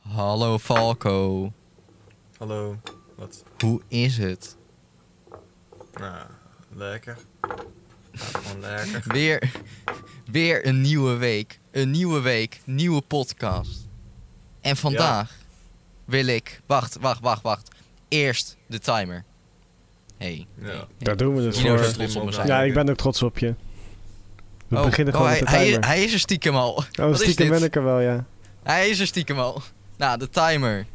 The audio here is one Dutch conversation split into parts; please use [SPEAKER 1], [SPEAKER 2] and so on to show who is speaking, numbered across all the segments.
[SPEAKER 1] Hallo Falco,
[SPEAKER 2] Hallo. Wat?
[SPEAKER 1] hoe is het?
[SPEAKER 2] Nou, lekker. Gaat gewoon lekker.
[SPEAKER 1] Weer, weer een nieuwe week. Een nieuwe week, nieuwe podcast. En vandaag wil ik. Wacht, wacht, wacht, wacht. Eerst de timer. Hey.
[SPEAKER 2] Ja.
[SPEAKER 1] hey.
[SPEAKER 3] Daar doen we het
[SPEAKER 1] Kino is
[SPEAKER 3] voor.
[SPEAKER 1] trots op me zijn.
[SPEAKER 3] Ja, ik ben ook trots op je. We
[SPEAKER 1] Oh,
[SPEAKER 3] beginnen
[SPEAKER 1] oh,
[SPEAKER 3] gewoon
[SPEAKER 1] hij,
[SPEAKER 3] met de timer.
[SPEAKER 1] Hij, hij is er stiekem al.
[SPEAKER 3] oh,
[SPEAKER 1] Wat
[SPEAKER 3] stiekem
[SPEAKER 1] is dit? Oh,
[SPEAKER 3] ben ik er wel, ja.
[SPEAKER 1] Hij is er stiekem al. Nou, de timer.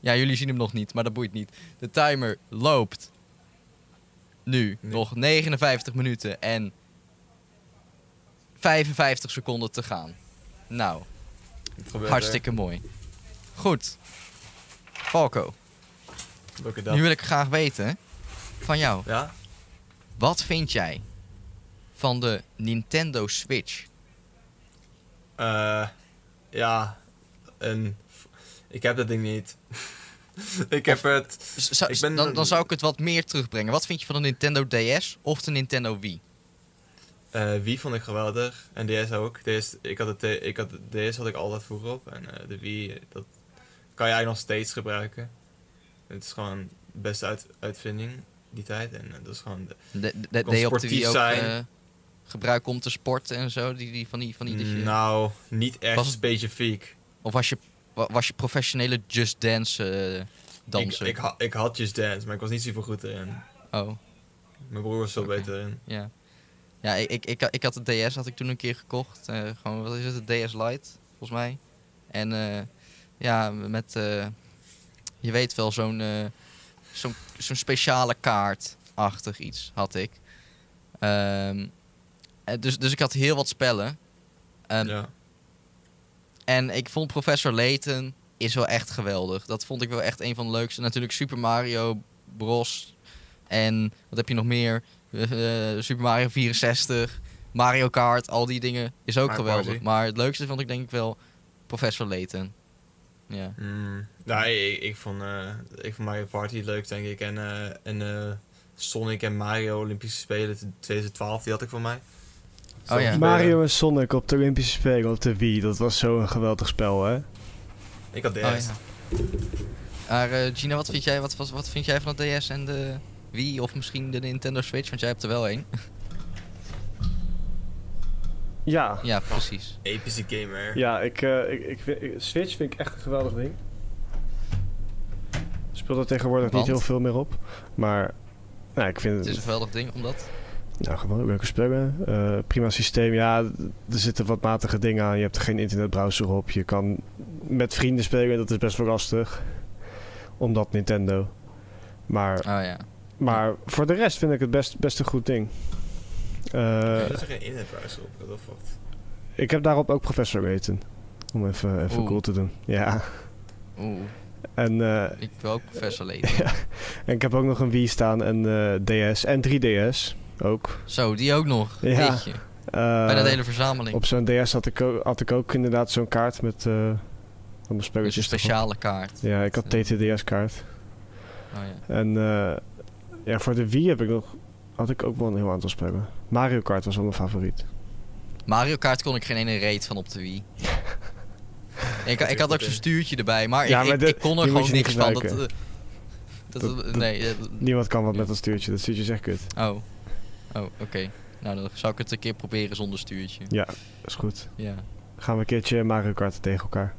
[SPEAKER 1] Ja, jullie zien hem nog niet, maar dat boeit niet. De timer loopt. Nu
[SPEAKER 2] Nee.
[SPEAKER 1] nog 59 minuten en 55 seconden te gaan. Nou,
[SPEAKER 2] Het gebeurt
[SPEAKER 1] hartstikke mooi. Goed. Falco,
[SPEAKER 2] echt. Look at that.
[SPEAKER 1] nu wil ik graag weten van jou.
[SPEAKER 2] Ja?
[SPEAKER 1] Wat vind jij van de Nintendo Switch?
[SPEAKER 2] Eh, ja. Een... Ik heb dat ding niet. ik heb het...
[SPEAKER 1] Z- zou-
[SPEAKER 2] Ik ben-
[SPEAKER 1] dan, dan zou ik het wat meer terugbrengen. Wat vind je van de Nintendo DS of de Nintendo Wii?
[SPEAKER 2] eh Wii vond ik geweldig. En DS ook. DS, ik had het, ik had, het- DS had ik altijd vroeger op. En eh, de Wii, eh, dat kan je eigenlijk nog steeds gebruiken. Het is gewoon de beste uit, uitvinding, die tijd. En eh, dat is gewoon... de-
[SPEAKER 1] De, de,
[SPEAKER 2] Kon
[SPEAKER 1] de op de
[SPEAKER 2] sportief
[SPEAKER 1] Wii ook
[SPEAKER 2] zijn.
[SPEAKER 1] eh, gebruik om te sporten en zo? Die, die, van die, van die, dat je-
[SPEAKER 2] nou, niet echt
[SPEAKER 1] Was het-
[SPEAKER 2] specifiek.
[SPEAKER 1] Of was je, wa- was je professionele Just Dance eh, danser?
[SPEAKER 2] Ik, ik, ha- ik had Just Dance, maar ik was niet super goed erin.
[SPEAKER 1] Oh,
[SPEAKER 2] Mijn broer was veel
[SPEAKER 1] Oké.
[SPEAKER 2] beter in.
[SPEAKER 1] ja. Ja, ik, ik, ik, ik had de DS had ik toen een keer gekocht. Eh, gewoon, wat is het? De DS Lite, volgens mij. En eh, ja, met, eh, je weet wel, zo'n eh, zo'n zo'n speciale kaartachtig iets had ik. Ehm, eh, dus, dus ik had heel wat spellen. Ehm,
[SPEAKER 2] ja.
[SPEAKER 1] En ik vond Professor Layton is wel echt geweldig. Dat vond ik wel echt een van de leukste. Natuurlijk Super Mario Bros. En wat heb je nog meer? Eh, eh, Super Mario 64, Mario Kart, al die dingen is ook
[SPEAKER 2] Mario
[SPEAKER 1] geweldig.
[SPEAKER 2] Party.
[SPEAKER 1] Maar het leukste vond ik denk ik wel Professor Layton. Ja.
[SPEAKER 2] Mm, nou, ik, ik, vond, eh, ik vond Mario Party leuk, denk ik. En, eh, en eh, Sonic en Mario Olympische Spelen 2012, die had ik van mij. Zo'n
[SPEAKER 1] Oh ja.
[SPEAKER 2] spelen.
[SPEAKER 3] Mario en Sonic op de Olympische Spelen op de Wii. Dat was zo'n geweldig spel, hè?
[SPEAKER 2] Ik had DS.
[SPEAKER 1] Oh, ja. Maar eh, Gina, wat vind, jij, wat, wat, wat vind jij van de DS en de Wii of misschien de Nintendo Switch? Want jij hebt er wel één.
[SPEAKER 3] Ja.
[SPEAKER 1] Ja, precies.
[SPEAKER 2] Epische gamer.
[SPEAKER 3] Ja, ik, eh, ik, ik, vind- ik- Switch vind ik echt een geweldig ding. Ik speel er tegenwoordig
[SPEAKER 1] Want?
[SPEAKER 3] niet heel veel meer op. Maar, nou, ik vind
[SPEAKER 1] Het is een geweldig ding, omdat...
[SPEAKER 3] Nou, gewoon leuke spellen. Eh, prima systeem. Ja, d- er zitten wat matige dingen aan. Je hebt geen internetbrowser op. Je kan met vrienden spelen. Dat is best wel lastig. Omdat Nintendo. Maar,
[SPEAKER 1] Oh ja.
[SPEAKER 3] maar voor de rest vind ik het best, best een goed ding. Eh,
[SPEAKER 2] Er is er geen internetbrowser op, dat wat.
[SPEAKER 3] ik heb daarop ook Professor Weten. Om even, even
[SPEAKER 1] Oeh.
[SPEAKER 3] cool te doen. Ja.
[SPEAKER 1] Oeh,
[SPEAKER 3] En, eh,
[SPEAKER 1] ik wil ook Professor Layton.
[SPEAKER 3] en ik heb ook nog een Wii staan. En eh, DS. En 3DS. Ook.
[SPEAKER 1] Zo, die ook nog.
[SPEAKER 3] Ja.
[SPEAKER 1] Weet je.
[SPEAKER 3] Eh,
[SPEAKER 1] Bijna de hele verzameling.
[SPEAKER 3] Op zo'n DS had ik, ook, had ik ook inderdaad zo'n kaart met eh allemaal
[SPEAKER 1] dus een
[SPEAKER 3] spelletjes. erop.
[SPEAKER 1] speciale kaart.
[SPEAKER 3] Ja, ik had TTDS-kaart.
[SPEAKER 1] Oh, ja.
[SPEAKER 3] En eh, ja, voor de Wii heb ik nog, had ik ook wel een heel aantal spellen. Mario Kart was wel mijn favoriet.
[SPEAKER 1] Mario Kaart kon ik geen ene reet van op de Wii. ik, ik had ook zo'n stuurtje erbij, maar,
[SPEAKER 3] Ja,
[SPEAKER 1] ik,
[SPEAKER 3] maar
[SPEAKER 1] ik,
[SPEAKER 3] dat-
[SPEAKER 1] ik kon er
[SPEAKER 3] die
[SPEAKER 1] gewoon
[SPEAKER 3] moet je niet
[SPEAKER 1] niks van. Dat,
[SPEAKER 3] gebruiken.
[SPEAKER 1] eh, dat,
[SPEAKER 3] Dat- dat-
[SPEAKER 1] nee, eh,
[SPEAKER 3] Niemand kan wat met dat stuurtje, dat stuurtje is echt kut.
[SPEAKER 1] oh. Oh, oké. Nou, dan zou ik het een keer proberen zonder stuurtje.
[SPEAKER 3] Ja, is goed.
[SPEAKER 1] Ja.
[SPEAKER 3] Gaan we een keertje Mario Kart tegen elkaar.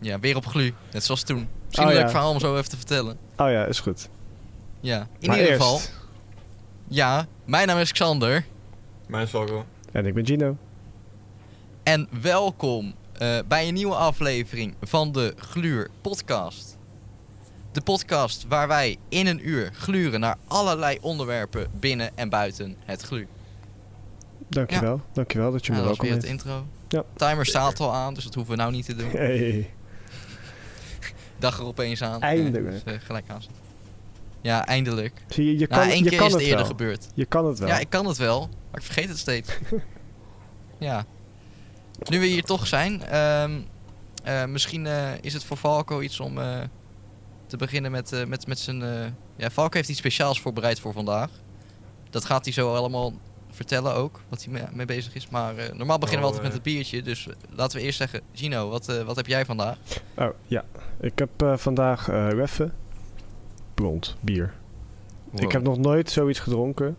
[SPEAKER 1] Ja, weer op glu. Net zoals toen. Misschien
[SPEAKER 3] Oh,
[SPEAKER 1] een leuk
[SPEAKER 3] ja.
[SPEAKER 1] verhaal om zo even te vertellen.
[SPEAKER 3] Oh ja, is goed.
[SPEAKER 1] Ja. In
[SPEAKER 3] Maar
[SPEAKER 1] ieder
[SPEAKER 3] eerst-
[SPEAKER 1] geval. Ja, mijn naam is Xander.
[SPEAKER 2] Mijn vlogger.
[SPEAKER 3] En ik ben Gino.
[SPEAKER 1] En welkom eh, bij een nieuwe aflevering van de Gluur Podcast. De podcast waar wij in een uur gluren naar allerlei onderwerpen binnen en buiten het glu.
[SPEAKER 3] Dankjewel. Dankjewel dat je
[SPEAKER 1] Ja,
[SPEAKER 3] me
[SPEAKER 1] dat was
[SPEAKER 3] welkom
[SPEAKER 1] weer het
[SPEAKER 3] bent.
[SPEAKER 1] intro.
[SPEAKER 3] Ja.
[SPEAKER 1] Timer staat al aan, dus dat hoeven we nou niet te doen.
[SPEAKER 3] Hey.
[SPEAKER 1] Dag er opeens aan.
[SPEAKER 3] Eindelijk.
[SPEAKER 1] Eh, dus, eh, gelijk aan. Ja, eindelijk.
[SPEAKER 3] Zie je, je kan,
[SPEAKER 1] Nou, één
[SPEAKER 3] je
[SPEAKER 1] keer
[SPEAKER 3] kan
[SPEAKER 1] is het
[SPEAKER 3] het
[SPEAKER 1] eerder
[SPEAKER 3] wel.
[SPEAKER 1] gebeurd.
[SPEAKER 3] Je kan het wel.
[SPEAKER 1] Ja, ik kan het wel, maar ik vergeet het steeds. ja. Nu we hier toch zijn, ehm, eh, misschien eh, is het voor Falco iets om eh, te beginnen met, eh, met, met zijn. eh, Ja, Falco heeft iets speciaals voorbereid voor vandaag. Dat gaat hij zo allemaal vertellen ook, wat hij mee, mee bezig is. Maar eh, normaal beginnen
[SPEAKER 2] Oh,
[SPEAKER 1] we altijd met het biertje. Dus laten we eerst zeggen, Gino, wat, eh, wat heb jij vandaag?
[SPEAKER 3] Oh, ja. Ik heb eh, vandaag eh Reffen. Blond bier. Ik heb nog nooit zoiets gedronken.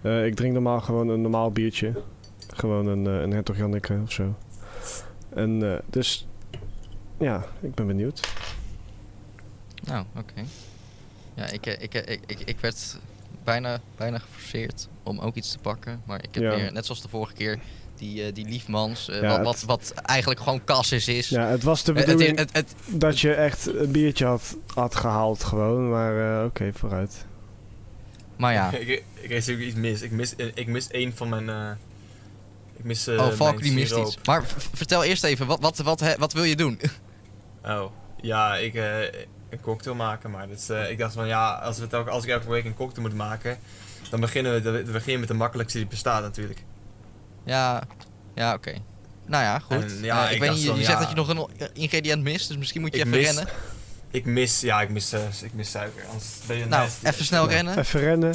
[SPEAKER 3] Eh, ik drink normaal gewoon een normaal biertje. Gewoon een, eh, een Hertog Janneke of zo. En eh, dus... Ja, ik ben benieuwd.
[SPEAKER 1] Nou, oké. Ja, ik, eh, ik, eh, ik, ik, ik werd bijna, bijna geforceerd om ook iets te pakken. Maar ik heb
[SPEAKER 3] Ja.
[SPEAKER 1] weer, net zoals de vorige keer, die, eh, die liefmans. eh,
[SPEAKER 3] Ja,
[SPEAKER 1] wat,
[SPEAKER 3] het-
[SPEAKER 1] wat, wat eigenlijk gewoon kassis is.
[SPEAKER 3] Ja, het was de
[SPEAKER 1] Eh, het,
[SPEAKER 3] bedoeling
[SPEAKER 1] het, het-
[SPEAKER 3] dat je echt een biertje had, had gehaald gewoon. Maar eh, oké, vooruit.
[SPEAKER 1] maar Oh ja.
[SPEAKER 2] ik, ik, ik heb iets mis. Ik mis, ik mis één van mijn. eh, ik mis. eh,
[SPEAKER 1] Oh, Valk,
[SPEAKER 2] mijn
[SPEAKER 1] die mist
[SPEAKER 2] siroop.
[SPEAKER 1] iets. Maar v- vertel eerst even, wat, wat, wat, hè, wat wil je doen?
[SPEAKER 2] Oh, ja, ik eh, een cocktail maken, maar dus, eh, ik dacht van ja, als, we het elke, als ik elke week een cocktail moet maken, dan beginnen we, dan beginnen we met de makkelijkste die bestaat natuurlijk.
[SPEAKER 1] Ja, ja oké. Nou ja, goed.
[SPEAKER 2] En ja,
[SPEAKER 1] Eh, ik
[SPEAKER 2] ik
[SPEAKER 1] weet
[SPEAKER 2] dacht
[SPEAKER 1] niet, je,
[SPEAKER 2] van,
[SPEAKER 1] je zegt
[SPEAKER 2] ja.
[SPEAKER 1] dat je nog een o- ingrediënt mist, dus misschien moet je
[SPEAKER 2] Ik
[SPEAKER 1] even
[SPEAKER 2] mis-
[SPEAKER 1] rennen.
[SPEAKER 2] Ik mis, ja, ik mis, eh, ik mis suiker, anders ben je
[SPEAKER 1] Nou,
[SPEAKER 2] nasty.
[SPEAKER 1] even snel rennen.
[SPEAKER 3] Even rennen.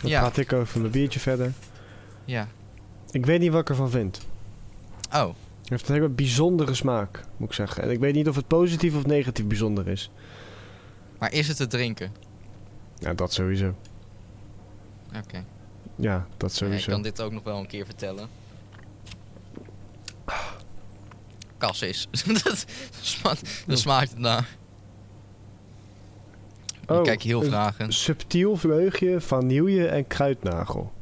[SPEAKER 3] Dan
[SPEAKER 1] Ja.
[SPEAKER 3] praat ik over mijn biertje verder.
[SPEAKER 1] Ja.
[SPEAKER 3] Ik weet niet wat ik ervan vind.
[SPEAKER 1] Oh,
[SPEAKER 3] Het heeft een hele bijzondere smaak, moet ik zeggen. En ik weet niet of het positief of negatief bijzonder is.
[SPEAKER 1] maar is het te drinken?
[SPEAKER 3] Ja, dat sowieso.
[SPEAKER 1] Oké.
[SPEAKER 3] Ja, dat
[SPEAKER 1] Ja, ik
[SPEAKER 3] sowieso.
[SPEAKER 1] kan dit ook nog wel een keer vertellen. Kas is. dat, sma dat smaakt het naar.
[SPEAKER 3] Oh,
[SPEAKER 1] ik kijk heel
[SPEAKER 3] een
[SPEAKER 1] vragend.
[SPEAKER 3] Subtiel vleugje, vanille en kruidnagel.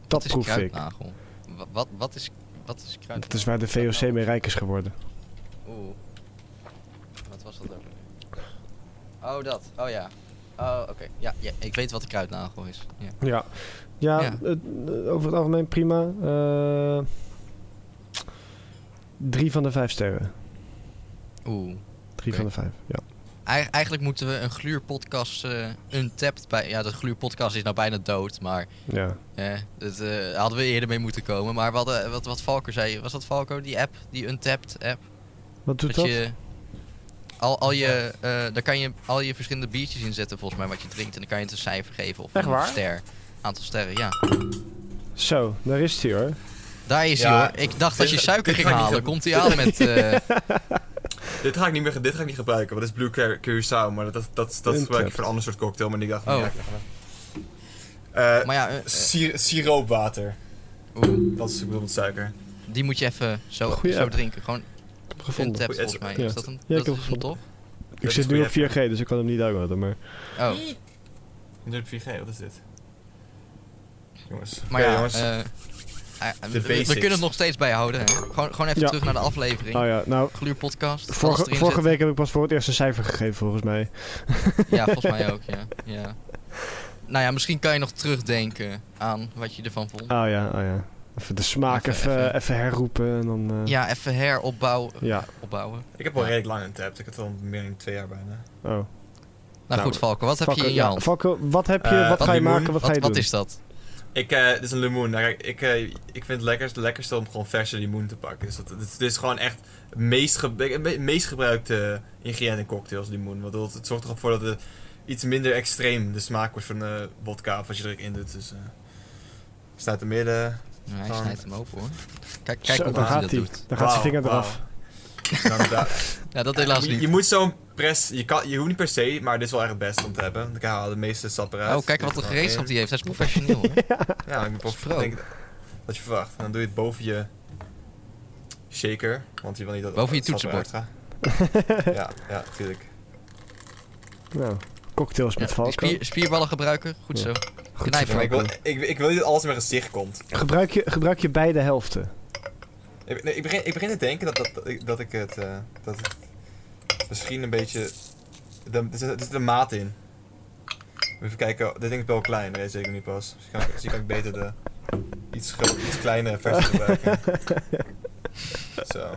[SPEAKER 3] Dat
[SPEAKER 1] Wat is
[SPEAKER 3] proef
[SPEAKER 1] kruidnagel? Wa- Wat, wat is, wat is
[SPEAKER 3] ik.
[SPEAKER 1] kruidnagel?
[SPEAKER 3] Dat is waar de VOC mee rijk is geworden.
[SPEAKER 1] Oeh. Wat was dat ook? alweer? Oh, dat. Oh ja. Oh, oké. Ja, ja, ik weet wat de kruidnagel is. Ja.
[SPEAKER 3] Ja, ja,
[SPEAKER 1] Ja.
[SPEAKER 3] het- eh, over het algemeen prima. Eh, drie van de vijf sterren.
[SPEAKER 1] Oeh.
[SPEAKER 3] Drie
[SPEAKER 1] Oké.
[SPEAKER 3] van de vijf, ja.
[SPEAKER 1] Eigen- eigenlijk moeten we een gluurpodcast eh untapped bij... Ja, dat gluurpodcast is nou bijna dood, maar...
[SPEAKER 3] ja.
[SPEAKER 1] Eh, dat eh, hadden we eerder mee moeten komen. Maar we hadden, wat, wat Valko zei, was dat Valko, die app? Die Untapped app?
[SPEAKER 3] Wat doet dat?
[SPEAKER 1] je... Al, al je, eh, daar kan je al je verschillende biertjes in zetten, volgens mij, wat je drinkt. En dan kan je het een cijfer geven of
[SPEAKER 3] Echt
[SPEAKER 1] een
[SPEAKER 3] waar?
[SPEAKER 1] ster. Aantal sterren, ja.
[SPEAKER 3] Zo, daar is hij hoor.
[SPEAKER 1] Daar is hij
[SPEAKER 2] Ja,
[SPEAKER 1] hoor. Ik dacht dat
[SPEAKER 2] dit-
[SPEAKER 1] je suiker
[SPEAKER 2] dit
[SPEAKER 1] ging
[SPEAKER 2] ga ik niet
[SPEAKER 1] halen.
[SPEAKER 2] hebben.
[SPEAKER 1] Komt hij aan met... eh,
[SPEAKER 2] Dit ga ik niet meer, ge- dit ga ik niet gebruiken, want dat is Blue Cura- Curaçao, maar dat, dat, dat, dat gebruik ik
[SPEAKER 3] Untapped.
[SPEAKER 2] voor een ander soort cocktail, maar ik dacht
[SPEAKER 1] Oh.
[SPEAKER 2] van ja, ik leg het maar.
[SPEAKER 1] maar ja, eh, eh,
[SPEAKER 2] sier, siroopwater,
[SPEAKER 1] oeh,
[SPEAKER 2] dat is ik bedoel met suiker.
[SPEAKER 1] die moet je even zo,
[SPEAKER 3] Goeie
[SPEAKER 1] zo
[SPEAKER 3] app.
[SPEAKER 1] drinken. Gewoon
[SPEAKER 3] Gevonden.
[SPEAKER 1] Untapped
[SPEAKER 2] Goeie app.
[SPEAKER 1] volgens mij.
[SPEAKER 3] Ja.
[SPEAKER 1] Is dat een,
[SPEAKER 3] Ja, ik
[SPEAKER 1] dat
[SPEAKER 3] heb
[SPEAKER 1] is hem
[SPEAKER 3] hem
[SPEAKER 1] toch?
[SPEAKER 3] Ik
[SPEAKER 2] is
[SPEAKER 3] zit nu
[SPEAKER 2] goeie
[SPEAKER 3] op 4G, dus ik kan hem niet downloaden, maar...
[SPEAKER 1] Oh,
[SPEAKER 2] Nu op 4G, wat is dit? Jongens,
[SPEAKER 1] maar
[SPEAKER 2] Oké,
[SPEAKER 1] ja,
[SPEAKER 2] jongens.
[SPEAKER 1] eh, eh, we, we
[SPEAKER 2] basics.
[SPEAKER 1] kunnen het nog steeds bijhouden. Hè? Gewoon, gewoon even
[SPEAKER 3] Ja.
[SPEAKER 1] terug naar de aflevering.
[SPEAKER 3] Oh ja, nou,
[SPEAKER 1] Gluurpodcast. alles
[SPEAKER 3] vorige,
[SPEAKER 1] erin
[SPEAKER 3] vorige
[SPEAKER 1] zetten.
[SPEAKER 3] week heb ik pas voor het eerst een cijfer gegeven volgens mij.
[SPEAKER 1] Ja, volgens mij ook, ja. ja. Nou ja, misschien kan je nog terugdenken aan wat je ervan vond.
[SPEAKER 3] Oh ja, oh ja. Even de smaak
[SPEAKER 1] Even-
[SPEAKER 3] even,
[SPEAKER 1] even-
[SPEAKER 3] even, herroepen en dan... eh,
[SPEAKER 1] Ja, even heropbouwen.
[SPEAKER 3] Ja,
[SPEAKER 1] Opbouwen. Nou
[SPEAKER 2] ik heb al
[SPEAKER 1] ja.
[SPEAKER 2] redelijk lang een tab, ik heb het al meer dan twee jaar bijna.
[SPEAKER 3] oh.
[SPEAKER 1] Nou,
[SPEAKER 3] Nou,
[SPEAKER 1] goed, Valko, wat heb
[SPEAKER 3] Valko,
[SPEAKER 1] je in je
[SPEAKER 3] ja,
[SPEAKER 1] hand?
[SPEAKER 3] Valko, wat heb je,
[SPEAKER 2] Eh,
[SPEAKER 3] wat
[SPEAKER 2] wat
[SPEAKER 3] ga je
[SPEAKER 2] limoen,
[SPEAKER 3] maken, wat, ga
[SPEAKER 1] Wat,
[SPEAKER 3] je
[SPEAKER 1] wat
[SPEAKER 3] doen?
[SPEAKER 1] is dat?
[SPEAKER 2] Ik, eh, dit is een limoen. Nou, kijk, ik, eh, ik vind het lekkerst, het lekkerste om gewoon verse limoen te pakken. Dus dat, dit, is- dit is gewoon echt het meest, gebru- het me- meest gebruikte ingrediënt in cocktails, limoen. Want dat, het zorgt er gewoon voor dat het iets minder extreem de smaak wordt van eh vodka of als je erin doet. Dus eh, staat eh, in midden.
[SPEAKER 1] Nou, hij
[SPEAKER 2] Gewoon-
[SPEAKER 1] snijdt hem open, hoor. Kijk, kijk
[SPEAKER 3] Zo,
[SPEAKER 1] hoe
[SPEAKER 3] daar
[SPEAKER 1] goed hij
[SPEAKER 3] gaat
[SPEAKER 1] dat
[SPEAKER 3] hij.
[SPEAKER 1] doet.
[SPEAKER 3] Dan gaat zijn
[SPEAKER 2] Wauw,
[SPEAKER 3] vinger
[SPEAKER 2] wauw.
[SPEAKER 3] eraf.
[SPEAKER 2] Nou, da-
[SPEAKER 1] Ja, dat helaas
[SPEAKER 2] je,
[SPEAKER 1] niet.
[SPEAKER 2] je moet zo'n press, je, kan, je hoeft niet per se, maar dit is wel echt het beste om te hebben. Want ik haal de meeste Dus sappen eruit.
[SPEAKER 1] Oh, kijk wat een
[SPEAKER 2] Gewoon
[SPEAKER 1] gereedschap
[SPEAKER 2] in.
[SPEAKER 1] die heeft. Hij is professioneel. Hè?
[SPEAKER 2] Ja, ik ben pas
[SPEAKER 1] Zo.
[SPEAKER 2] denk dat je verwacht. En dan doe je het boven je shaker, want je wil niet dat
[SPEAKER 1] Boven je
[SPEAKER 2] het sap eruit gaat. ja, ja, natuurlijk.
[SPEAKER 3] Nou, cocktails
[SPEAKER 1] Ja,
[SPEAKER 3] met
[SPEAKER 1] die
[SPEAKER 3] Valko.
[SPEAKER 1] spier, spierballen gebruiken, goed
[SPEAKER 3] Ja.
[SPEAKER 1] zo.
[SPEAKER 3] Goed
[SPEAKER 1] knijpen.
[SPEAKER 3] zo,
[SPEAKER 2] maar ik,
[SPEAKER 3] Valko.
[SPEAKER 2] wil, ik, ik wil niet dat alles in mijn gezicht komt.
[SPEAKER 3] Gebruik je, gebruik je beide helften.
[SPEAKER 2] Ik, nee, ik, begin, ik begin te denken dat, dat, dat, ik, dat ik het, eh, dat het misschien een beetje... de- Er zit, er zit een maat in. Even kijken, oh, dit ding is wel klein, dat weet zeker niet pas. Dus kan, ik- misschien kan ik beter de iets, gro- iets kleinere versie gebruiken. Zo.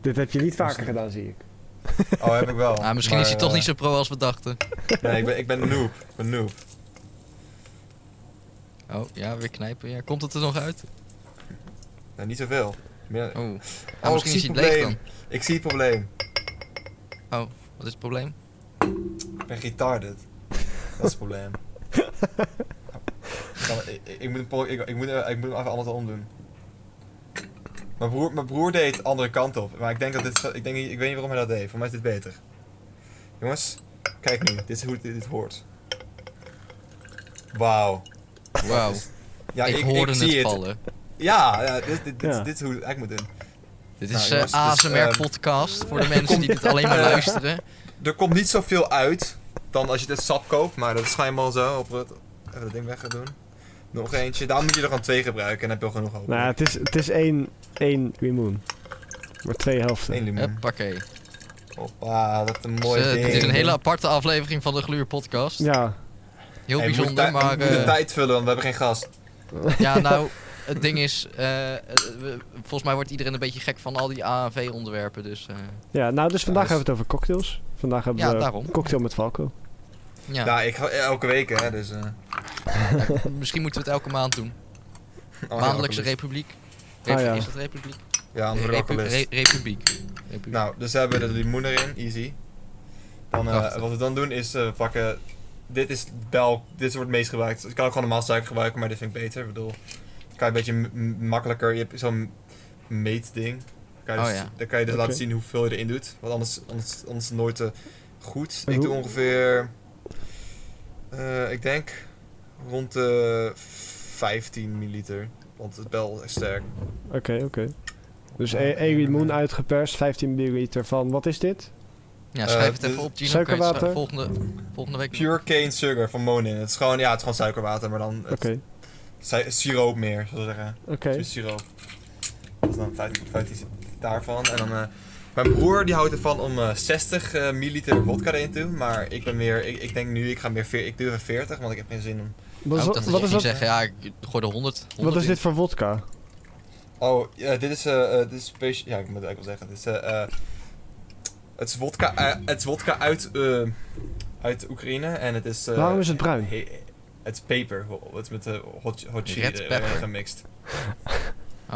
[SPEAKER 3] Dit heb je niet vaker
[SPEAKER 2] Misschien.
[SPEAKER 3] gedaan, zie ik.
[SPEAKER 2] Oh, heb ik wel.
[SPEAKER 1] Ah, misschien is
[SPEAKER 2] Maar,
[SPEAKER 1] hij toch
[SPEAKER 2] eh,
[SPEAKER 1] niet zo pro als we dachten.
[SPEAKER 2] Nee, ik ben, ik ben een noob. Ik ben een noob.
[SPEAKER 1] Oh, ja, weer knijpen. Ja, komt het er nog uit?
[SPEAKER 2] Nou, niet zoveel. Meer-
[SPEAKER 1] Oh, Ah,
[SPEAKER 2] Oh, ik
[SPEAKER 1] misschien is
[SPEAKER 2] zie
[SPEAKER 1] hij
[SPEAKER 2] het
[SPEAKER 1] leeg
[SPEAKER 2] probleem.
[SPEAKER 1] dan.
[SPEAKER 2] Ik zie het probleem.
[SPEAKER 1] Wat is het probleem?
[SPEAKER 2] Ik ben retarded. Dat is het probleem. kan- ik, ik- ik moet, een po- ik, ik moet, ik moet hem even anders omdoen. Mijn broer, mijn broer deed andere kant op, maar ik denk dat dit, ik, denk, niet- ik weet niet waarom hij dat deed. Voor mij is dit beter. Jongens, kijk nu, dit is hoe dit, dit hoort. Wauw.
[SPEAKER 1] Wauw.
[SPEAKER 2] Ja,
[SPEAKER 1] ik, hoorde het vallen.
[SPEAKER 2] Ja, ja, dit, dit, dit,
[SPEAKER 3] Ja.
[SPEAKER 2] dit is hoe ik moet doen.
[SPEAKER 1] Dit
[SPEAKER 2] Nou,
[SPEAKER 1] is eh,
[SPEAKER 2] jongens,
[SPEAKER 1] een
[SPEAKER 2] het is, ehm,
[SPEAKER 1] ASMR-podcast voor de mensen die dit alleen maar
[SPEAKER 2] Eh,
[SPEAKER 1] luisteren.
[SPEAKER 2] Er komt niet zoveel uit dan als je dit sap koopt, maar dat is schijnbaar zo. Op het, even dat ding weg gaan doen. Nog eentje, daar moet je er gewoon twee gebruiken en dan heb je al genoeg over.
[SPEAKER 3] Nou, ja, het is, het is één, één limoen. Maar twee helften.
[SPEAKER 2] Eén limoen.
[SPEAKER 1] Huppakee.
[SPEAKER 2] Hoppa, wat een mooi
[SPEAKER 1] Dus, eh,
[SPEAKER 2] Mm. ding.
[SPEAKER 1] dit is een hele aparte aflevering van de Gluur-podcast.
[SPEAKER 3] Ja,
[SPEAKER 1] Heel
[SPEAKER 2] Hey, we moeten
[SPEAKER 1] bijzonder,
[SPEAKER 2] tij-
[SPEAKER 1] maar...
[SPEAKER 2] We moeten
[SPEAKER 1] eh,
[SPEAKER 2] tijd vullen, want we hebben geen gast.
[SPEAKER 1] Ja, nou, het ding is, eh, eh, we- volgens mij wordt iedereen een beetje gek van al die AAV-onderwerpen, dus eh,
[SPEAKER 3] ja, nou dus vandaag
[SPEAKER 2] Ja, dus-
[SPEAKER 3] hebben we het over cocktails. Vandaag hebben
[SPEAKER 1] Ja,
[SPEAKER 3] we
[SPEAKER 1] daarom.
[SPEAKER 3] cocktail met Valko.
[SPEAKER 1] ja,
[SPEAKER 2] Nou, ik ga elke week, hè, dus... eh, oh,
[SPEAKER 1] misschien moeten we het elke maand doen.
[SPEAKER 2] ja,
[SPEAKER 1] Maandelijkse
[SPEAKER 2] alcoholist.
[SPEAKER 1] Republiek. Repu-
[SPEAKER 3] Ah, ja.
[SPEAKER 1] Is dat Republiek?
[SPEAKER 2] Ja, een
[SPEAKER 1] Nee,
[SPEAKER 2] Repu-
[SPEAKER 1] Repu- Re- Republiek. Republiek.
[SPEAKER 2] Nou, dus we hebben de limoen erin, easy. Dan, eh,
[SPEAKER 1] Prachtig.
[SPEAKER 2] wat we dan doen is, eh, we pakken... Dit is bel, dit wordt het meest gebruikt. Ik kan ook gewoon normaal suiker gebruiken, maar dit vind ik beter. Ik bedoel, kan je een beetje m- m- makkelijker, je hebt zo'n meetding. Kan je
[SPEAKER 1] Oh,
[SPEAKER 2] dus-
[SPEAKER 1] ja.
[SPEAKER 2] Dan kan je dus
[SPEAKER 3] Oké.
[SPEAKER 2] laten zien hoeveel je erin doet, want anders, anders, anders nooit eh, goed.
[SPEAKER 3] En
[SPEAKER 2] ik doe
[SPEAKER 3] hoe-
[SPEAKER 2] ongeveer, eh, ik denk rond de 15 milliliter, want het bel is sterk.
[SPEAKER 3] Oké, oké. Dus één één limoen uitgeperst, 15 milliliter van, wat is dit?
[SPEAKER 1] ja, schrijf het
[SPEAKER 2] eh,
[SPEAKER 1] even op, Gino.
[SPEAKER 3] suikerwater.
[SPEAKER 1] kan je het stra- Volgende, volgende week.
[SPEAKER 2] Pure cane sugar van Monin. Het is gewoon, ja, het is gewoon suikerwater, maar dan
[SPEAKER 3] Oké,
[SPEAKER 2] het si- siroop meer, zullen we zeggen.
[SPEAKER 3] oké.
[SPEAKER 2] Dus siroop. Dat is dan 15, 15 daarvan. En dan, eh, mijn broer die houdt ervan om eh, 60 eh, milliliter vodka erin te doen, maar ik ben meer, ik, ik denk nu, ik ga meer, veer- ik doe even 40, want ik heb geen zin om.
[SPEAKER 3] Wat, is,
[SPEAKER 1] Oh, ik
[SPEAKER 3] wat,
[SPEAKER 1] dacht
[SPEAKER 3] wat
[SPEAKER 1] dat je
[SPEAKER 3] is,
[SPEAKER 1] ging
[SPEAKER 3] dat-
[SPEAKER 1] zeggen, ja, ik gooi er 100. 100
[SPEAKER 3] wat is
[SPEAKER 1] in.
[SPEAKER 3] dit voor vodka?
[SPEAKER 2] Oh, ja, dit is, eh, eh, dit is speciaal, ja, ik moet het eigenlijk wel zeggen. Dit is, eh, eh, het is vodka, eh, het is vodka uit, eh, uit Oekraïne en het is... eh,
[SPEAKER 3] Waarom is het bruin?
[SPEAKER 2] He- het is peper, ho- het is met de hot, hot chili
[SPEAKER 1] Red
[SPEAKER 2] erin
[SPEAKER 1] pepper.
[SPEAKER 2] gemixt.
[SPEAKER 1] Oh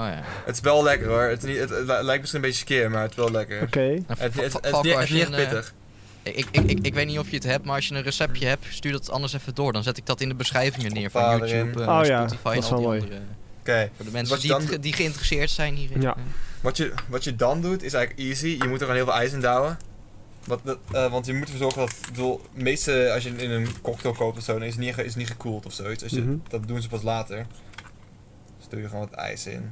[SPEAKER 1] ja.
[SPEAKER 2] Het is wel lekker hoor, het, is niet, het, het li- lijkt misschien een beetje skeer, maar het is wel lekker.
[SPEAKER 3] Oké.
[SPEAKER 1] Nou,
[SPEAKER 2] Het,
[SPEAKER 1] Va-
[SPEAKER 2] het,
[SPEAKER 1] Va-
[SPEAKER 2] het, is
[SPEAKER 1] Valko,
[SPEAKER 2] niet- het
[SPEAKER 1] als
[SPEAKER 2] is niet
[SPEAKER 1] je
[SPEAKER 2] echt
[SPEAKER 1] een, eh,
[SPEAKER 2] pittig.
[SPEAKER 1] Ik, ik, ik, ik weet niet of je het hebt, maar als je een receptje hebt, stuur dat anders even door. Dan zet ik dat in de beschrijvingen neer van
[SPEAKER 2] Vader
[SPEAKER 1] YouTube,
[SPEAKER 3] in.
[SPEAKER 1] eh,
[SPEAKER 3] Oh ja,
[SPEAKER 1] Spotify
[SPEAKER 3] dat
[SPEAKER 1] en
[SPEAKER 3] is
[SPEAKER 1] al die
[SPEAKER 3] wel mooi.
[SPEAKER 1] andere. eh,
[SPEAKER 2] Oké,
[SPEAKER 1] Voor de mensen
[SPEAKER 2] Dus Wat
[SPEAKER 1] die,
[SPEAKER 2] je
[SPEAKER 1] het
[SPEAKER 2] dan-
[SPEAKER 1] ge- die geïnteresseerd zijn hierin.
[SPEAKER 3] Ja.
[SPEAKER 2] wat, je, wat je dan doet is eigenlijk easy, je moet er gewoon heel veel ijs in douwen. Wat, dat- eh, want je moet ervoor zorgen dat, ik bedoel, meeste, als je in een cocktail koopt of zo, dan is het niet, ge- is het niet gekoeld of zoiets. Als je,
[SPEAKER 3] Mhm.
[SPEAKER 2] Dat doen ze pas later. Dus doe je gewoon wat ijs in.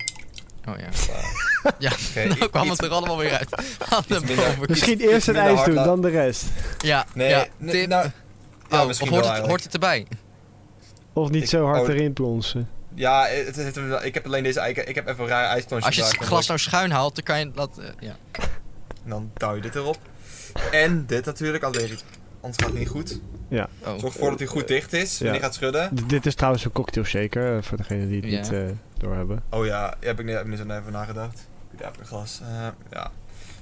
[SPEAKER 1] Oh ja.
[SPEAKER 2] Voilà.
[SPEAKER 1] Ja,
[SPEAKER 2] Oké,
[SPEAKER 1] nou
[SPEAKER 2] iets-
[SPEAKER 1] kwam het er allemaal weer uit. Aan de
[SPEAKER 2] iets minder.
[SPEAKER 1] bovenkant.
[SPEAKER 3] Misschien
[SPEAKER 2] iets
[SPEAKER 3] eerst het
[SPEAKER 2] minder
[SPEAKER 3] ijs
[SPEAKER 2] hard
[SPEAKER 3] doen,
[SPEAKER 2] laten-
[SPEAKER 3] dan de rest.
[SPEAKER 1] Ja,
[SPEAKER 2] Nee,
[SPEAKER 1] ja.
[SPEAKER 2] nee,
[SPEAKER 1] Tip.
[SPEAKER 2] nou, ja,
[SPEAKER 1] Oh, of
[SPEAKER 2] misschien
[SPEAKER 1] hoort
[SPEAKER 2] wel
[SPEAKER 1] het,
[SPEAKER 2] eigenlijk.
[SPEAKER 1] hoort het erbij?
[SPEAKER 3] Of niet
[SPEAKER 2] Ik-
[SPEAKER 3] zo hard
[SPEAKER 2] oh,
[SPEAKER 3] erin plonsen.
[SPEAKER 2] Ja, het, het, het- ik heb alleen deze eiken. Ik heb even een raar ijsklontje
[SPEAKER 1] Als je het
[SPEAKER 2] gebruikt,
[SPEAKER 1] glas
[SPEAKER 2] omdat
[SPEAKER 1] nou schuin haalt, dan kan je dat... eh, ja.
[SPEAKER 2] ik- Dan douw je dit erop. En dit natuurlijk, anders, weet je- anders gaat het niet goed.
[SPEAKER 1] Oh.
[SPEAKER 2] Zorg ervoor dat hij goed dicht is.
[SPEAKER 3] Ja.
[SPEAKER 2] Wanneer je gaat schudden.
[SPEAKER 3] D- dit is trouwens een cocktail shaker, eh, voor degene die het
[SPEAKER 1] Ja.
[SPEAKER 3] niet eh, doorhebben.
[SPEAKER 2] Oh ja, heb ik niet, heb ik niet zo even nagedacht. Ik heb een glas. eh, ja.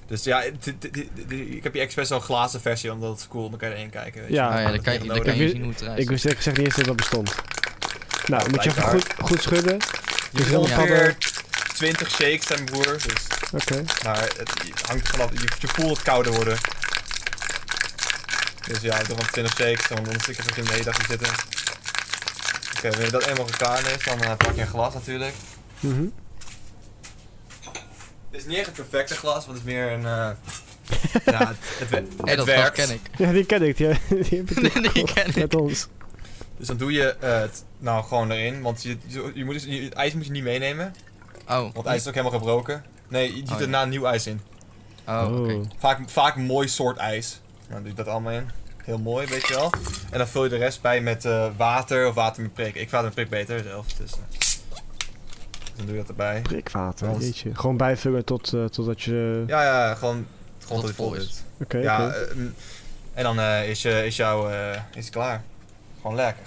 [SPEAKER 2] Dus ja, dit- dit- dit- dit- ik heb hier expres zo'n glazen versie, omdat het is cool. Dan kan je erin kijken. Weet je.
[SPEAKER 3] Ja.
[SPEAKER 1] Oh ja, dan kan je, dan kan je
[SPEAKER 3] Ik-
[SPEAKER 1] zien hoe het eruit
[SPEAKER 3] Ik
[SPEAKER 1] ziet.
[SPEAKER 3] wist echt gezegd niet eens dat dat bestond. Nou, moet je even
[SPEAKER 2] blijkbaar.
[SPEAKER 3] goed, goed schudden.
[SPEAKER 2] Je
[SPEAKER 3] is
[SPEAKER 2] hebt
[SPEAKER 3] heel
[SPEAKER 2] ongeveer 20 shakes, zijn broer. Dus,
[SPEAKER 3] Oké.
[SPEAKER 2] maar het hangt vanaf, je, je voelt het kouder worden. Dus ja, doe gewoon 20 shakes, want anders ik er geen hele dag in zitten. Oké, wanneer dat eenmaal gedaan is, dan eh, pak je een glas natuurlijk.
[SPEAKER 3] Mhm.
[SPEAKER 2] Het is niet echt het perfecte glas, want het is meer een... eh, ja, het, het, we-
[SPEAKER 1] Hé,
[SPEAKER 2] het
[SPEAKER 1] dat glas
[SPEAKER 2] werkt.
[SPEAKER 1] ken ik.
[SPEAKER 3] Ja, die ken ik. Die, die heb ik
[SPEAKER 1] Nee, die
[SPEAKER 3] gekocht
[SPEAKER 1] ken ik.
[SPEAKER 3] Met ons.
[SPEAKER 2] Dus dan doe je eh, het nou gewoon erin, want je, je, je moet dus, je- het ijs moet je niet meenemen,
[SPEAKER 1] Oh,
[SPEAKER 2] want het ijs is ook helemaal gebroken. Nee, je doet
[SPEAKER 1] Oh,
[SPEAKER 2] er na nieuw ijs in.
[SPEAKER 1] oh oké.
[SPEAKER 2] Vaak, vaak een mooi soort ijs. Nou, doe je dat allemaal in. Heel mooi, weet je wel. En dan vul je de rest bij met eh, water of water met prik. Ik vind water met prik beter zelf. Dus, eh, dus dan doe je dat erbij.
[SPEAKER 3] Prikwater,
[SPEAKER 2] Als-
[SPEAKER 3] jeetje. Gewoon bijvullen tot, eh, totdat je...
[SPEAKER 2] Ja, ja, gewoon, gewoon
[SPEAKER 1] het
[SPEAKER 2] tot het vol
[SPEAKER 1] vol is.
[SPEAKER 2] is.
[SPEAKER 3] Oké,
[SPEAKER 2] Ja,
[SPEAKER 3] oké.
[SPEAKER 2] eh, mm, en dan eh, is, je, is jouw eh, is het klaar. Gewoon lekker.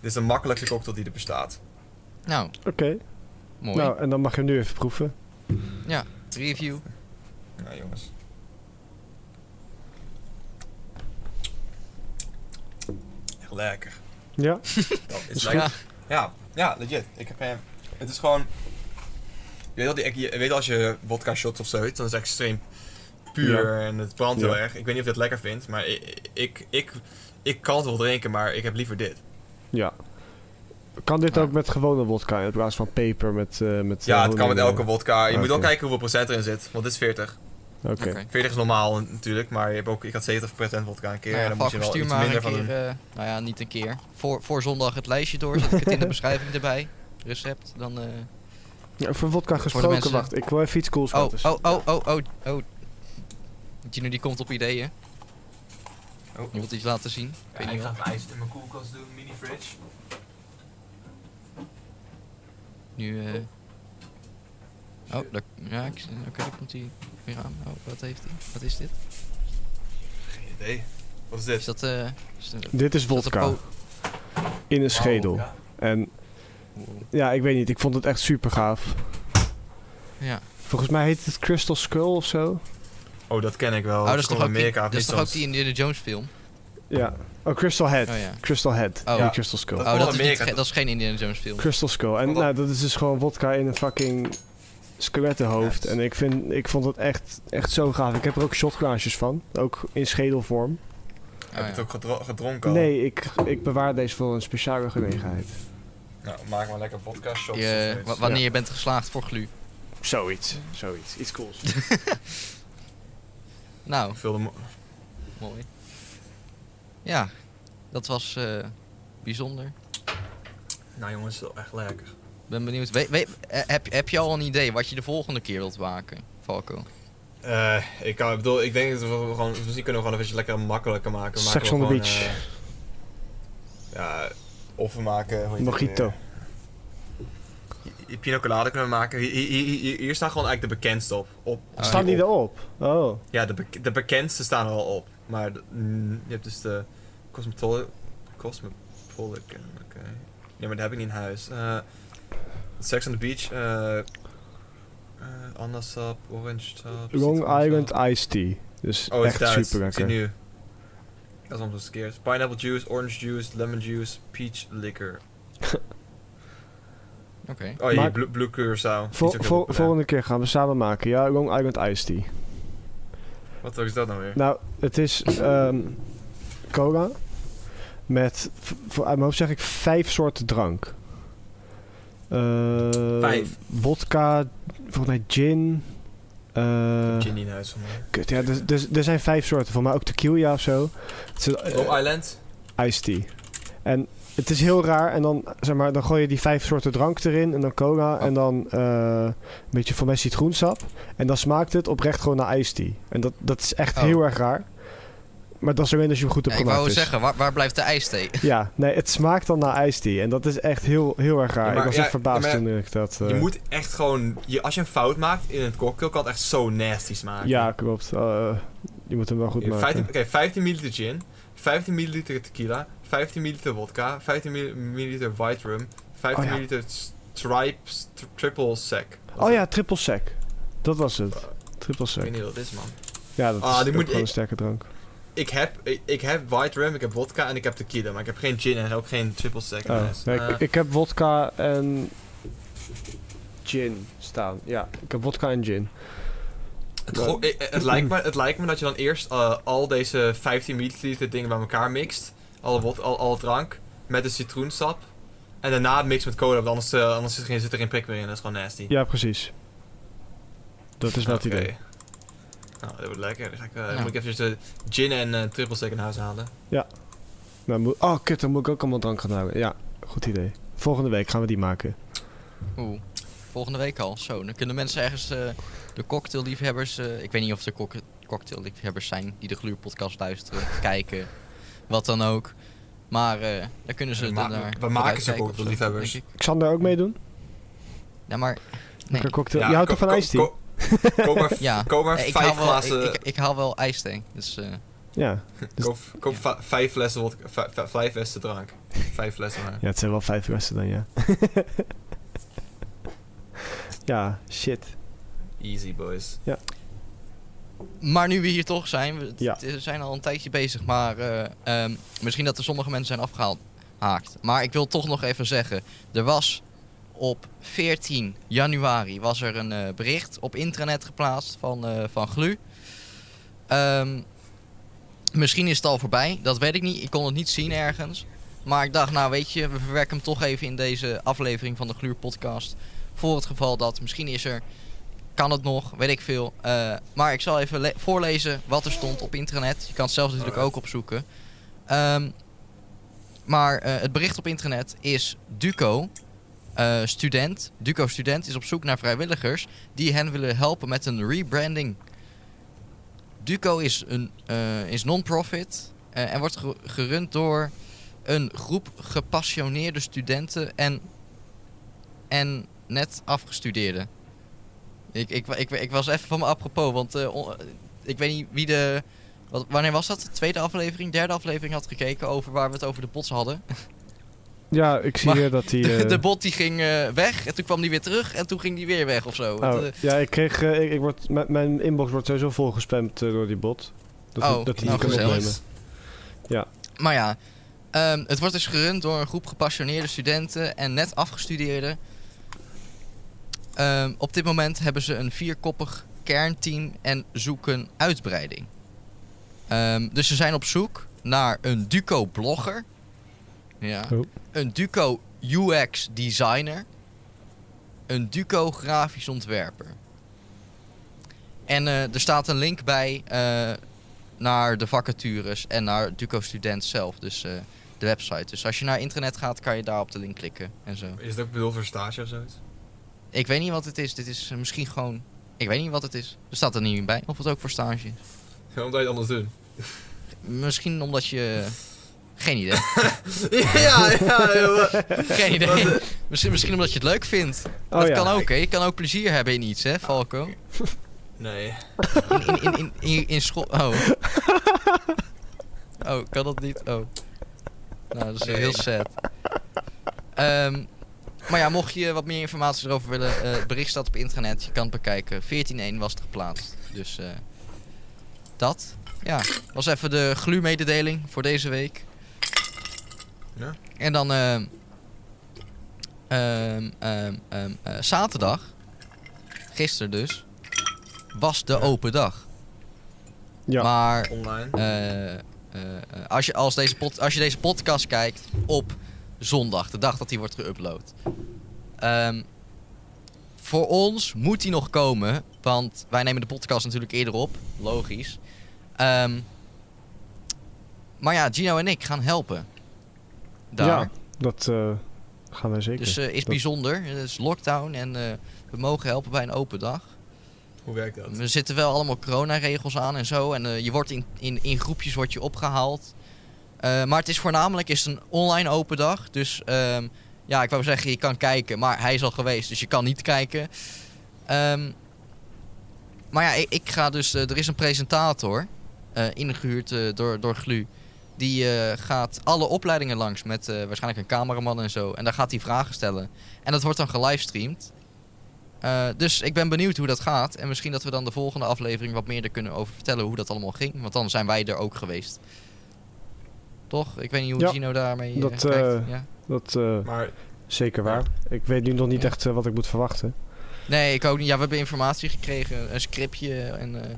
[SPEAKER 2] Dit is de makkelijkste cocktail die er bestaat.
[SPEAKER 1] Nou,
[SPEAKER 3] Oké.
[SPEAKER 1] mooi.
[SPEAKER 3] Nou, en dan mag je hem nu even proeven.
[SPEAKER 1] Review.
[SPEAKER 2] Nou jongens. Echt lekker.
[SPEAKER 3] Ja?
[SPEAKER 2] Dat is
[SPEAKER 3] Is
[SPEAKER 2] lekker.
[SPEAKER 1] goed.
[SPEAKER 2] Ja, ja, legit. Ik heb geen... Het is gewoon... Je weet, al die, je weet als je vodka shots of zoiets, dan is het extreem puur en het brandt heel
[SPEAKER 3] Ja.
[SPEAKER 2] erg. Ik weet niet of je het lekker vindt, maar ik, ik, ik, ik kan het wel drinken, maar ik heb liever dit.
[SPEAKER 3] Ja. Kan dit
[SPEAKER 1] Ja.
[SPEAKER 3] ook met gewone wodka in plaats van peper met... eh met eh,
[SPEAKER 2] Ja, het kan met
[SPEAKER 3] honing,
[SPEAKER 2] elke
[SPEAKER 3] eh?
[SPEAKER 2] vodka. Je
[SPEAKER 3] Oké.
[SPEAKER 2] moet wel kijken hoeveel procent erin zit, want dit is 40.
[SPEAKER 3] eh? Oké.
[SPEAKER 1] Oké.
[SPEAKER 2] 40 is normaal natuurlijk, maar je hebt ook, ik had 70% vodka een keer.
[SPEAKER 1] Nou ja,
[SPEAKER 2] en dan moet
[SPEAKER 1] Valkers,
[SPEAKER 2] je wel
[SPEAKER 1] stuur
[SPEAKER 2] iets
[SPEAKER 1] maar
[SPEAKER 2] minder
[SPEAKER 1] een
[SPEAKER 2] van
[SPEAKER 1] keer,
[SPEAKER 2] doen.
[SPEAKER 1] eh, nou ja, niet een keer. Voor, voor zondag het lijstje door, zet ik het in de beschrijving erbij. Recept, dan... eh,
[SPEAKER 3] Ja, over vodka
[SPEAKER 1] Voor de
[SPEAKER 3] gesproken,
[SPEAKER 1] mensen-
[SPEAKER 3] wacht. Ik wil even iets cools
[SPEAKER 1] Oh,
[SPEAKER 3] laten zien.
[SPEAKER 1] oh, oh, oh, oh, oh. Gino die komt op ideeën.
[SPEAKER 2] Oh.
[SPEAKER 1] Je wilt iets laten zien. Ik weet niet wat.
[SPEAKER 2] mijn ijs in mijn koelkast doen, mini fridge.
[SPEAKER 1] Nu, eh. Oh, daar, ja, ik, oké, daar komt hij weer aan. Oh, wat heeft hij? Wat is dit?
[SPEAKER 2] Geen idee. Wat is
[SPEAKER 1] Is
[SPEAKER 2] dit?
[SPEAKER 1] dat, eh. is dat- is
[SPEAKER 3] Dit is
[SPEAKER 1] dat een Oh,
[SPEAKER 3] vodka.
[SPEAKER 1] po-
[SPEAKER 3] in een schedel. En ja, ik weet niet. Ik vond het echt super gaaf.
[SPEAKER 1] Ja.
[SPEAKER 3] Volgens mij heet het Crystal Skull of zo.
[SPEAKER 2] Oh, dat ken ik wel.
[SPEAKER 1] Oh, dat is toch
[SPEAKER 2] komt uit
[SPEAKER 1] ook die,
[SPEAKER 2] Amerika, of
[SPEAKER 1] dat is
[SPEAKER 2] niet
[SPEAKER 1] toch ook
[SPEAKER 2] soms?
[SPEAKER 1] die Indiana Jones film?
[SPEAKER 3] Ja. Oh, Crystal Head.
[SPEAKER 1] Oh ja.
[SPEAKER 3] Crystal Head.
[SPEAKER 1] Oh.
[SPEAKER 3] Niet
[SPEAKER 2] Ja.
[SPEAKER 3] Crystal Skull.
[SPEAKER 2] Dat
[SPEAKER 1] Oh,
[SPEAKER 2] komt
[SPEAKER 1] dat is, niet,
[SPEAKER 2] Amerika,
[SPEAKER 1] ge- dat is geen Indiana Jones film.
[SPEAKER 3] Crystal Skull. En
[SPEAKER 2] Wat dan?
[SPEAKER 3] nou, dat is dus gewoon vodka in een fucking skelettenhoofd.
[SPEAKER 2] Ja,
[SPEAKER 3] En ik, vind, ik vond het echt, echt zo gaaf. Ik heb er ook shotglaasjes van. Ook in schedelvorm.
[SPEAKER 1] Oh,
[SPEAKER 2] Heb je
[SPEAKER 1] ja.
[SPEAKER 2] het ook gedro- gedronken al?
[SPEAKER 3] Nee, ik, ik bewaar deze voor een speciale gelegenheid.
[SPEAKER 2] Nou, maak maar lekker vodka shots.
[SPEAKER 1] Je-
[SPEAKER 2] of zoiets.
[SPEAKER 1] eh, wa- wanneer je bent geslaagd voor glu.
[SPEAKER 3] Zoiets. Zoiets. Iets cools.
[SPEAKER 1] Nou,
[SPEAKER 2] Vul de mo-
[SPEAKER 1] mooi. Ja, dat was eh, bijzonder.
[SPEAKER 2] Nou jongens, dat is echt lekker.
[SPEAKER 1] Ben benieuwd. We- we- eh, heb, heb je al een idee wat je de volgende keer wilt maken, Falco?
[SPEAKER 2] Eh, ik, kan, ik bedoel, ik denk dat we gewoon, misschien kunnen we gewoon een beetje lekker makkelijker maken. We maken
[SPEAKER 3] Sex on the
[SPEAKER 2] wel
[SPEAKER 3] beach.
[SPEAKER 2] gewoon, eh, ja, of we maken... hoe heet het
[SPEAKER 3] Mojito.
[SPEAKER 2] weer? Je- je Pino colada kunnen we maken. Hier, hier, hier- hier staan gewoon eigenlijk de bekendste op. op
[SPEAKER 1] Oh,
[SPEAKER 3] Staan die
[SPEAKER 2] op.
[SPEAKER 3] erop? Oh.
[SPEAKER 2] Ja, de, bek- de bekendste staan er al op. Maar de- mm, je hebt dus de Cosmetol... Cosmopolitan, oké. Ja, maar dat heb ik niet in huis. Eh, Sex on the Beach, eh eh Anasap, Orange Tap...
[SPEAKER 3] Long
[SPEAKER 2] citroensap.
[SPEAKER 3] Island Iced Tea. Dus
[SPEAKER 2] Oh, het is
[SPEAKER 3] echt
[SPEAKER 2] Duits.
[SPEAKER 3] super
[SPEAKER 2] Ik zie
[SPEAKER 3] lekker.
[SPEAKER 2] nu. Dat is ons verkeerd. Pineapple juice, orange juice, lemon juice, peach liquor.
[SPEAKER 1] Oké.
[SPEAKER 2] Oh, hier,
[SPEAKER 3] Maar-
[SPEAKER 2] blue, blue curacao. Die
[SPEAKER 3] Vol-
[SPEAKER 2] is ook heel
[SPEAKER 3] vol-
[SPEAKER 2] populair.
[SPEAKER 3] volgende keer gaan we samen maken. Ja, Long Island Iced Tea.
[SPEAKER 2] Wat is dat nou weer?
[SPEAKER 3] Nou, het is ehm, cola met, v- v- uit mijn hoofd zeg ik, vijf soorten drank. Eh,
[SPEAKER 2] Vijf.
[SPEAKER 3] Wodka, volgens mij gin. eh,
[SPEAKER 2] Gin in huis van mij.
[SPEAKER 3] kut, ja, er, er, er zijn vijf soorten van, maar ook tequila of zo. Het is, eh,
[SPEAKER 2] Long Island?
[SPEAKER 3] iced tea. En het is heel raar. En dan, zeg maar, dan gooi je die vijf soorten drank erin. En dan cola. En dan eh, een beetje van mij citroensap. En dan smaakt het oprecht gewoon naar iced tea. En dat, dat is echt
[SPEAKER 1] Oh.
[SPEAKER 3] heel erg raar. Maar dat is alleen als je hem goed
[SPEAKER 1] Ja,
[SPEAKER 3] hebt
[SPEAKER 1] ik
[SPEAKER 3] gemaakt
[SPEAKER 1] wou
[SPEAKER 3] is.
[SPEAKER 1] zeggen, waar, waar blijft de ijsthee?
[SPEAKER 3] Ja, nee, het smaakt dan naar iced tea. En dat is echt heel, heel erg raar.
[SPEAKER 2] Ja,
[SPEAKER 3] ik
[SPEAKER 2] maar-
[SPEAKER 3] was
[SPEAKER 2] ja,
[SPEAKER 3] echt verbaasd
[SPEAKER 2] maar ja,
[SPEAKER 3] toen ik dat... eh,
[SPEAKER 2] Je moet echt gewoon... Je, als je een fout maakt in een cocktail, kan het echt zo nasty smaken.
[SPEAKER 3] Ja, klopt. Eh, je moet hem wel goed
[SPEAKER 2] Oké,
[SPEAKER 3] maken.
[SPEAKER 2] 15, oké, 15 milliliter gin, 15 milliliter tequila, 15 milliliter vodka, 15 mil- milliliter white rum, 15
[SPEAKER 3] Oh ja.
[SPEAKER 2] milliliter stripes, triple sec. Dat
[SPEAKER 3] Oh
[SPEAKER 2] is-
[SPEAKER 3] ja, triple sec. Dat was het. Triple
[SPEAKER 2] Ik weet
[SPEAKER 3] sec.
[SPEAKER 2] niet wat het is, man.
[SPEAKER 3] Ja, dat
[SPEAKER 2] Ah,
[SPEAKER 3] is
[SPEAKER 2] die
[SPEAKER 3] ook
[SPEAKER 2] moet
[SPEAKER 3] gewoon
[SPEAKER 2] ik-
[SPEAKER 3] een sterke drank.
[SPEAKER 2] Ik heb, ik, ik heb White Rum, ik heb vodka en ik heb tequila, maar ik heb geen gin en ook geen triple sec. in
[SPEAKER 3] Oh,
[SPEAKER 2] huis.
[SPEAKER 3] nee,
[SPEAKER 2] Eh,
[SPEAKER 3] ik, ik heb wodka en gin staan. Ja, ik heb wodka en gin.
[SPEAKER 2] het, go- eh, eh, het, lijkt me, het lijkt me dat je dan eerst eh, al deze 15 milliliter dingen bij elkaar mixt, alle, wod, al, al drank, met een citroensap. En daarna mix met cola, want anders, eh, anders zit, er geen, zit er geen prik meer in, dat is gewoon nasty.
[SPEAKER 3] Ja, precies. Dat is wel het
[SPEAKER 2] Oké.
[SPEAKER 3] idee.
[SPEAKER 2] Nou, dat wordt lekker. Dan, ga ik, eh,
[SPEAKER 1] Nou.
[SPEAKER 2] moet ik even de gin en eh, triple sec in huis halen.
[SPEAKER 3] Nou, moet- oh, kut, dan moet ik ook allemaal drank gaan houden. Ja, goed idee. Volgende week gaan we die maken.
[SPEAKER 1] Oeh, volgende week al. Zo, dan kunnen mensen ergens eh, de cocktailliefhebbers... eh, ik weet niet of de cock- cocktailliefhebbers zijn die de gluurpodcast luisteren, kijken, wat dan ook. Maar eh daar kunnen ze
[SPEAKER 2] We
[SPEAKER 1] dan
[SPEAKER 2] ma-
[SPEAKER 1] naar
[SPEAKER 2] we
[SPEAKER 1] vooruit
[SPEAKER 2] maken ze
[SPEAKER 1] kijken of zo,
[SPEAKER 2] cocktailliefhebbers.
[SPEAKER 1] denk ik.
[SPEAKER 3] Xander ook meedoen?
[SPEAKER 1] Ja, maar... Nee.
[SPEAKER 3] Lekker cocktail. Je houdt
[SPEAKER 2] ko-
[SPEAKER 3] toch van
[SPEAKER 2] ko-
[SPEAKER 3] ijs tea?
[SPEAKER 2] ko- Koop maar,
[SPEAKER 1] Ja,
[SPEAKER 2] koop maar
[SPEAKER 1] Eh, ik,
[SPEAKER 2] vijf
[SPEAKER 1] haal wel,
[SPEAKER 2] glazen...
[SPEAKER 1] ik, ik, ik haal wel ijsthee, dus... eh,
[SPEAKER 3] Ja. Dus-
[SPEAKER 2] Koop, koop
[SPEAKER 1] Ja.
[SPEAKER 2] va- vijf flessen wodka, vij- vij- vijf flessen drank. Vijf flessen maar.
[SPEAKER 3] ja, het zijn wel vijf resten dan, ja. ja, shit.
[SPEAKER 2] Easy boys.
[SPEAKER 1] Maar nu we hier toch zijn, we het-
[SPEAKER 3] Ja.
[SPEAKER 1] we zijn al een tijdje bezig, maar eh, ehm, misschien dat er sommige mensen zijn afgehaald. Haakt. Maar ik wil toch nog even zeggen, er was op 14 januari was er een eh, bericht op intranet geplaatst van, eh, van Glu. Ehm, misschien is het al voorbij, dat weet ik niet. Ik kon het niet zien ergens. Maar ik dacht, nou weet je, we verwerken hem toch even in deze aflevering van de Gluur podcast. Voor het geval dat, misschien is er, kan het nog, weet ik veel. Eh, maar ik zal even le- voorlezen wat er stond op internet. Je kan het zelf natuurlijk ook
[SPEAKER 2] Alright.
[SPEAKER 1] opzoeken. Ehm, maar eh, het bericht op internet is Duco, eh, student. Duco student is op zoek naar vrijwilligers die hen willen helpen met een rebranding. Duco is een eh, is non-profit eh, en wordt ge- gerund door een groep gepassioneerde studenten en, en net afgestudeerden. Ik, ik, wa- ik, wa- ik was even van me apropos, want eh, on- ik weet niet wie de... Wat, wanneer was dat? De tweede aflevering, derde aflevering had gekeken over waar we het over de bots hadden.
[SPEAKER 3] Ja, ik zie
[SPEAKER 1] Maar
[SPEAKER 3] weer dat hij...
[SPEAKER 1] De,
[SPEAKER 3] eh,
[SPEAKER 1] de bot die ging eh, weg en toen kwam die weer terug en toen ging die weer weg of zo.
[SPEAKER 3] oh,
[SPEAKER 1] Het, eh,
[SPEAKER 3] ja, ik kreeg... eh, ik, ik word, mijn- mijn inbox wordt sowieso volgespamd eh, door die bot. Dat,
[SPEAKER 1] Oh,
[SPEAKER 3] dat hij
[SPEAKER 1] nou,
[SPEAKER 3] niet kan
[SPEAKER 1] gezellig.
[SPEAKER 3] opnemen.
[SPEAKER 1] Maar ja, ehm, het wordt dus gerund door een groep gepassioneerde studenten en net afgestudeerden. Ehm, op dit moment hebben ze een vierkoppig kernteam en zoeken uitbreiding. Ehm, dus ze zijn op zoek naar een Duco-blogger. Ja.
[SPEAKER 3] Oh.
[SPEAKER 1] Een Duco UX-designer. Een Duco grafisch ontwerper. En eh, er staat een link bij eh, naar de vacatures en naar Duco Student zelf, dus eh, de website. Dus als je naar internet gaat, kan je daar op de link klikken en zo.
[SPEAKER 2] Is het ook bedoeld voor stage of zoiets?
[SPEAKER 1] Ik weet niet wat het is. Dit is eh, misschien gewoon. Ik weet niet wat het is. Er staat er niet bij of het ook voor stage is.
[SPEAKER 2] Waarom zou je het anders doen?
[SPEAKER 1] Misschien omdat je. Geen idee.
[SPEAKER 2] ja, ja, ja.
[SPEAKER 1] Geen idee. Misschien, misschien omdat je het leuk vindt.
[SPEAKER 3] Oh,
[SPEAKER 1] dat
[SPEAKER 3] ja.
[SPEAKER 1] kan ook, hè? Je kan ook plezier hebben in iets, hè, Falco?
[SPEAKER 2] Nee.
[SPEAKER 1] In, in, in, in, in, in school. Oh. Oh, kan dat niet? Oh. Nou, dat is heel sad. Ehm, maar ja, mocht je wat meer informatie erover willen, eh, het bericht staat op internet. Je kan het bekijken. 14.1 was het geplaatst. Dus eh, dat. Ja, was even de glu-mededeling voor deze week.
[SPEAKER 2] Ja.
[SPEAKER 1] En dan ehm, ehm, ehm, ehm, eh, zaterdag, gisteren dus, was de
[SPEAKER 2] Ja.
[SPEAKER 1] open dag.
[SPEAKER 3] Ja.
[SPEAKER 1] Maar
[SPEAKER 2] Online.
[SPEAKER 1] eh, eh, eh, als, je, als, deze pod, als je deze podcast kijkt op zondag, de dag dat die wordt geüpload. Ehm, voor ons moet die nog komen, want wij nemen de podcast natuurlijk eerder op, logisch. Ehm, maar ja, Gino en ik gaan helpen. Daar.
[SPEAKER 3] Ja, dat eh, gaan wij zeker.
[SPEAKER 1] dus eh, is
[SPEAKER 3] Dat-
[SPEAKER 1] bijzonder. Het is lockdown en eh, we mogen helpen bij een open dag.
[SPEAKER 2] Hoe werkt dat?
[SPEAKER 1] Er zitten wel allemaal coronaregels aan en zo. En eh, je wordt in, in, in groepjes wordt je opgehaald. Eh, maar het is voornamelijk is het een online open dag. Dus ehm, ja, ik wou zeggen, je kan kijken. Maar hij is al geweest, dus je kan niet kijken. Ehm, maar ja, ik, ik ga dus... eh, er is een presentator, eh, ingehuurd eh, door, door Glu. Die eh, gaat alle opleidingen langs met eh, waarschijnlijk een cameraman en zo. En daar gaat hij vragen stellen. En dat wordt dan gelivestreamd. Eh, dus ik ben benieuwd hoe dat gaat. En misschien dat we dan de volgende aflevering wat meer er kunnen over vertellen hoe dat allemaal ging. Want dan zijn wij er ook geweest. Toch? Ik weet niet hoe
[SPEAKER 3] Ja,
[SPEAKER 1] Gino daarmee eh,
[SPEAKER 3] dat,
[SPEAKER 1] kijkt.
[SPEAKER 3] eh,
[SPEAKER 1] Ja.
[SPEAKER 3] Dat eh,
[SPEAKER 2] Maar
[SPEAKER 3] zeker waar. Ik weet nu nog niet
[SPEAKER 1] Ja.
[SPEAKER 3] echt eh, wat ik moet verwachten.
[SPEAKER 1] Nee, ik ook niet. Ja, we hebben informatie gekregen. Een scriptje en... eh,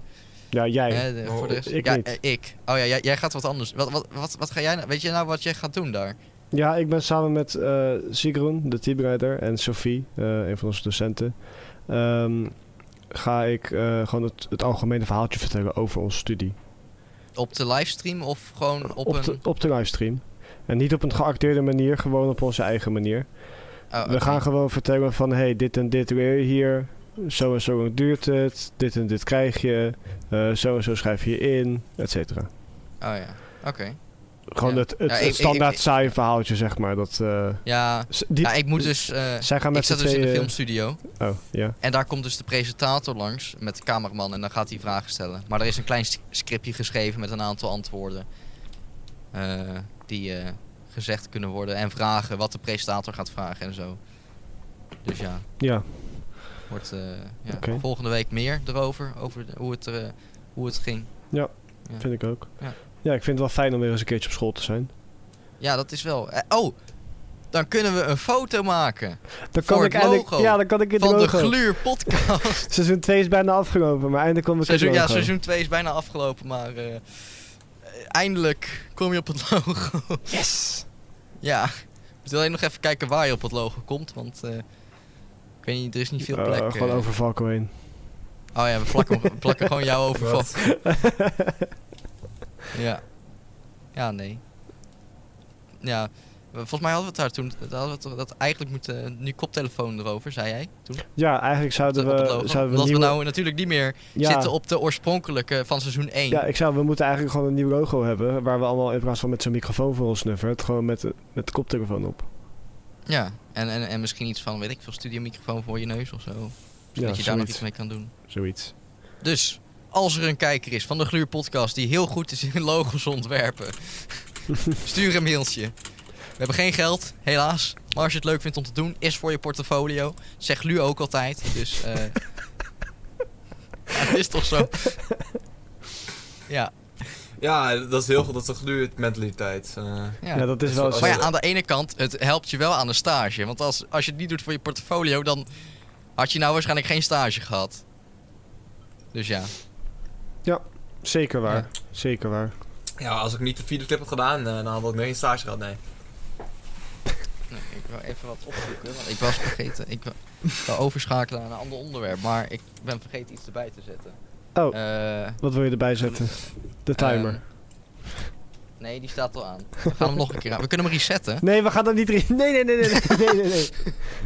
[SPEAKER 3] Ja, jij.
[SPEAKER 1] hè, de-
[SPEAKER 2] Oh,
[SPEAKER 1] voor de rest-
[SPEAKER 3] ik
[SPEAKER 1] ja,
[SPEAKER 3] niet.
[SPEAKER 1] eh, ik. Oh ja, jij, jij gaat wat anders. Wat, wat, wat, wat ga jij... nou- Weet je nou wat jij gaat doen daar?
[SPEAKER 3] Ja, ik ben samen met eh Sigrun, de teamleider, en Sophie, eh, een van onze docenten. ehm, ga ik eh, gewoon het, het algemene verhaaltje vertellen over onze studie.
[SPEAKER 1] Op de livestream of gewoon op, een...
[SPEAKER 3] de, op de livestream. En niet op een geacteerde manier, gewoon op onze eigen manier.
[SPEAKER 1] Oh,
[SPEAKER 3] We
[SPEAKER 1] oké.
[SPEAKER 3] gaan gewoon vertellen van hey, dit en dit leer je hier. Zo en zo lang duurt het. Dit en dit krijg je. eh, zo en zo schrijf je je in, et cetera.
[SPEAKER 1] Oh ja, oké.
[SPEAKER 3] Gewoon
[SPEAKER 1] Ja.
[SPEAKER 3] het, het,
[SPEAKER 1] Ja, ik-
[SPEAKER 3] het
[SPEAKER 1] ik-
[SPEAKER 3] standaard
[SPEAKER 1] ik-
[SPEAKER 3] saaie verhaaltje, zeg maar. Dat, eh,
[SPEAKER 1] Ja,
[SPEAKER 3] s- die,
[SPEAKER 1] ja, ik moet dus... eh,
[SPEAKER 3] zij gaan
[SPEAKER 1] ik
[SPEAKER 3] met z'n
[SPEAKER 1] zat dus in de
[SPEAKER 3] tweeën-
[SPEAKER 1] filmstudio.
[SPEAKER 3] Oh, ja.
[SPEAKER 1] En daar komt dus de presentator langs met de cameraman. En dan gaat hij vragen stellen. Maar er is een klein s- scriptje geschreven met een aantal antwoorden. eh, die eh, gezegd kunnen worden. En vragen wat de presentator gaat vragen en zo. Dus ja.
[SPEAKER 3] Ja,
[SPEAKER 1] Wordt eh, ja,
[SPEAKER 3] Oké.
[SPEAKER 1] volgende week meer erover, over de- hoe, het, er, eh, hoe het ging. Ja.
[SPEAKER 3] vind ik ook.
[SPEAKER 1] Ja.
[SPEAKER 3] Ja. ik vind het wel fijn om weer eens een keertje op school te zijn.
[SPEAKER 1] Ja, dat is wel. eh, oh, dan kunnen we een foto maken Voor
[SPEAKER 3] Dan kan
[SPEAKER 1] het
[SPEAKER 3] ik eindelijk,
[SPEAKER 1] logo
[SPEAKER 3] ja, dan kan ik het
[SPEAKER 1] van de
[SPEAKER 3] logo.
[SPEAKER 1] Gluur podcast.
[SPEAKER 3] Seizoen 2 is bijna afgelopen, maar eindelijk kom ik
[SPEAKER 1] seizoen,
[SPEAKER 3] het
[SPEAKER 1] ja,
[SPEAKER 3] logo.
[SPEAKER 1] seizoen 2 is bijna afgelopen, maar eh, eh, eindelijk kom je op het logo.
[SPEAKER 3] Yes!
[SPEAKER 1] Ja, ik moet alleen nog even kijken waar je op het logo komt, want eh, ik weet niet, er is niet veel
[SPEAKER 3] Eh,
[SPEAKER 1] plek.
[SPEAKER 3] gewoon
[SPEAKER 1] eh.
[SPEAKER 3] over Valko heen.
[SPEAKER 1] Oh ja, we plakken, we plakken gewoon jou over
[SPEAKER 2] Wat?
[SPEAKER 1] vast. Ja. Ja, nee. Ja, eh, volgens mij hadden we het daar toen, daar hadden we het dat eigenlijk moeten, nu koptelefoon erover, zei jij toen.
[SPEAKER 3] Ja, eigenlijk
[SPEAKER 1] Op
[SPEAKER 3] zouden
[SPEAKER 1] het
[SPEAKER 3] we,
[SPEAKER 1] logo.
[SPEAKER 3] zouden we,
[SPEAKER 1] Omdat we
[SPEAKER 3] nieuwe-
[SPEAKER 1] nou natuurlijk niet meer
[SPEAKER 3] ja,
[SPEAKER 1] zitten op de oorspronkelijke van seizoen 1.
[SPEAKER 3] Ja, ik zou, we moeten eigenlijk gewoon een nieuw logo hebben. Waar we allemaal in plaats van met zo'n microfoon voor ons snuffert, gewoon met, met de koptelefoon op.
[SPEAKER 1] Ja, en, en, en misschien iets van, weet ik veel, studiomicrofoon voor je neus of zo.
[SPEAKER 3] Ja,
[SPEAKER 1] dat je daar nog iets
[SPEAKER 3] zoiets.
[SPEAKER 1] mee kan doen.
[SPEAKER 3] zoiets.
[SPEAKER 1] Dus, als er een kijker is van de Gluur Podcast die heel goed is in logos ontwerpen, stuur een mailtje. We hebben geen geld, helaas. Maar als je het leuk vindt om te doen, is voor je portfolio. Zeg Glu ook altijd. Dus, eh ja, het is toch zo. Ja,
[SPEAKER 2] Ja, dat is heel goed. Dat is toch nu het mentaliteit. eh.
[SPEAKER 1] ja.
[SPEAKER 3] Ja, dat is
[SPEAKER 2] Dus
[SPEAKER 3] wel
[SPEAKER 2] als
[SPEAKER 3] zo.
[SPEAKER 1] Maar ja,
[SPEAKER 2] we-
[SPEAKER 1] aan de ene kant, het helpt je wel aan de stage. Want als, als je het niet doet voor je portfolio, dan had je nou waarschijnlijk geen stage gehad. Dus ja.
[SPEAKER 3] Zeker waar.
[SPEAKER 1] Ja.
[SPEAKER 3] Zeker waar.
[SPEAKER 2] ja, als ik niet de videoclip had gedaan, eh, dan had ik nog geen stage gehad, nee.
[SPEAKER 1] Nee, Nou, ik wil even wat opzoeken, want ik was vergeten. Ik wil- ik wil overschakelen naar een ander onderwerp, maar ik ben vergeten iets erbij te zetten.
[SPEAKER 3] Oh.
[SPEAKER 1] Eh,
[SPEAKER 3] Wat wil je erbij zetten? De timer.
[SPEAKER 1] ehm, nee, die staat al aan. We gaan hem nog een keer aan. We kunnen hem resetten.
[SPEAKER 3] Nee, we gaan dat niet... re- Nee, nee, nee, nee, nee, nee, nee, nee.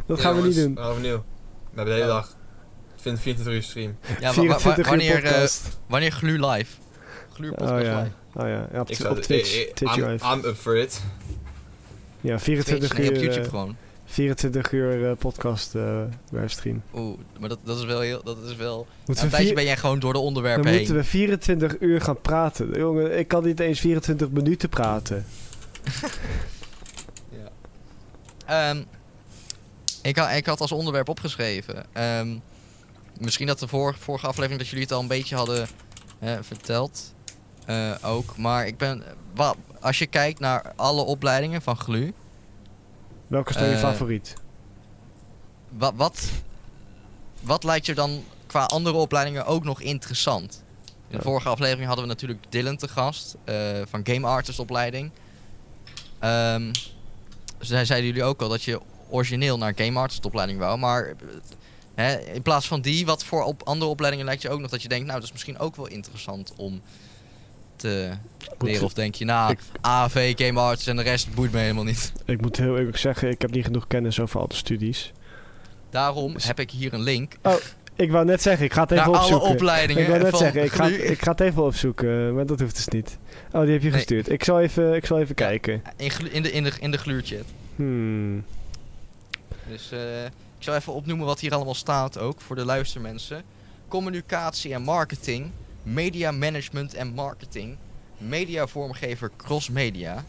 [SPEAKER 3] Dat
[SPEAKER 2] Ja,
[SPEAKER 3] gaan we niet
[SPEAKER 2] jongens,
[SPEAKER 3] doen.
[SPEAKER 2] We gaan opnieuw. We hebben de hele
[SPEAKER 1] Ja.
[SPEAKER 2] dag. Ik vind 24 uur stream.
[SPEAKER 1] Ja, wa- wa- wa-
[SPEAKER 3] 24 uur
[SPEAKER 1] wanneer, eh,
[SPEAKER 3] podcast.
[SPEAKER 1] wanneer Glu live? Glu podcast
[SPEAKER 3] oh ja.
[SPEAKER 1] live.
[SPEAKER 3] Oh ja. ja op,
[SPEAKER 2] Ik
[SPEAKER 3] t-
[SPEAKER 2] zou-
[SPEAKER 3] op Twitch.
[SPEAKER 2] eh, eh,
[SPEAKER 3] Twitch
[SPEAKER 2] I'm,
[SPEAKER 3] live.
[SPEAKER 2] I'm up for it.
[SPEAKER 3] ja,
[SPEAKER 1] Twitch,
[SPEAKER 3] 24
[SPEAKER 1] nee, op
[SPEAKER 3] uur,
[SPEAKER 1] YouTube
[SPEAKER 3] eh,
[SPEAKER 1] gewoon.
[SPEAKER 3] 24 uur eh, podcast eh livestream.
[SPEAKER 1] Oeh, maar dat, dat is wel heel... Dat is wel... Na Nou,
[SPEAKER 3] Moeten
[SPEAKER 1] een
[SPEAKER 3] we
[SPEAKER 1] tijdje
[SPEAKER 3] vier-
[SPEAKER 1] ben jij gewoon door de
[SPEAKER 3] dan
[SPEAKER 1] onderwerpen heen.
[SPEAKER 3] moeten we 24 uur gaan praten. Jongen, ik kan niet eens 24 minuten praten.
[SPEAKER 1] Ehm, ik, ha- ik had als onderwerp opgeschreven. ehm, misschien dat de vor- vorige aflevering dat jullie het al een beetje hadden eh, verteld. eh, ook. Maar ik ben. wa- als je kijkt naar alle opleidingen van GLU.
[SPEAKER 3] Welke is dan je
[SPEAKER 1] Eh,
[SPEAKER 3] favoriet?
[SPEAKER 1] Wat, wat, wat lijkt je dan qua andere opleidingen ook nog interessant? In de
[SPEAKER 3] Ja.
[SPEAKER 1] vorige aflevering hadden we natuurlijk Dylan te gast eh, van Game Artist opleiding. Ehm, zij zeiden jullie ook al dat je origineel naar Game Artist opleiding wou, maar eh, hè, in plaats van die, wat voor op andere opleidingen lijkt je ook nog dat je denkt, nou dat is misschien ook wel interessant om te leren? Of denk je, nou,
[SPEAKER 3] ik-
[SPEAKER 1] AV, Game Artist en de rest boeit me helemaal niet.
[SPEAKER 3] Ik moet heel eerlijk zeggen, ik heb niet genoeg kennis over al de studies.
[SPEAKER 1] Daarom heb ik hier een link
[SPEAKER 3] Ik wou net zeggen, ik ga het even
[SPEAKER 1] naar
[SPEAKER 3] opzoeken.
[SPEAKER 1] alle opleidingen.
[SPEAKER 3] ik wou net
[SPEAKER 1] van
[SPEAKER 3] zeggen, ik ga,
[SPEAKER 1] GLU.
[SPEAKER 3] het- ik ga het even opzoeken, maar dat hoeft dus niet. Oh, die heb je
[SPEAKER 1] Nee.
[SPEAKER 3] gestuurd. Ik zal even, ik zal even
[SPEAKER 1] Ja.
[SPEAKER 3] kijken.
[SPEAKER 1] In, glu- in, de, in, de, in de gluurchat.
[SPEAKER 3] Hmm.
[SPEAKER 1] Dus eh, ik zal even opnoemen wat hier allemaal staat ook voor de luistermensen. Communicatie en marketing. Media management en marketing. Mediavormgever crossmedia.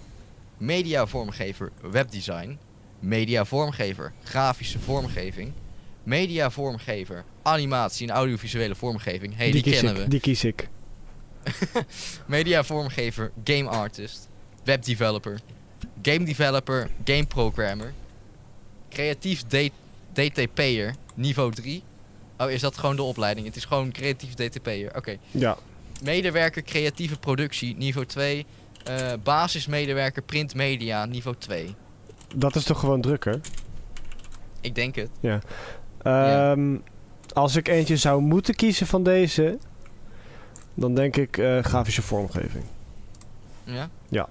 [SPEAKER 1] Mediavormgever webdesign. Mediavormgever grafische vormgeving. Mediavormgever animatie en audiovisuele vormgeving. hey, die,
[SPEAKER 3] kies
[SPEAKER 1] kennen
[SPEAKER 3] ik,
[SPEAKER 1] we.
[SPEAKER 3] Die kies ik.
[SPEAKER 1] Mediavormgever, game artist, web developer, game developer, game programmer, creatief D- DTP'er, niveau 3. Oh, is dat gewoon de opleiding? Het is gewoon creatief DTP'er. Oké.
[SPEAKER 3] Ja.
[SPEAKER 1] Medewerker creatieve productie, niveau 2. Eh, basismedewerker print media, niveau 2.
[SPEAKER 3] Dat is toch gewoon drukker?
[SPEAKER 1] Ik denk het. Ja.
[SPEAKER 3] Ehm Als ik eentje zou moeten kiezen van deze, dan denk ik eh, grafische vormgeving.
[SPEAKER 1] Ja?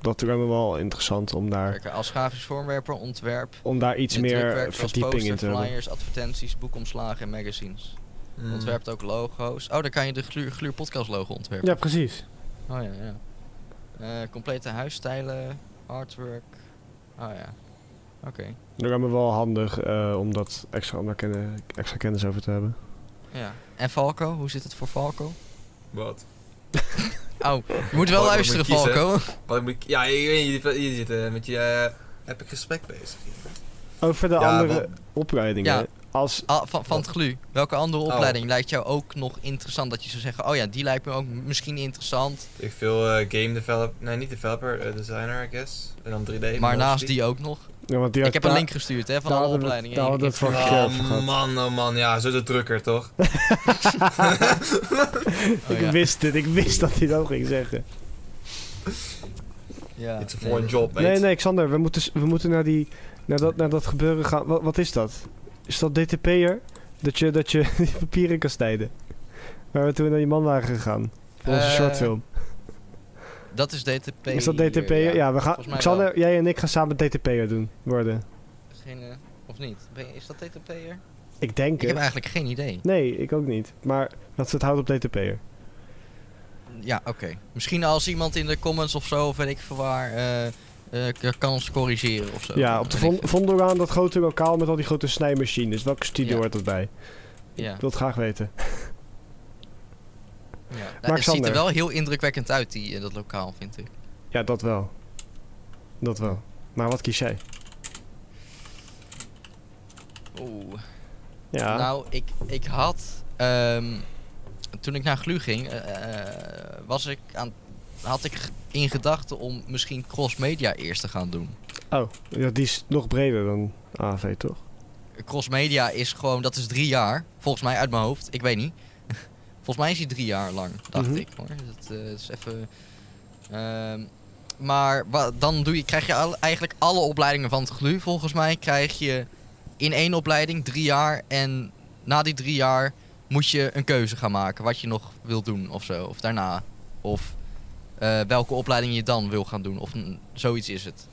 [SPEAKER 3] Dat lijkt me wel interessant om daar,
[SPEAKER 1] Werken als grafisch vormwerper, ontwerp.
[SPEAKER 3] om daar iets meer eh,
[SPEAKER 1] drukwerk, zoals
[SPEAKER 3] verdieping in
[SPEAKER 1] posters,
[SPEAKER 3] te hebben.
[SPEAKER 1] flyers, advertenties, boekomslagen en magazines.
[SPEAKER 2] Mm.
[SPEAKER 1] Ontwerpt ook logo's. Oh, daar kan je de Gluur, Gluur Podcast logo ontwerpen.
[SPEAKER 3] Ja, precies.
[SPEAKER 1] Oh ja, ja. Eh, complete huisstijlen, artwork. Oh ja. Oké.
[SPEAKER 3] Dat lijkt me wel handig eh, om, dat extra, om daar kennen- extra kennis over te hebben.
[SPEAKER 1] Ja. En Falco, hoe zit het voor Falco?
[SPEAKER 2] Wat?
[SPEAKER 1] Oh, je moet wel
[SPEAKER 2] Oh, ik
[SPEAKER 1] luisteren,
[SPEAKER 2] moet kiezen.
[SPEAKER 1] Falco.
[SPEAKER 2] Wat ik moet... Ja, je, je, je, je zit eh, met je... eh, heb ik gesprek bezig hier.
[SPEAKER 3] Over de
[SPEAKER 2] Ja,
[SPEAKER 3] andere opleidingen.
[SPEAKER 1] Ja.
[SPEAKER 3] Als,
[SPEAKER 1] Ah, van, van het GLU. Welke andere
[SPEAKER 2] Oh.
[SPEAKER 1] opleiding lijkt jou ook nog interessant? Dat je zou zeggen, oh ja, die lijkt me ook misschien interessant.
[SPEAKER 2] Ik veel eh, game developer... Nee, niet developer. eh, designer, I guess. En dan 3D.
[SPEAKER 1] maar naast
[SPEAKER 2] mostly.
[SPEAKER 1] die ook nog.
[SPEAKER 3] ja, want die
[SPEAKER 1] Ik
[SPEAKER 3] had
[SPEAKER 1] heb een
[SPEAKER 3] daar-
[SPEAKER 1] link gestuurd, hè, van
[SPEAKER 3] daar
[SPEAKER 1] alle
[SPEAKER 3] hadden we-
[SPEAKER 1] opleidingen.
[SPEAKER 3] daar
[SPEAKER 1] Ik-
[SPEAKER 3] hadden we
[SPEAKER 1] ik-
[SPEAKER 3] het vorige keer over
[SPEAKER 2] Oh
[SPEAKER 3] gehad.
[SPEAKER 2] man, oh man. Ja, zo de drukker, toch?
[SPEAKER 1] oh,
[SPEAKER 3] ik
[SPEAKER 1] ja. Oh,
[SPEAKER 3] wist het, ik wist dat hij dat ging zeggen.
[SPEAKER 1] Ja,
[SPEAKER 2] Dit is
[SPEAKER 1] nee,
[SPEAKER 2] voor een
[SPEAKER 1] dat-
[SPEAKER 2] job,
[SPEAKER 3] Nee,
[SPEAKER 2] mate.
[SPEAKER 3] nee, Xander, we moeten, s- we moeten naar, die, naar, dat, naar dat gebeuren gaan. Wat, wat is dat? Is dat DTP'er? Dat je, dat je die papieren kan snijden? Waar we toen naar die man waren gegaan. Voor onze
[SPEAKER 1] Eh,
[SPEAKER 3] shortfilm.
[SPEAKER 1] Dat is DTP.
[SPEAKER 3] Is dat DTP'er? Ja, we gaan,
[SPEAKER 1] eh, volgens mij
[SPEAKER 3] Xander, jij en ik gaan samen DTP'er doen, worden.
[SPEAKER 1] Geen, eh, of niet? Ben je- is dat DTP'er?
[SPEAKER 3] Ik denk
[SPEAKER 1] Ik heb
[SPEAKER 3] het.
[SPEAKER 1] eigenlijk geen idee.
[SPEAKER 3] Nee, ik ook niet. Maar dat ze het houdt op DTP'er.
[SPEAKER 1] Ja, oké. Misschien als iemand in de comments of zo, of weet ik veel waar, eh, eh, k- kan ons corrigeren of zo.
[SPEAKER 3] Ja, op de
[SPEAKER 1] Weet ik
[SPEAKER 3] Von- Vondelgaan, dat grote lokaal met al die grote snijmachines. Welke studio
[SPEAKER 1] Ja.
[SPEAKER 3] hoort dat bij?
[SPEAKER 1] veel. Ja.
[SPEAKER 3] Ik wil het graag weten.
[SPEAKER 1] Ja. Nou,
[SPEAKER 3] Maar
[SPEAKER 1] het ziet
[SPEAKER 3] Xander.
[SPEAKER 1] er wel heel indrukwekkend uit, die, eh, dat lokaal, vind ik.
[SPEAKER 3] Ja, dat wel. Dat wel. Maar wat kies jij?
[SPEAKER 1] Oeh.
[SPEAKER 3] Ja.
[SPEAKER 1] Nou, ik, ik had... ehm, toen ik naar Glu ging, eh, eh, was ik aan, had ik in gedachten om misschien crossmedia eerst te gaan doen.
[SPEAKER 3] Oh, ja, die is nog breder dan AV, toch?
[SPEAKER 1] Crossmedia is gewoon, dat is drie jaar. Volgens mij uit mijn hoofd, ik weet niet. Volgens mij is hij drie jaar lang, dacht
[SPEAKER 3] Mhm.
[SPEAKER 1] ik hoor. Dat eh, is even. ehm, maar wa- dan doe je, krijg je al- eigenlijk alle opleidingen van het GLU. Volgens mij krijg je in één opleiding drie jaar. En na die drie jaar moet je een keuze gaan maken. Wat je nog wilt doen of zo. Of daarna. Of eh, welke opleiding je dan wil gaan doen. Of mm, zoiets is het.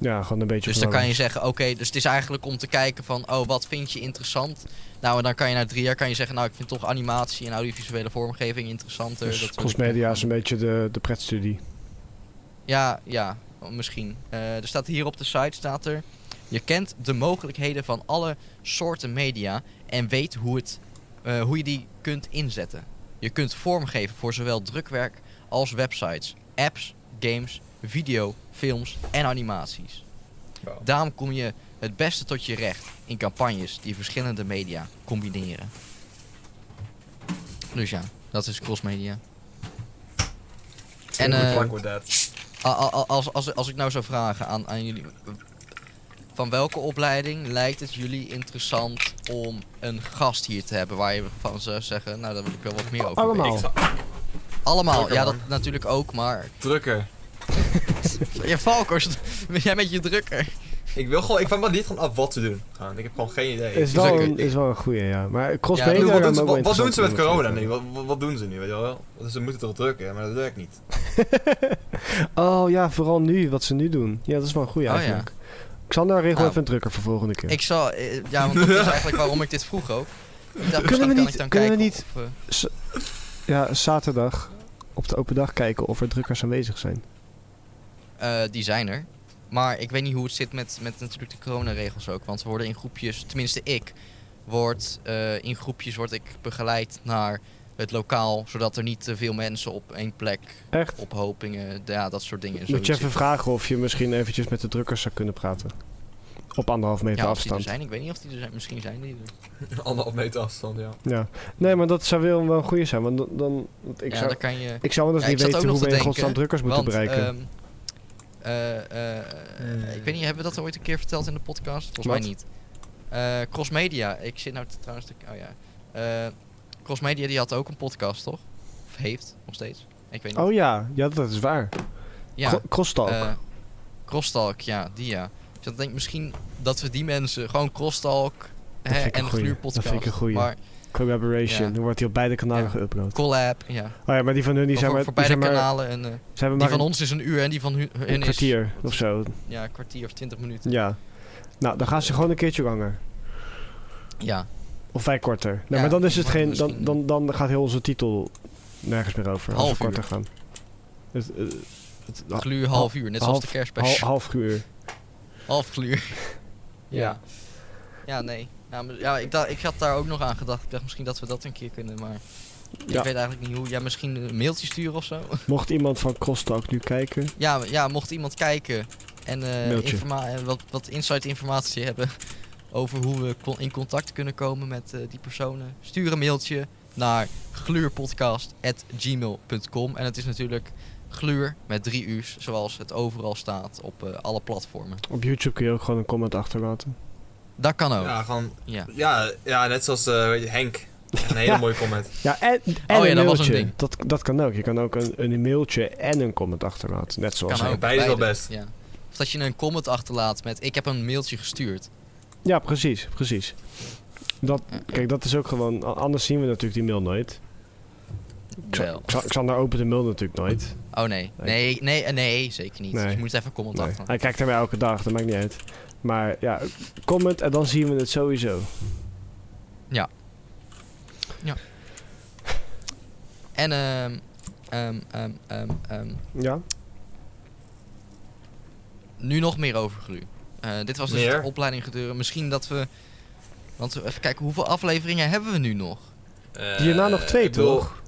[SPEAKER 3] Ja, gewoon een beetje
[SPEAKER 1] Dus dan kan je zeggen, oké, dus het is eigenlijk om te kijken van, oh, wat vind je interessant? Nou, en dan kan je na drie jaar kan je zeggen, nou, ik vind toch animatie en audiovisuele vormgeving interessanter.
[SPEAKER 3] Dus
[SPEAKER 1] eh, dat wil
[SPEAKER 3] crossmedia
[SPEAKER 1] ik-
[SPEAKER 3] is een beetje de, de pretstudie.
[SPEAKER 1] Ja, ja, misschien. Eh, er staat hier op de site, staat er, je kent de mogelijkheden van alle soorten media en weet hoe, het, eh, hoe je die kunt inzetten. Je kunt vormgeven voor zowel drukwerk als websites, apps, games, video, films en animaties.
[SPEAKER 2] Wow.
[SPEAKER 1] Daarom kom je het beste tot je recht in campagnes die verschillende media combineren. Dus ja, dat is crossmedia. En eh,
[SPEAKER 2] Fuck with that.
[SPEAKER 1] a- a- a- als, als, als ik nou zou vragen aan, aan jullie... Van welke opleiding lijkt het jullie interessant om een gast hier te hebben? Waar je van zou zeggen, nou daar wil ik wel wat meer over weten.
[SPEAKER 3] Allemaal.
[SPEAKER 2] Ik zou-
[SPEAKER 1] Allemaal,
[SPEAKER 2] Drukker,
[SPEAKER 1] ja dat
[SPEAKER 2] man.
[SPEAKER 1] natuurlijk ook, maar...
[SPEAKER 2] Drukker.
[SPEAKER 1] Ja, Falco, jij met je drukker.
[SPEAKER 2] Ik wil gewoon, ik vind me niet gewoon af wat te doen. Gewoon, ik heb gewoon geen idee.
[SPEAKER 1] Dus
[SPEAKER 3] Is wel,
[SPEAKER 1] ik-
[SPEAKER 3] een, is wel een goeie, ja. Maar
[SPEAKER 1] Ja,
[SPEAKER 3] crossmedia...
[SPEAKER 1] ik
[SPEAKER 2] Ik bedoel, wat,
[SPEAKER 3] kan
[SPEAKER 2] doen
[SPEAKER 3] me
[SPEAKER 2] ze,
[SPEAKER 3] ook
[SPEAKER 2] wat, wat
[SPEAKER 3] wel
[SPEAKER 2] doen ze met
[SPEAKER 3] interessant
[SPEAKER 2] corona nu?
[SPEAKER 3] vinden.
[SPEAKER 2] Wat, wat, wat doen ze nu, weet je wel? Dus ze moeten toch drukken, maar dat werkt niet.
[SPEAKER 3] Oh ja, vooral nu, wat ze nu doen. Ja, dat is wel een goeie
[SPEAKER 1] Oh, ja.
[SPEAKER 3] eigenlijk. Xander, regel
[SPEAKER 1] Nou.
[SPEAKER 3] even een drukker voor volgende keer.
[SPEAKER 1] Ik zal, eh, ja, want dat is eigenlijk waarom ik dit vroeg ook. Ik dacht, misschien
[SPEAKER 3] we
[SPEAKER 1] kan
[SPEAKER 3] niet-
[SPEAKER 1] ik dan
[SPEAKER 3] kunnen we
[SPEAKER 1] kijken
[SPEAKER 3] niet-
[SPEAKER 1] of, eh,
[SPEAKER 3] Ja, zaterdag op de open dag kijken of er drukkers aanwezig zijn.
[SPEAKER 1] eh, die zijn er. Maar ik weet niet hoe het zit met, met natuurlijk de coronaregels ook. Want we worden in groepjes, tenminste ik, word, eh, in groepjes word ik begeleid naar het lokaal. Zodat er niet te veel mensen op één plek,
[SPEAKER 3] Echt?
[SPEAKER 1] ophopingen, ja, dat soort dingen.
[SPEAKER 3] Moet
[SPEAKER 1] zoiets
[SPEAKER 3] je even
[SPEAKER 1] zitten.
[SPEAKER 3] vragen of je misschien eventjes met de drukkers zou kunnen praten. Op anderhalf meter
[SPEAKER 1] ja, of die er
[SPEAKER 3] afstand.
[SPEAKER 1] zijn. Ik weet niet of die er zijn. Misschien zijn die er.
[SPEAKER 2] Anderhalf meter afstand, ja.
[SPEAKER 3] Ja. Nee, maar dat zou wel wel een goeie zijn. Want dan... dan want ik
[SPEAKER 1] ja,
[SPEAKER 3] zou...
[SPEAKER 1] dan kan je...
[SPEAKER 3] Ik zou anders
[SPEAKER 1] Ja,
[SPEAKER 3] niet
[SPEAKER 1] ik zat
[SPEAKER 3] weten
[SPEAKER 1] ook nog
[SPEAKER 3] hoe we
[SPEAKER 1] te
[SPEAKER 3] in godsnaam
[SPEAKER 1] denken,
[SPEAKER 3] drukkers moeten
[SPEAKER 1] Want,
[SPEAKER 3] bereiken.
[SPEAKER 1] ehm, eh, eh, eh,
[SPEAKER 2] Hmm.
[SPEAKER 1] Ik weet niet, hebben we dat ooit een keer verteld in de podcast? Volgens
[SPEAKER 3] Wat?
[SPEAKER 1] mij niet. Eh, Crossmedia, ik zit nou te- trouwens te... Oh ja. Eh, Crossmedia die had ook een podcast, toch? Of heeft, nog steeds. Ik weet niet.
[SPEAKER 3] oh ja, ja, dat is waar.
[SPEAKER 1] ehm, ja,
[SPEAKER 3] Cro- Crosstalk.
[SPEAKER 1] eh, Crosstalk, ja, die ja. Dus dan denk ik misschien dat we die mensen gewoon Crosstalk hè,
[SPEAKER 3] vind ik een
[SPEAKER 1] en de
[SPEAKER 3] goeie.
[SPEAKER 1] gluurpodcast.
[SPEAKER 3] Dat vind ik een goeie.
[SPEAKER 1] Maar
[SPEAKER 3] Collaboration.
[SPEAKER 1] ja.
[SPEAKER 3] Dan wordt hij op beide kanalen
[SPEAKER 1] Ja.
[SPEAKER 3] geüpload.
[SPEAKER 1] collab, ja.
[SPEAKER 3] Oh ja, maar die van hun die
[SPEAKER 1] Die
[SPEAKER 3] zijn
[SPEAKER 1] voor, voor
[SPEAKER 3] maar... die
[SPEAKER 1] beide
[SPEAKER 3] zijn maar,
[SPEAKER 1] kanalen. En, eh,
[SPEAKER 3] Zijn we
[SPEAKER 1] die
[SPEAKER 3] maar
[SPEAKER 1] van ons is een uur en die van hu- hun
[SPEAKER 3] een
[SPEAKER 1] is...
[SPEAKER 3] kwartier of zo.
[SPEAKER 1] Ja, een kwartier of twintig minuten.
[SPEAKER 3] Ja. Nou, dan gaan ze gewoon een keertje langer.
[SPEAKER 1] Ja.
[SPEAKER 3] Of wij korter. Nou,
[SPEAKER 1] Ja,
[SPEAKER 3] maar dan is het
[SPEAKER 1] wordt
[SPEAKER 3] geen...
[SPEAKER 1] misschien-
[SPEAKER 3] Dan, dan, dan gaat heel onze titel nergens meer over. als
[SPEAKER 1] Half
[SPEAKER 3] we
[SPEAKER 1] uur.
[SPEAKER 3] korter gaan. Het, eh, het,
[SPEAKER 1] Gluur half uur, net zoals de
[SPEAKER 3] hal-
[SPEAKER 1] kerstspecial.
[SPEAKER 3] half uur.
[SPEAKER 1] Half gluur. ja. Ja, nee. Ja, maar- ja, ik, dacht, ik had daar ook nog aan gedacht. Ik dacht misschien dat we dat een keer kunnen, maar
[SPEAKER 3] Ja.
[SPEAKER 1] ik weet eigenlijk niet hoe. Ja, misschien een mailtje sturen of zo.
[SPEAKER 3] Mocht iemand van Crosstalk nu kijken...
[SPEAKER 1] ja, maar- ja, mocht iemand kijken en eh,
[SPEAKER 3] Mailtje.
[SPEAKER 1] informa- eh, wat, wat insight informatie hebben over hoe we con- in contact kunnen komen met eh, die personen, stuur een mailtje naar gluurpodcast.gmail.com. En het is natuurlijk gluur met drie u's, zoals het overal staat op eh, alle platformen.
[SPEAKER 3] Op YouTube kun je ook gewoon een comment achterlaten.
[SPEAKER 1] Dat kan ook.
[SPEAKER 2] Ja, gewoon,
[SPEAKER 1] ja.
[SPEAKER 2] ja, ja net zoals eh, weet je, Henk. Een hele mooie comment.
[SPEAKER 3] Ja, en, en
[SPEAKER 1] Oh ja,
[SPEAKER 3] een
[SPEAKER 1] dat was
[SPEAKER 3] mailtje.
[SPEAKER 1] een ding.
[SPEAKER 3] Dat, dat kan ook. Je kan ook een, een mailtje en een comment achterlaten. Net zoals
[SPEAKER 1] Kan
[SPEAKER 3] hij.
[SPEAKER 1] ook.
[SPEAKER 2] Beide is wel best.
[SPEAKER 1] Ja. Of dat je een comment achterlaat met ik heb een mailtje gestuurd.
[SPEAKER 3] Ja, precies, precies. Dat, kijk, dat is ook gewoon... a- Anders zien we natuurlijk die mail nooit.
[SPEAKER 1] Wel.
[SPEAKER 3] Xa- Xander opent de mail natuurlijk nooit.
[SPEAKER 1] Oh nee. Nee, nee, eh, nee, zeker niet.
[SPEAKER 3] Nee.
[SPEAKER 1] Dus je moet even een comment
[SPEAKER 3] Nee.
[SPEAKER 1] achterlaten.
[SPEAKER 3] Hij kijkt er mij elke dag, dat maakt niet uit. Maar ja, comment en dan zien we het sowieso.
[SPEAKER 1] En ehm ehm, ehm, ehm, ehm,
[SPEAKER 3] Ja?
[SPEAKER 1] nu nog meer over Glu. Eh, dit was dus
[SPEAKER 2] Meer?
[SPEAKER 1] de opleiding gedurende. Misschien dat we... Want even kijken, hoeveel afleveringen hebben we nu nog?
[SPEAKER 2] Eh,
[SPEAKER 3] Hierna nog twee,
[SPEAKER 2] ik bedoel,
[SPEAKER 3] toch?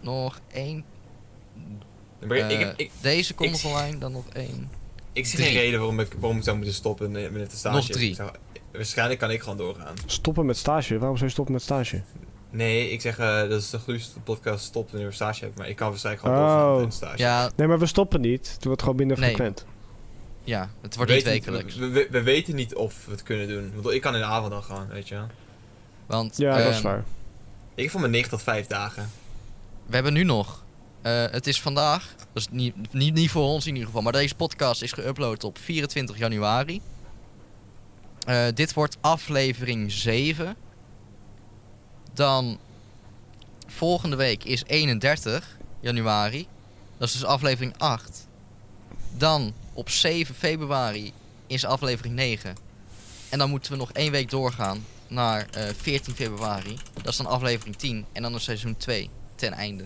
[SPEAKER 1] Nog één.
[SPEAKER 2] ik, ben- ik,
[SPEAKER 1] eh,
[SPEAKER 2] heb- ik,
[SPEAKER 1] deze komt
[SPEAKER 2] ik-
[SPEAKER 1] nog online, dan nog één.
[SPEAKER 2] ik zie
[SPEAKER 1] drie.
[SPEAKER 2] geen reden waarom ik, waarom ik zou moeten stoppen met met de stage.
[SPEAKER 1] Nog drie.
[SPEAKER 2] Ik zou- waarschijnlijk kan ik gewoon doorgaan.
[SPEAKER 3] Stoppen met stage? Waarom zou je stoppen met stage?
[SPEAKER 2] Nee, ik zeg eh, dat is de gloeiste dat de podcast stopt wanneer we stage hebben. Maar ik kan waarschijnlijk
[SPEAKER 3] Oh.
[SPEAKER 2] gewoon doorgaan met de stage.
[SPEAKER 1] Ja,
[SPEAKER 3] Nee, maar we stoppen niet. Het wordt gewoon minder
[SPEAKER 1] Nee.
[SPEAKER 3] frequent.
[SPEAKER 1] ja, het
[SPEAKER 2] We
[SPEAKER 1] wordt niet
[SPEAKER 2] weten-
[SPEAKER 1] wekelijks.
[SPEAKER 2] We, we- we weten niet of we het kunnen doen. Want ik kan in de avond dan gaan, weet je wel.
[SPEAKER 1] Want
[SPEAKER 3] Ja, dat is
[SPEAKER 1] ehm,
[SPEAKER 3] waar.
[SPEAKER 2] Ik vond mijn 9 tot 5 dagen.
[SPEAKER 1] we hebben nu nog. eh, het is vandaag, dat is niet, niet, niet voor ons in ieder geval, maar deze podcast is geüpload op 24 januari. Eh, dit wordt aflevering 7. Dan volgende week is 31 januari. Dat is dus aflevering 8. Dan op 7 februari is aflevering 9. En dan moeten we nog één week doorgaan naar eh, 14 februari. Dat is dan aflevering 10 en dan is seizoen 2 ten einde.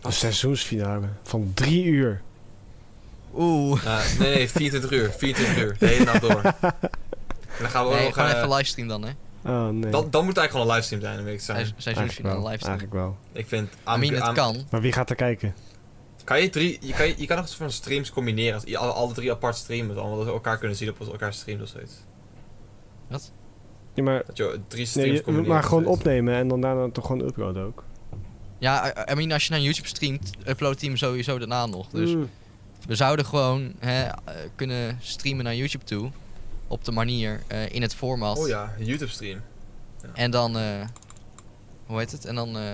[SPEAKER 3] Een seizoensfinale van drie uur.
[SPEAKER 1] Oeh.
[SPEAKER 2] Eh, nee, nee, 24 uur. 24 uur. De hele nacht door. En dan gaan we ook
[SPEAKER 1] Nee,
[SPEAKER 2] nog,
[SPEAKER 1] gewoon
[SPEAKER 2] eh,
[SPEAKER 1] even livestream dan, hè?
[SPEAKER 3] Oh, nee.
[SPEAKER 2] dan, dan moet het eigenlijk gewoon een livestream zijn, dan weet ik het zijn.
[SPEAKER 1] Seiz- Seizoensfinale
[SPEAKER 3] wel,
[SPEAKER 1] livestream.
[SPEAKER 3] eigenlijk wel.
[SPEAKER 2] Ik vind...
[SPEAKER 1] I mean,
[SPEAKER 2] aan-
[SPEAKER 1] het kan.
[SPEAKER 3] Maar wie gaat er kijken?
[SPEAKER 2] Kan je, drie, je, kan, je kan nog eens van streams combineren. Als, alle, alle drie apart streamen dan. Dat we elkaar kunnen zien op elkaar streams of zoiets.
[SPEAKER 3] Ja, maar,
[SPEAKER 2] Dat je drie streams
[SPEAKER 3] nee, je-
[SPEAKER 2] combineert.
[SPEAKER 3] maar
[SPEAKER 2] of
[SPEAKER 3] gewoon
[SPEAKER 2] zoiets.
[SPEAKER 3] opnemen en dan daarna toch gewoon uploaden ook.
[SPEAKER 1] Ja, I I mean, als je naar YouTube streamt, upload team sowieso daarna nog. Dus
[SPEAKER 3] Mm.
[SPEAKER 1] we zouden gewoon hè, eh, kunnen streamen naar YouTube toe. Op de manier, eh, in het format.
[SPEAKER 2] Oh ja, een YouTube stream.
[SPEAKER 1] En dan, eh, hoe heet het? En dan eh,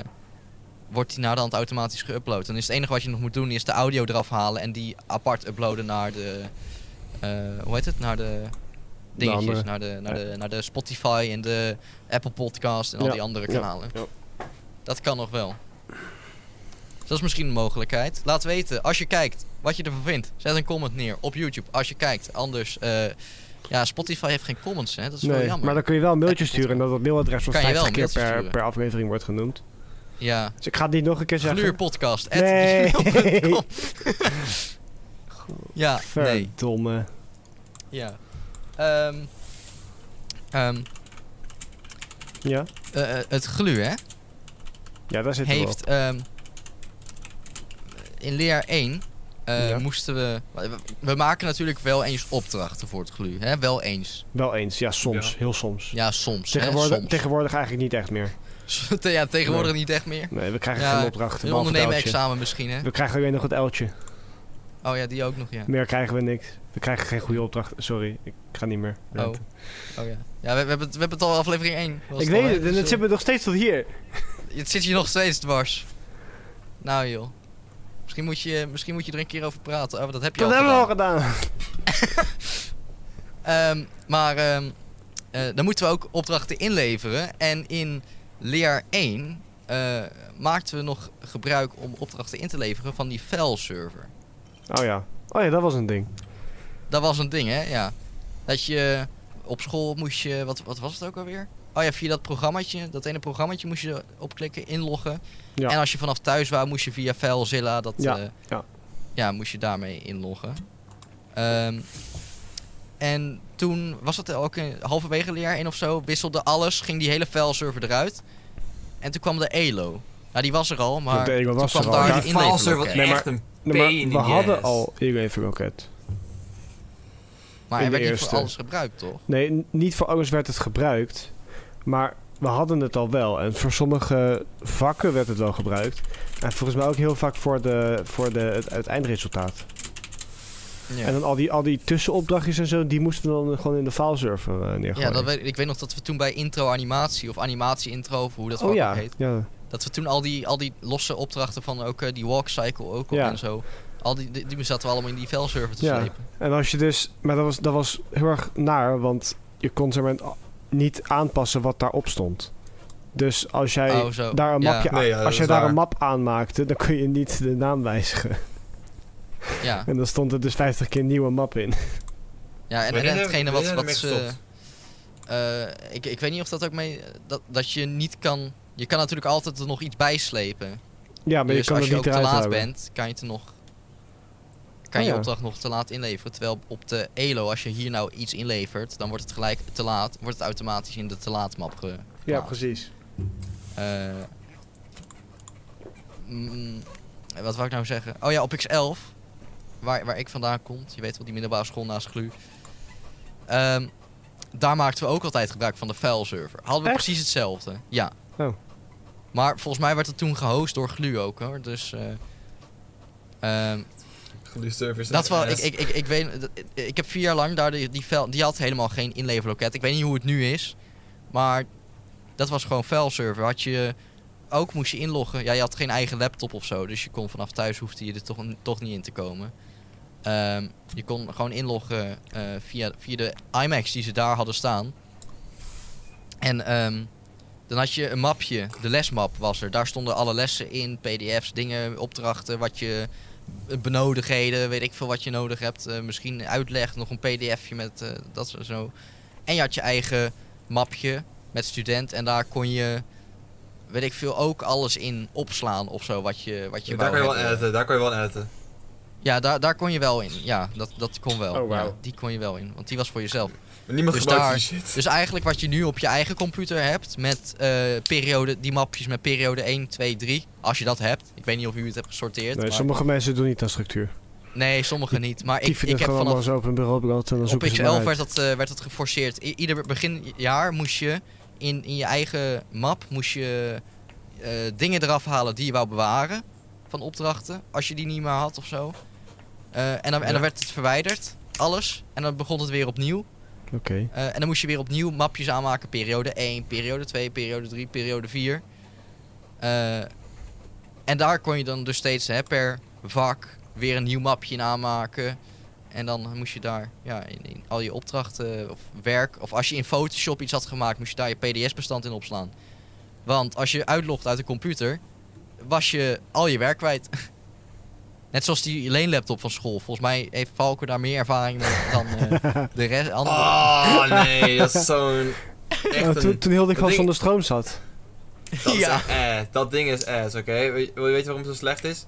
[SPEAKER 1] wordt die naderhand automatisch geüpload. Dan is het enige wat je nog moet doen, is de audio eraf halen en die apart uploaden naar de, eh, hoe heet het? Naar de dingetjes,
[SPEAKER 3] andere.
[SPEAKER 1] naar de, naar, de, naar de Spotify en de Apple Podcast en al
[SPEAKER 3] Ja,
[SPEAKER 1] die andere
[SPEAKER 3] ja,
[SPEAKER 1] kanalen.
[SPEAKER 3] ja.
[SPEAKER 1] Dat kan nog wel. Dus dat is misschien een mogelijkheid. Laat weten, als je kijkt, wat je ervan vindt. Zet een comment neer op YouTube, als je kijkt. Anders, eh, ja, Spotify heeft geen comments, hè. Dat is wel
[SPEAKER 3] Nee,
[SPEAKER 1] jammer.
[SPEAKER 3] maar dan kun je wel een mailtje
[SPEAKER 1] Eh,
[SPEAKER 3] sturen en dat dat mailadres wel
[SPEAKER 1] Kan je
[SPEAKER 3] 50
[SPEAKER 1] wel
[SPEAKER 3] keer
[SPEAKER 1] een mailtje
[SPEAKER 3] per,
[SPEAKER 1] sturen.
[SPEAKER 3] per aflevering wordt genoemd.
[SPEAKER 1] Ja.
[SPEAKER 3] Dus ik ga het niet nog een keer zeggen.
[SPEAKER 1] Gluurpodcast.
[SPEAKER 3] Nee.
[SPEAKER 1] ja, nee.
[SPEAKER 3] Verdomme.
[SPEAKER 1] Ja. Ehm, ehm,
[SPEAKER 3] Ja?
[SPEAKER 1] eh, eh, het glu, hè,
[SPEAKER 3] ja, daar zit er wel.
[SPEAKER 1] heeft... ehm, in leer 1 eh,
[SPEAKER 3] Ja.
[SPEAKER 1] moesten we... we- We maken natuurlijk wel eens opdrachten voor het glu, hè? Wel eens.
[SPEAKER 3] Wel eens, ja, soms.
[SPEAKER 2] Ja.
[SPEAKER 3] Heel soms.
[SPEAKER 1] Ja, soms. hè,
[SPEAKER 3] Tegenwoordig,
[SPEAKER 1] soms.
[SPEAKER 3] tegenwoordig eigenlijk niet echt meer.
[SPEAKER 1] Te- ja, tegenwoordig
[SPEAKER 3] Nee.
[SPEAKER 1] niet echt meer.
[SPEAKER 3] Nee, we krijgen
[SPEAKER 1] Ja,
[SPEAKER 3] geen opdrachten.
[SPEAKER 1] Een
[SPEAKER 3] behalve het
[SPEAKER 1] ondernemen
[SPEAKER 3] uiltje.
[SPEAKER 1] examen misschien, hè?
[SPEAKER 3] We krijgen alleen nog het uiltje.
[SPEAKER 1] Oh ja, die ook nog, ja.
[SPEAKER 3] Meer krijgen we niks. We krijgen geen goede opdrachten. Sorry, ik ga niet meer.
[SPEAKER 1] Oh, oh ja. Ja, we, we, hebben, het, we hebben het al aflevering 1.
[SPEAKER 3] Ik weet het, en het zit
[SPEAKER 1] zit
[SPEAKER 3] me nog steeds tot hier.
[SPEAKER 1] Het zit je nog steeds dwars. Nou joh. Misschien moet je, misschien moet je er een keer over praten. Oh, dat heb je
[SPEAKER 3] Dat
[SPEAKER 1] al
[SPEAKER 3] hebben we al
[SPEAKER 1] gedaan.
[SPEAKER 3] gedaan.
[SPEAKER 1] Ehm, maar ehm, eh, dan moeten we ook opdrachten inleveren. En in leer 1 eh, maakten we nog gebruik om opdrachten in te leveren van die file-server.
[SPEAKER 3] Oh ja. Oh ja, dat was een ding.
[SPEAKER 1] Dat was een ding, hè? Ja. Dat je op school moest je... Wat, wat was het ook alweer? Oh ja, via dat programmaatje, dat ene programmaatje moest je opklikken, inloggen.
[SPEAKER 3] Ja.
[SPEAKER 1] En als je vanaf thuis wou, moest je via Filezilla dat...
[SPEAKER 3] Ja,
[SPEAKER 1] eh,
[SPEAKER 3] ja.
[SPEAKER 1] ja, moest je daarmee inloggen. Ehm, en toen was het ook een halverwege leer in of zo, wisselde alles, ging die hele fileserver eruit. En toen kwam de ELO. Ja, die was er al, maar
[SPEAKER 3] De ELO
[SPEAKER 1] toen
[SPEAKER 3] was
[SPEAKER 1] kwam
[SPEAKER 3] er al.
[SPEAKER 1] daar
[SPEAKER 3] Ja,
[SPEAKER 1] de
[SPEAKER 2] die
[SPEAKER 1] inleverloket.
[SPEAKER 2] valser wordt
[SPEAKER 3] Nee, maar-
[SPEAKER 2] echt een
[SPEAKER 3] Nee, maar
[SPEAKER 2] pain in
[SPEAKER 3] we
[SPEAKER 2] the
[SPEAKER 3] hadden
[SPEAKER 2] ass.
[SPEAKER 3] al Irene Rocket.
[SPEAKER 1] Maar
[SPEAKER 3] in
[SPEAKER 1] er
[SPEAKER 3] de
[SPEAKER 1] werd niet voor
[SPEAKER 3] eerste.
[SPEAKER 1] alles gebruikt, toch?
[SPEAKER 3] Nee, n- niet voor alles werd het gebruikt. Maar we hadden het al wel. En voor sommige vakken werd het wel gebruikt. En volgens mij ook heel vaak voor, de, voor de, het, het eindresultaat.
[SPEAKER 1] Ja.
[SPEAKER 3] En dan al die, al die tussenopdrachtjes en zo, die moesten we dan gewoon in de fileserver eh neergooien.
[SPEAKER 1] Ja, dat weet, ik weet nog dat we toen bij intro animatie of animatie intro of hoe dat
[SPEAKER 3] oh
[SPEAKER 1] vak
[SPEAKER 3] ja,
[SPEAKER 1] heet.
[SPEAKER 3] ja.
[SPEAKER 1] Dat we toen al die, al die losse opdrachten van ook eh, die walk cycle ook op
[SPEAKER 3] Ja.
[SPEAKER 1] en zo. Al die, die, die zaten we allemaal in die velserver te
[SPEAKER 3] Ja.
[SPEAKER 1] slepen.
[SPEAKER 3] En als je dus, maar dat was, dat was heel erg naar, want je kon zeg maar niet aanpassen wat daarop stond. Dus als jij
[SPEAKER 1] oh, zo.
[SPEAKER 3] daar een
[SPEAKER 1] ja.
[SPEAKER 3] mapje aan-
[SPEAKER 2] Nee, ja, dat
[SPEAKER 3] als
[SPEAKER 2] is
[SPEAKER 3] jij daar
[SPEAKER 2] waar.
[SPEAKER 3] een map aanmaakte, dan kun je niet de naam wijzigen.
[SPEAKER 1] Ja.
[SPEAKER 3] En dan stond er dus 50 keer nieuwe map in.
[SPEAKER 1] ja, en,
[SPEAKER 2] Wanneer
[SPEAKER 1] en
[SPEAKER 2] heb-
[SPEAKER 1] hetgene
[SPEAKER 2] wanneer
[SPEAKER 1] wat,
[SPEAKER 2] heb je
[SPEAKER 1] wat
[SPEAKER 2] ermee
[SPEAKER 1] ze... eh, ik, ik weet niet of dat ook mee... Dat, dat je niet kan... Je kan natuurlijk altijd er nog iets bij slepen.
[SPEAKER 3] Ja, maar
[SPEAKER 1] dus
[SPEAKER 3] je kan
[SPEAKER 1] als
[SPEAKER 3] er
[SPEAKER 1] je ook
[SPEAKER 3] niet
[SPEAKER 1] te
[SPEAKER 3] eruit
[SPEAKER 1] laat
[SPEAKER 3] houden.
[SPEAKER 1] bent, kan je het er nog... Kan
[SPEAKER 3] Oh,
[SPEAKER 1] je
[SPEAKER 3] ja.
[SPEAKER 1] opdracht nog te laat inleveren. Terwijl op de ELO, als je hier nou iets inlevert, dan wordt het gelijk te laat. Wordt het automatisch in de te laat map ge
[SPEAKER 3] Ja,
[SPEAKER 1] geplaatst.
[SPEAKER 3] precies.
[SPEAKER 1] Eh, mm, wat wou ik nou zeggen? Oh ja, op X11, waar, waar ik vandaan kom. Je weet wel, die middelbare school naast Glu. Ehm, daar maakten we ook altijd gebruik van de fileserver. Hadden we
[SPEAKER 3] Echt?
[SPEAKER 1] precies hetzelfde. Ja.
[SPEAKER 3] Oh.
[SPEAKER 1] Maar volgens mij werd het toen gehost door Glu ook hoor. Dus. eh, ehm,
[SPEAKER 2] Die servers
[SPEAKER 1] dat
[SPEAKER 2] zijn
[SPEAKER 1] wel, ik,
[SPEAKER 2] ass.
[SPEAKER 1] ik, ik, ik weet, dat- ik heb vier jaar lang daar die, die, fel- die had helemaal geen inleverloket. Ik weet niet hoe het nu is, maar dat was gewoon fileserver. Had je ook moest je inloggen. Ja, je had geen eigen laptop of zo, dus je kon vanaf thuis hoefde je er toch, toch niet in te komen. Ehm, je kon gewoon inloggen eh, via, via de IMAX die ze daar hadden staan. En ehm, dan had je een mapje, de lesmap was er. Daar stonden alle lessen in, PDF's, dingen, opdrachten, wat je eh, benodigdheden, weet ik veel wat je nodig hebt. Eh, misschien uitleg, nog een PDFje met eh, dat soort zo. En je had je eigen mapje met student en daar kon je, weet ik veel, ook alles in opslaan of zo. Wat je, wat je
[SPEAKER 2] daar
[SPEAKER 1] wou
[SPEAKER 2] kan je wel
[SPEAKER 1] hebben.
[SPEAKER 2] editen, daar kan je wel editen.
[SPEAKER 1] Ja, daar, daar kon je wel in. Ja, dat, dat kon wel.
[SPEAKER 3] Oh, wauw.
[SPEAKER 1] Ja, die kon je wel in, want die was voor jezelf.
[SPEAKER 2] Maar niemand
[SPEAKER 1] Dus
[SPEAKER 2] gebruikt
[SPEAKER 1] daar-
[SPEAKER 2] die shit.
[SPEAKER 1] Dus eigenlijk wat je nu op je eigen computer hebt met eh, periode, die mapjes met periode 1, 2, 3. Als je dat hebt. Ik weet niet of u het hebt gesorteerd.
[SPEAKER 3] Nee,
[SPEAKER 1] maar-
[SPEAKER 3] sommige mensen doen niet aan structuur.
[SPEAKER 1] nee sommigen niet. Maar
[SPEAKER 3] Die
[SPEAKER 1] ik,
[SPEAKER 3] vinden
[SPEAKER 1] ik
[SPEAKER 3] het
[SPEAKER 1] heb
[SPEAKER 3] gewoon
[SPEAKER 1] vanaf
[SPEAKER 3] allemaal zo op een bureau beland en dan
[SPEAKER 1] op
[SPEAKER 3] zoeken ze
[SPEAKER 1] XL
[SPEAKER 3] maar
[SPEAKER 1] werd
[SPEAKER 3] uit.
[SPEAKER 1] dat, eh, werd dat geforceerd. I- ieder begin jaar moest je in, in je eigen map moest je, eh, dingen eraf halen die je wou bewaren van opdrachten. Als je die niet meer had of zo. Eh, en, dan, en
[SPEAKER 2] Ja.
[SPEAKER 1] dan werd het verwijderd, alles. En dan begon het weer opnieuw.
[SPEAKER 3] Oké.
[SPEAKER 1] Eh, en dan moest je weer opnieuw mapjes aanmaken. Periode 1, periode 2, periode 3, periode 4. Eh, en daar kon je dan dus steeds hè, per vak weer een nieuw mapje in aanmaken. En dan moest je daar ja, in, in al je opdrachten of werk... of als je in Photoshop iets had gemaakt... moest je daar je PDS-bestand in opslaan. Want als je uitlogt uit de computer... was je al je werk kwijt. Net zoals die leenlaptop van school. Volgens mij heeft Valko daar meer ervaring mee dan eh, de rest. Andere...
[SPEAKER 2] Oh nee, dat is zo'n...
[SPEAKER 3] Oh,
[SPEAKER 2] Echt
[SPEAKER 3] toen,
[SPEAKER 2] een...
[SPEAKER 3] toen heel ik
[SPEAKER 2] dat
[SPEAKER 3] al
[SPEAKER 2] ding-
[SPEAKER 3] zonder stroom zat.
[SPEAKER 1] Ja.
[SPEAKER 2] Dat, is echt ass. dat ding is ass, oké? Weet, je- weet je waarom het zo slecht is?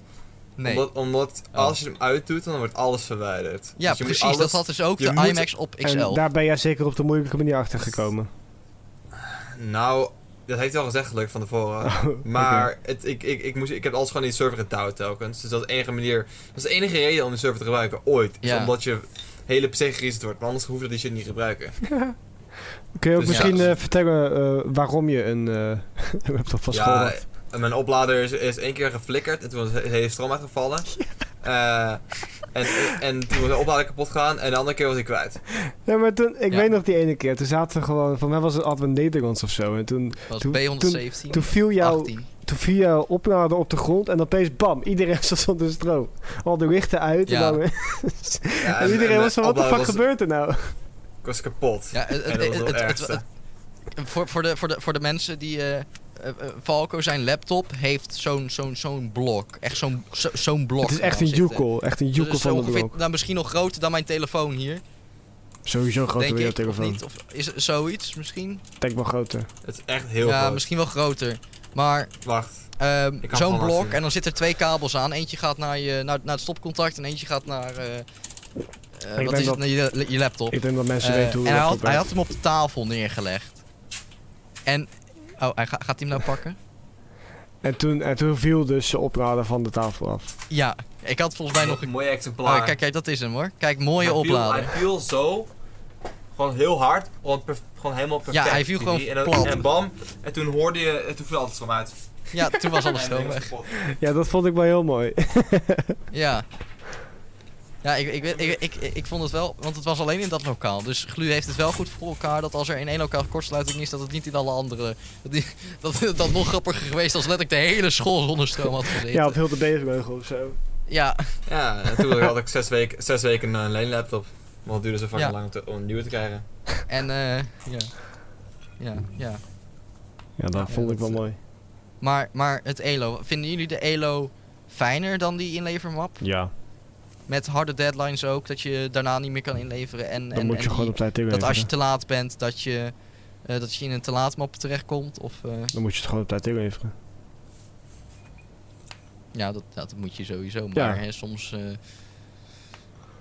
[SPEAKER 1] Nee. Oh.
[SPEAKER 2] Omdat, omdat als je hem uitdoet, dan wordt alles verwijderd.
[SPEAKER 1] ja,
[SPEAKER 2] Dus je moet
[SPEAKER 1] precies.
[SPEAKER 2] alles-
[SPEAKER 1] Dat had dus ook
[SPEAKER 2] je
[SPEAKER 1] de
[SPEAKER 2] moet-
[SPEAKER 1] IMAX op XL.
[SPEAKER 3] En daar ben jij zeker op de moeilijke manier achter gekomen.
[SPEAKER 2] Nou, dat heeft hij al gezegd gelukkig van tevoren.
[SPEAKER 1] Oh,
[SPEAKER 2] Maar het, ik, ik, ik, moest, ik heb alles gewoon in die server gedouwd telkens. Dus dat is de enige manier. Dat is de enige reden om de server te gebruiken ooit. Is
[SPEAKER 1] Ja.
[SPEAKER 2] omdat je hele PC gereset wordt. Maar anders hoef je die shit niet te gebruiken.
[SPEAKER 3] Kun je ook
[SPEAKER 2] Dus ja.
[SPEAKER 3] misschien eh, vertellen eh, waarom je een eh laptop van school
[SPEAKER 2] ja,
[SPEAKER 3] had?
[SPEAKER 2] en mijn oplader is, is één keer geflikkerd en toen was de hele stroom uitgevallen. Eh, en, en toen was de oplader kapot gegaan en de andere keer was hij kwijt.
[SPEAKER 3] Ja, maar toen, ik
[SPEAKER 1] Ja.
[SPEAKER 3] weet nog die ene keer. Toen zaten we gewoon, van mij was het Advent Nederlands of zo. En toen,
[SPEAKER 1] was
[SPEAKER 3] toen-
[SPEAKER 1] B117.
[SPEAKER 3] toen viel jouw
[SPEAKER 1] 18.
[SPEAKER 3] toen viel jouw oplader op de grond en opeens bam, iedereen zat zonder stroom. Al de lichten uit
[SPEAKER 1] Ja.
[SPEAKER 3] en, dan,
[SPEAKER 2] Ja,
[SPEAKER 3] en iedereen
[SPEAKER 2] mijn
[SPEAKER 3] was van, wat de
[SPEAKER 2] oplader
[SPEAKER 3] fuck
[SPEAKER 2] was-
[SPEAKER 3] gebeurt er nou?
[SPEAKER 2] Ik was kapot.
[SPEAKER 1] Ja, het,
[SPEAKER 2] en
[SPEAKER 1] het,
[SPEAKER 2] dat was
[SPEAKER 1] het,
[SPEAKER 2] wel
[SPEAKER 1] het,
[SPEAKER 2] het
[SPEAKER 1] het-
[SPEAKER 2] ergste.
[SPEAKER 1] voor, voor, de, voor, de, voor de mensen die... eh, eh, eh, Falco, zijn laptop, heeft zo'n zo'n zo'n blok. Echt zo'n zo, zo'n blok.
[SPEAKER 3] Het is echt
[SPEAKER 1] gewoon
[SPEAKER 3] een
[SPEAKER 1] zitten.
[SPEAKER 3] joekel, echt een
[SPEAKER 1] Dus
[SPEAKER 3] joekel
[SPEAKER 1] het is
[SPEAKER 3] van de
[SPEAKER 1] ongeveer-
[SPEAKER 3] blok.
[SPEAKER 1] nou, misschien nog groter dan mijn telefoon hier.
[SPEAKER 3] Sowieso groter
[SPEAKER 1] denk
[SPEAKER 3] dan jouw
[SPEAKER 1] ik, of
[SPEAKER 3] telefoon.
[SPEAKER 1] niet? Of is het zoiets misschien?
[SPEAKER 3] Denk wel groter.
[SPEAKER 2] Het is echt heel
[SPEAKER 1] ja,
[SPEAKER 2] groot.
[SPEAKER 1] misschien wel groter. Maar
[SPEAKER 2] Wacht.
[SPEAKER 1] Ehm,
[SPEAKER 2] Ik kan
[SPEAKER 1] Zo'n
[SPEAKER 2] gewoon
[SPEAKER 1] blok
[SPEAKER 2] laten zien.
[SPEAKER 1] en dan zitten er twee kabels aan. Eentje gaat naar, je, naar, naar het stopcontact en eentje gaat naar, eh, eh,
[SPEAKER 3] denk
[SPEAKER 1] wat is
[SPEAKER 3] dat-
[SPEAKER 1] het, naar je, je laptop.
[SPEAKER 3] Ik denk dat mensen
[SPEAKER 1] Eh,
[SPEAKER 3] weten hoe
[SPEAKER 1] en hij
[SPEAKER 3] dat
[SPEAKER 1] had, hij
[SPEAKER 3] gebeurt.
[SPEAKER 1] had hem op de tafel neergelegd. En, oh, hij ga- gaat hij hem nou pakken?
[SPEAKER 3] En toen, en toen viel dus de oplader van de tafel af.
[SPEAKER 1] Ja, ik had volgens mij nog een...
[SPEAKER 2] mooie
[SPEAKER 1] Oh,
[SPEAKER 2] exemplaar.
[SPEAKER 1] kijk, kijk, dat is hem hoor. Kijk, mooie
[SPEAKER 2] Hij viel-
[SPEAKER 1] oplader.
[SPEAKER 2] Hij viel zo, gewoon heel hard, gewoon, perf- gewoon helemaal perfect.
[SPEAKER 1] Ja, hij viel
[SPEAKER 2] die
[SPEAKER 1] gewoon
[SPEAKER 2] drie. en, dan-
[SPEAKER 1] plat.
[SPEAKER 2] en bam, en toen hoorde je, en toen viel alles van uit.
[SPEAKER 1] Ja, toen was alles
[SPEAKER 2] En het
[SPEAKER 1] zo
[SPEAKER 2] ding was
[SPEAKER 1] weg.
[SPEAKER 2] kapot.
[SPEAKER 3] Ja, dat vond ik wel heel mooi.
[SPEAKER 1] Ja. Ja, ik, ik, weet- ik, ik, ik, ik vond het wel, want het was alleen in dat lokaal. Dus Glu heeft het wel goed voor elkaar dat als er in één lokaal kortsluiting is, dat het niet in alle andere. Dat die- dat het dan nog grappiger geweest als letterlijk de hele school zonder stroom had gezeten.
[SPEAKER 3] Ja, op heel de Beverbeugel of zo.
[SPEAKER 1] ja,
[SPEAKER 2] Ja, en toen had ik zes, week, zes weken een leenlaptop. Want het duurde zo fucking
[SPEAKER 1] Ja.
[SPEAKER 2] lang om, te, om een nieuwe te krijgen.
[SPEAKER 1] en eh, ja. Ja, ja.
[SPEAKER 3] Ja, dat eh,
[SPEAKER 1] Ja,
[SPEAKER 3] vond
[SPEAKER 1] ja,
[SPEAKER 3] ik wel
[SPEAKER 1] dat,
[SPEAKER 3] mooi.
[SPEAKER 1] Maar, maar het ELO, vinden jullie de ELO fijner dan die inlevermap?
[SPEAKER 3] Ja,
[SPEAKER 1] Met harde deadlines ook, dat je daarna niet meer kan inleveren. En,
[SPEAKER 3] dan
[SPEAKER 1] en,
[SPEAKER 3] moet
[SPEAKER 1] en
[SPEAKER 3] je gewoon
[SPEAKER 1] die-
[SPEAKER 3] op tijd
[SPEAKER 1] dat als je
[SPEAKER 3] inleveren.
[SPEAKER 1] te laat bent, dat je, eh, dat je in een te laat map terechtkomt. Of, eh,
[SPEAKER 3] Dan moet je het gewoon op tijd inleveren.
[SPEAKER 1] ja, dat, dat moet je sowieso.
[SPEAKER 3] Ja.
[SPEAKER 1] Maar hè, soms, eh,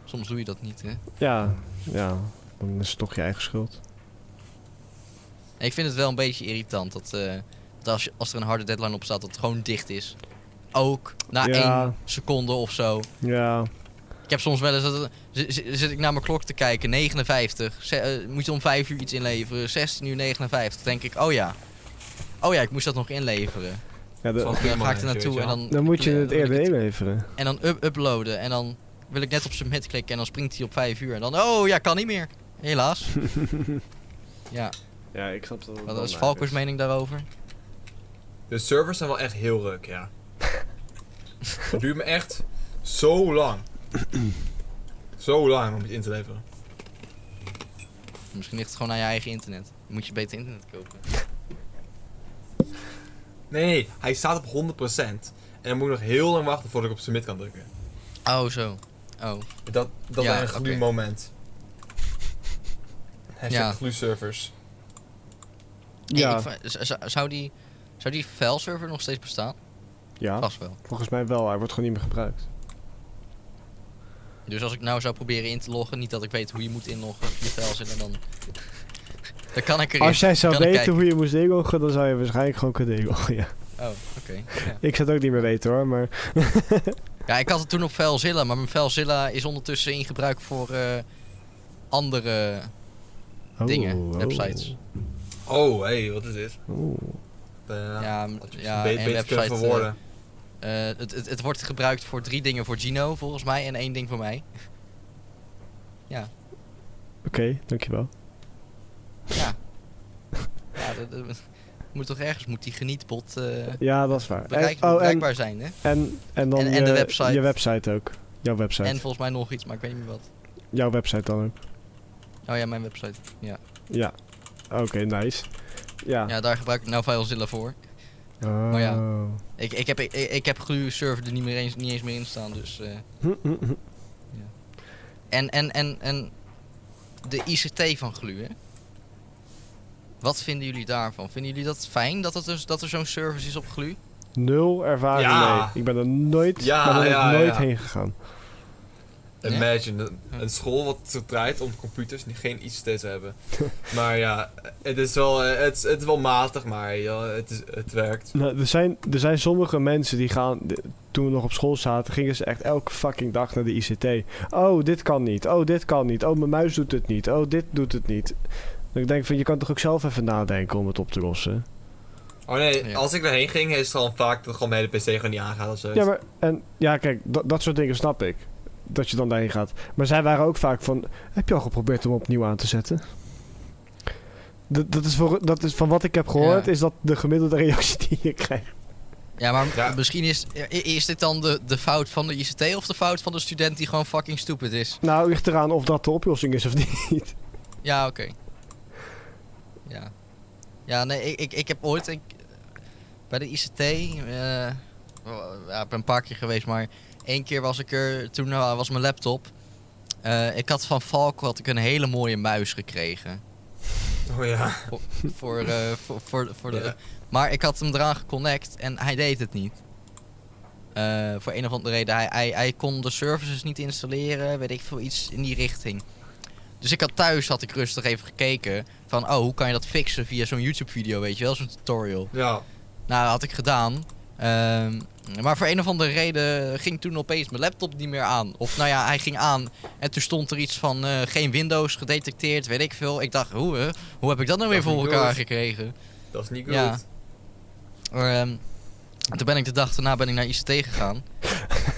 [SPEAKER 1] soms doe je dat niet. Hè.
[SPEAKER 3] Ja, ja. Dan is het toch je eigen schuld.
[SPEAKER 1] En ik vind het wel een beetje irritant dat, eh, dat als, je- als er een harde deadline op staat, dat het gewoon dicht is. Ook na
[SPEAKER 3] Ja.
[SPEAKER 1] één seconde of zo.
[SPEAKER 3] Ja,
[SPEAKER 1] Ik heb soms wel eens dat. zi- zi- Zit ik naar mijn klok te kijken, 59. Ze- eh, moet je om 5 uur iets inleveren? 16 uur 59. denk ik, oh ja. Oh ja, ik moest dat nog inleveren.
[SPEAKER 3] ja de-
[SPEAKER 1] Dan
[SPEAKER 2] Zoals-
[SPEAKER 1] ga ik
[SPEAKER 2] momentje,
[SPEAKER 1] er naartoe
[SPEAKER 2] weet
[SPEAKER 1] en
[SPEAKER 2] je
[SPEAKER 1] dan.
[SPEAKER 3] dan moet je
[SPEAKER 1] eh,
[SPEAKER 3] het
[SPEAKER 1] wil ik
[SPEAKER 3] eerder inleveren.
[SPEAKER 1] En dan up- uploaden. En dan wil ik net op submit klikken en dan springt hij op 5 uur. En dan, oh ja, kan niet meer. Helaas. ja,
[SPEAKER 3] Ja, ik snap dat.
[SPEAKER 1] wat is Valko's mening daarover?
[SPEAKER 2] De servers zijn wel echt heel ruk, ja. het duurt me echt zo lang. zo lang om het in te leveren.
[SPEAKER 1] Misschien ligt het gewoon aan je eigen internet. Dan moet je beter internet kopen.
[SPEAKER 2] Nee, hij staat op 100%. En dan moet ik nog heel lang wachten voordat ik op submit kan drukken.
[SPEAKER 1] Oh, zo. Oh.
[SPEAKER 2] Dat, dat
[SPEAKER 1] Ja,
[SPEAKER 2] is een
[SPEAKER 1] oké.
[SPEAKER 2] glu-moment. Hashtag
[SPEAKER 1] Ja.
[SPEAKER 2] glu-servers.
[SPEAKER 1] Ja.
[SPEAKER 3] Ja,
[SPEAKER 1] zou die. Zou die file-server nog steeds bestaan?
[SPEAKER 3] ja,
[SPEAKER 1] Vast wel.
[SPEAKER 3] volgens mij wel. Hij wordt gewoon niet meer gebruikt.
[SPEAKER 1] Dus als ik nou zou proberen in te loggen, niet dat ik weet hoe je moet inloggen via vuilzin, dan. Dan kan ik erin.
[SPEAKER 3] Als jij zou
[SPEAKER 1] kan ik
[SPEAKER 3] weten
[SPEAKER 1] kijken.
[SPEAKER 3] hoe je moest degoggen, dan zou je waarschijnlijk gewoon kunnen degoggen. Ja.
[SPEAKER 1] Oh, oké. Ja.
[SPEAKER 3] Ik zou het ook niet meer weten hoor, maar
[SPEAKER 1] Ja, ik had het toen op Velzilla, maar mijn Velzilla is ondertussen in gebruik voor eh, andere
[SPEAKER 3] Oh,
[SPEAKER 1] dingen,
[SPEAKER 3] oh.
[SPEAKER 1] websites.
[SPEAKER 2] Oh, hey, wat is dit?
[SPEAKER 3] Oeh.
[SPEAKER 2] Eh,
[SPEAKER 1] Ja, m-
[SPEAKER 2] had je
[SPEAKER 1] ja
[SPEAKER 2] be-
[SPEAKER 1] en
[SPEAKER 2] beter kunnen
[SPEAKER 1] website. eh,
[SPEAKER 2] verwoorden.
[SPEAKER 1] eh, het, het, het wordt gebruikt voor drie dingen voor Gino, volgens mij, en één ding voor mij.
[SPEAKER 3] Oké, dankjewel.
[SPEAKER 1] Ja. ja, dat, dat- moet toch ergens, moet die genietbot eh
[SPEAKER 3] Ja, dat is waar.
[SPEAKER 1] bereik-
[SPEAKER 3] en, oh, en,
[SPEAKER 1] bereikbaar zijn, hè?
[SPEAKER 3] en, en dan
[SPEAKER 1] En- en de
[SPEAKER 3] je,
[SPEAKER 1] website.
[SPEAKER 3] je website ook. Jouw website.
[SPEAKER 1] En volgens mij nog iets, maar ik weet niet meer wat.
[SPEAKER 3] Jouw website dan ook.
[SPEAKER 1] Oh ja, mijn website. Ja,
[SPEAKER 3] Ja. Oké, nice. Ja.
[SPEAKER 1] ja daar gebruik ik nou Velzilla voor.
[SPEAKER 3] Oh.
[SPEAKER 1] maar ja. Ik, ik heb, ik, ik heb Glu server er niet, meer eens, niet eens meer in staan, dus... eh,
[SPEAKER 3] Hm, hm, hm.
[SPEAKER 1] en, en, en, en de ICT van Glu, hè? Wat vinden jullie daarvan? Vinden jullie dat fijn dat, het dus, dat er zo'n service is op Glu?
[SPEAKER 3] Nul ervaring
[SPEAKER 2] Ja.
[SPEAKER 3] mee. Ik ben er nooit,
[SPEAKER 2] Ja,
[SPEAKER 3] ben er
[SPEAKER 2] ja,
[SPEAKER 3] nooit
[SPEAKER 2] ja.
[SPEAKER 3] heen gegaan.
[SPEAKER 1] Ja.
[SPEAKER 2] Imagine, een-
[SPEAKER 1] Hm.
[SPEAKER 2] een school wat zich draait om computers die geen ICT te hebben. maar ja, het is wel, eh, het is, het is wel matig, maar ja, het, is, het werkt.
[SPEAKER 3] Nou, er, zijn, er zijn sommige mensen die gaan. de- Toen we nog op school zaten, gingen ze echt elke fucking dag naar de ICT. Oh, dit kan niet. Oh, dit kan niet. Oh, mijn muis doet het niet. Oh, dit doet het niet. Dan denk ik van, je kan toch ook zelf even nadenken om het op te lossen.
[SPEAKER 2] Oh nee,
[SPEAKER 1] Ja.
[SPEAKER 2] als ik daarheen ging, is het gewoon vaak dat gewoon mijn hele PC gewoon niet aangaat of zo.
[SPEAKER 3] Ja, maar en, ja, kijk, dat- dat soort dingen snap ik. Dat je dan daarheen gaat. Maar zij waren ook vaak van, heb je al geprobeerd om opnieuw aan te zetten? Dat, dat, is, voor, dat is van wat ik heb gehoord,
[SPEAKER 1] Ja.
[SPEAKER 3] is dat de gemiddelde reactie die je krijgt.
[SPEAKER 1] Ja, maar
[SPEAKER 2] Ja.
[SPEAKER 1] misschien is, i- is dit dan de, de fout van de ICT of de fout van de student die gewoon fucking stupid is?
[SPEAKER 3] Nou, ligt eraan of dat de oplossing is of niet.
[SPEAKER 1] Ja, oké. Ja. Ja, nee, ik, ik, ik heb ooit ik, bij de ICT. eh, w- ja, ik ben een paar keer geweest, maar één keer was ik er. Toen eh, was mijn laptop. Eh, ik had van Falco had ik een hele mooie muis gekregen.
[SPEAKER 2] Oh ja.
[SPEAKER 1] Voor, voor, eh, voor, voor, voor de,
[SPEAKER 2] Ja.
[SPEAKER 1] Maar ik had hem eraan geconnect en hij deed het niet. Eh, voor een of andere reden. Hij, hij, hij kon de services niet installeren, weet ik veel, iets in die richting. Dus ik had thuis had ik rustig even gekeken van, oh, hoe kan je dat fixen via zo'n YouTube-video, weet je wel, zo'n tutorial.
[SPEAKER 2] Ja,
[SPEAKER 1] Nou, dat had ik gedaan. Ehm, maar voor een of andere reden ging toen opeens mijn laptop niet meer aan. Of nou ja, hij ging aan en toen stond er iets van eh, geen Windows gedetecteerd, weet ik veel. Ik dacht, hoe, hè? hoe heb ik dat nou weer
[SPEAKER 2] Dat
[SPEAKER 1] voor
[SPEAKER 2] vind ik
[SPEAKER 1] elkaar
[SPEAKER 2] goed.
[SPEAKER 1] gekregen?
[SPEAKER 2] dat is niet goed.
[SPEAKER 1] Ja. Ehm, en toen ben ik de dag daarna ben ik naar ICT gegaan.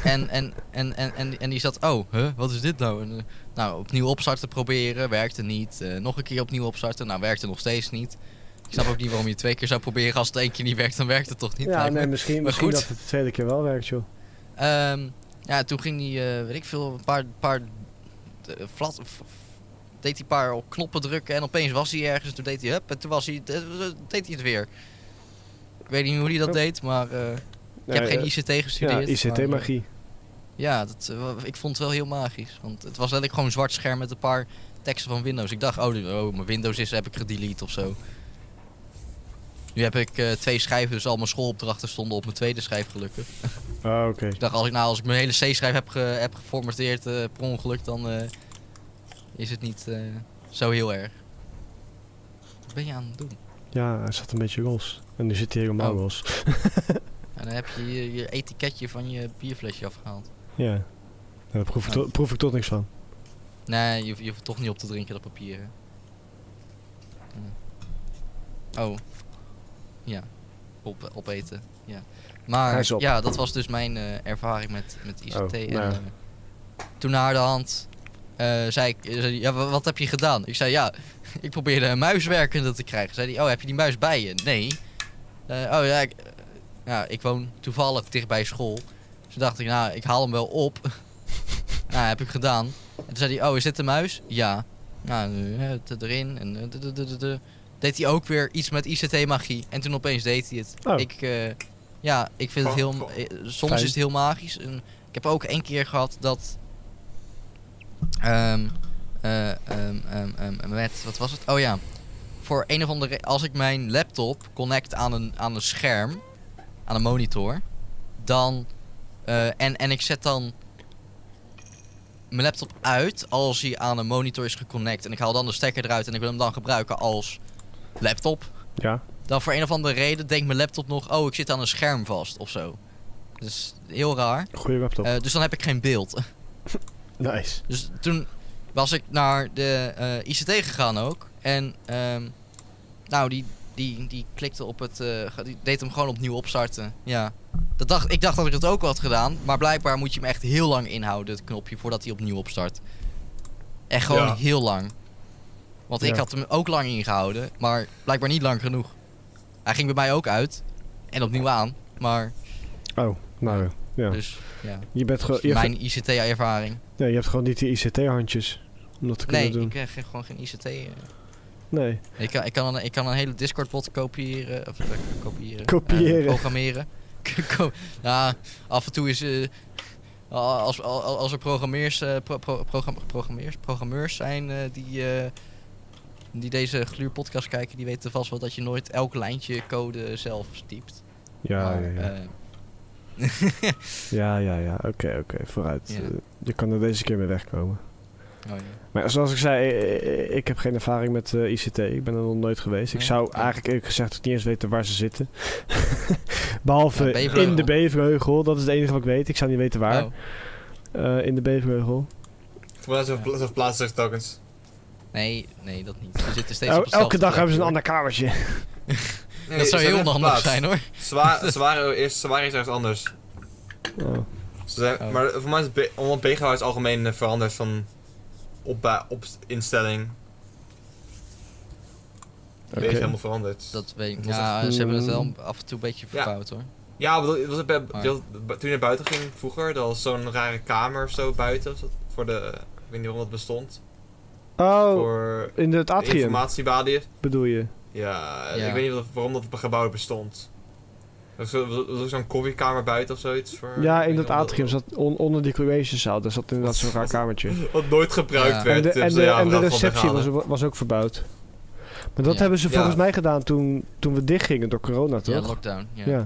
[SPEAKER 1] en, en, en, en, en, en die zat, oh, huh, wat is dit nou? En, eh, nou, opnieuw opstarten proberen, werkte niet. Eh, nog een keer opnieuw opstarten, nou, werkte nog steeds niet. Ik snap ook niet waarom je het twee keer zou proberen. Als het één keer niet werkt, dan werkt het toch niet.
[SPEAKER 3] ja,
[SPEAKER 1] lijkt me.
[SPEAKER 3] nee, misschien, misschien
[SPEAKER 1] goed.
[SPEAKER 3] dat het de tweede keer wel werkt, joh.
[SPEAKER 1] Ehm, ja, toen ging hij, eh, weet ik veel, een paar, paar eh, flat, f- f- deed hij een paar op knoppen drukken en opeens was hij ergens. Toen deed hij, hup, en toen was hij, eh, deed hij het weer. Ik weet niet hoe hij dat
[SPEAKER 3] Oh.
[SPEAKER 1] deed, maar eh, ik heb geen ICT
[SPEAKER 3] Ja,
[SPEAKER 1] gestudeerd. maar, eh,
[SPEAKER 3] ICT-magie.
[SPEAKER 1] Ja, dat, eh, wa- ik vond het wel heel magisch. Want het was eigenlijk gewoon een zwart scherm met een paar teksten van Windows. Ik dacht, oh, dit- oh mijn Windows is, heb ik gedelete of zo. Nu heb ik eh, twee schijven, dus al mijn schoolopdrachten stonden op mijn tweede schijf gelukkig.
[SPEAKER 3] Ah, oké.
[SPEAKER 1] Ik dacht, als ik, nou, als ik mijn hele C-schijf heb, ge- heb geformateerd eh, per ongeluk, dan eh, is het niet eh, zo heel erg. Wat ben je aan het doen?
[SPEAKER 3] Ja, hij zat een beetje los. En nu zit hij helemaal
[SPEAKER 1] Oh.
[SPEAKER 3] los.
[SPEAKER 1] En dan heb je je je etiketje van je bierflesje afgehaald.
[SPEAKER 3] Ja. Nou, daar proef, ik
[SPEAKER 1] Nou.
[SPEAKER 3] to- proef ik toch niks van.
[SPEAKER 1] Nee, je, hoeft- je hoeft het toch niet op te drinken, dat papier. hè? Ja. Oh. Ja. Op, opeten. Ja.
[SPEAKER 3] Hij
[SPEAKER 1] Maar
[SPEAKER 3] is op.
[SPEAKER 1] ja, dat was dus mijn eh, ervaring met, met ICT.
[SPEAKER 3] Oh,
[SPEAKER 1] en,
[SPEAKER 3] nou ja.
[SPEAKER 1] eh, toen naar de hand eh, zei ik, eh, zei hij, ja, wa- wat heb je gedaan? Ik zei, ja, ik probeerde een muis werkende te krijgen. Zei hij, oh, heb je die muis bij je? Nee. Eh, oh ja ik, eh, ja, ik woon toevallig dichtbij school. Dus toen dacht ik, nou, ik haal hem wel op. nou, heb ik gedaan. En toen zei hij, oh, is dit de muis? Ja. Nou, eh, het erin en... eh, du- du- du- du- du. Deed hij ook weer iets met ICT-magie. En toen opeens deed hij het.
[SPEAKER 3] Oh.
[SPEAKER 1] Ik, eh, ja, ik vind het heel... eh, soms
[SPEAKER 3] Fijn.
[SPEAKER 1] is het heel magisch. En ik heb ook één keer gehad dat... ehm, eh, ehm, ehm, ehm, met... Wat was het? Oh ja. Voor een of andere... re- Als ik mijn laptop connect aan een, aan een scherm... Aan een monitor... Dan... eh, en, en ik zet dan mijn laptop uit als hij aan een monitor is geconnect. En ik haal dan de stekker eruit en ik wil hem dan gebruiken als laptop.
[SPEAKER 3] Ja.
[SPEAKER 1] Dan voor een of andere reden denkt mijn laptop nog, oh, ik zit aan een scherm vast of zo. Dus heel raar.
[SPEAKER 3] Goeie laptop.
[SPEAKER 1] Eh, dus dan heb ik geen beeld.
[SPEAKER 3] nice.
[SPEAKER 1] Dus toen was ik naar de eh, ICT gegaan ook. En ehm, nou, die, die, die klikte op het. eh, ge- die deed hem gewoon opnieuw opstarten. Ja. Dat dacht, ik dacht dat ik dat ook al had gedaan. Maar blijkbaar moet je hem echt heel lang inhouden, het knopje, voordat hij opnieuw opstart. Echt gewoon
[SPEAKER 2] Ja.
[SPEAKER 1] heel lang. Want ik
[SPEAKER 3] Ja.
[SPEAKER 1] had hem ook lang ingehouden, maar blijkbaar niet lang genoeg. Hij ging bij mij ook uit. En opnieuw aan. Maar.
[SPEAKER 3] Oh, nou ja.
[SPEAKER 1] Dus, ja.
[SPEAKER 3] Je, bent
[SPEAKER 1] Dat
[SPEAKER 3] gewoon,
[SPEAKER 1] is
[SPEAKER 3] je, hebt-
[SPEAKER 1] mijn ICT-ervaring.
[SPEAKER 3] ja, je hebt gewoon niet die ICT-handjes om dat te kunnen
[SPEAKER 1] Nee,
[SPEAKER 3] doen.
[SPEAKER 1] ik krijg gewoon geen ICT. eh,
[SPEAKER 3] Nee.
[SPEAKER 1] Ik kan, ik kan, een, ik kan een hele Discord-bot kopiëren. Of eh, kopiëren.
[SPEAKER 3] Kopiëren.
[SPEAKER 1] Eh, programmeren. Ko- ja, af en toe is. eh, al- als, al- al- als er programmeers, eh, pro- pro- programme- programmeers, programmeurs zijn eh, die, eh, die deze gluurpodcast kijken, die weten vast wel dat je nooit elk lijntje code zelf typt.
[SPEAKER 3] Ja,
[SPEAKER 1] Maar,
[SPEAKER 3] ja, ja.
[SPEAKER 1] eh,
[SPEAKER 3] ja, ja, ja. Oké, oké. Vooruit.
[SPEAKER 1] Ja.
[SPEAKER 3] Eh, je kan er deze keer mee wegkomen.
[SPEAKER 1] oh ja.
[SPEAKER 3] Maar zoals ik zei, eh, eh, ik heb geen ervaring met eh, ICT. Ik ben er nog nooit geweest. Ik
[SPEAKER 1] Nee.
[SPEAKER 3] zou eigenlijk eerlijk gezegd niet eens weten waar ze zitten. Behalve
[SPEAKER 1] Ja, Beverheugel.
[SPEAKER 3] in de Beverheugel. Dat is het enige wat ik weet. Ik zou niet weten waar.
[SPEAKER 1] Oh,
[SPEAKER 3] Eh, in de Beverheugel.
[SPEAKER 2] Voor mij
[SPEAKER 1] Ja.
[SPEAKER 2] zijn plaatselijk tokens.
[SPEAKER 1] nee, nee, dat niet. We zitten steeds
[SPEAKER 3] El-
[SPEAKER 1] op
[SPEAKER 3] Oh, elke
[SPEAKER 1] hetzelfde
[SPEAKER 3] dag hebben ze een
[SPEAKER 1] plekje,
[SPEAKER 3] ander kamertje.
[SPEAKER 1] hoor. Dat zou heel handig zijn hoor.
[SPEAKER 2] Zwaar, zwaar, is, zwaar is ergens anders.
[SPEAKER 3] Oh,
[SPEAKER 2] Ze zijn,
[SPEAKER 1] Oh.
[SPEAKER 2] Maar voor mij is Be- omdat Begawa is algemeen eh, veranderd van opba- op, instelling.
[SPEAKER 3] oké.
[SPEAKER 2] Deze is helemaal veranderd.
[SPEAKER 1] Dat weet ik.
[SPEAKER 2] Dat is
[SPEAKER 1] Ja,
[SPEAKER 3] echt-
[SPEAKER 1] ze hebben het wel af en toe een beetje verbouwd hoor.
[SPEAKER 2] Ja, ik bedoel, was het bij,
[SPEAKER 1] Maar-
[SPEAKER 2] deel- bu- toen je naar buiten ging vroeger, dat was zo'n rare kamer of zo buiten. of zo, Voor de, eh, ik weet niet waarom dat bestond.
[SPEAKER 3] Oh,
[SPEAKER 2] voor
[SPEAKER 3] in het
[SPEAKER 2] de
[SPEAKER 3] atrium
[SPEAKER 2] informatiebalie.
[SPEAKER 3] bedoel je?
[SPEAKER 2] Ja,
[SPEAKER 1] Ja.
[SPEAKER 2] ik weet niet wat- waarom dat gebouw bestond. Er was zo- was ook zo'n koffiekamer buiten of zoiets. Voor,
[SPEAKER 3] Ja,
[SPEAKER 2] ik
[SPEAKER 3] in
[SPEAKER 2] weet
[SPEAKER 3] dat
[SPEAKER 2] niet waarom
[SPEAKER 3] atrium zat on- onder die collegezaal. Daar zat inderdaad zo'n raar kamertje.
[SPEAKER 2] Wat nooit gebruikt
[SPEAKER 1] Ja.
[SPEAKER 3] En
[SPEAKER 2] werd.
[SPEAKER 3] de, en
[SPEAKER 2] dus,
[SPEAKER 3] de,
[SPEAKER 2] ja, we
[SPEAKER 3] en de
[SPEAKER 2] gaan het gewoon
[SPEAKER 3] receptie was,
[SPEAKER 2] weghalen.
[SPEAKER 3] was ook verbouwd. Maar dat
[SPEAKER 1] Ja.
[SPEAKER 3] hebben ze
[SPEAKER 2] Ja.
[SPEAKER 3] volgens mij gedaan toen, toen we dichtgingen door corona,
[SPEAKER 1] Ja,
[SPEAKER 3] toch?
[SPEAKER 1] lockdown. Ja.
[SPEAKER 3] Ja.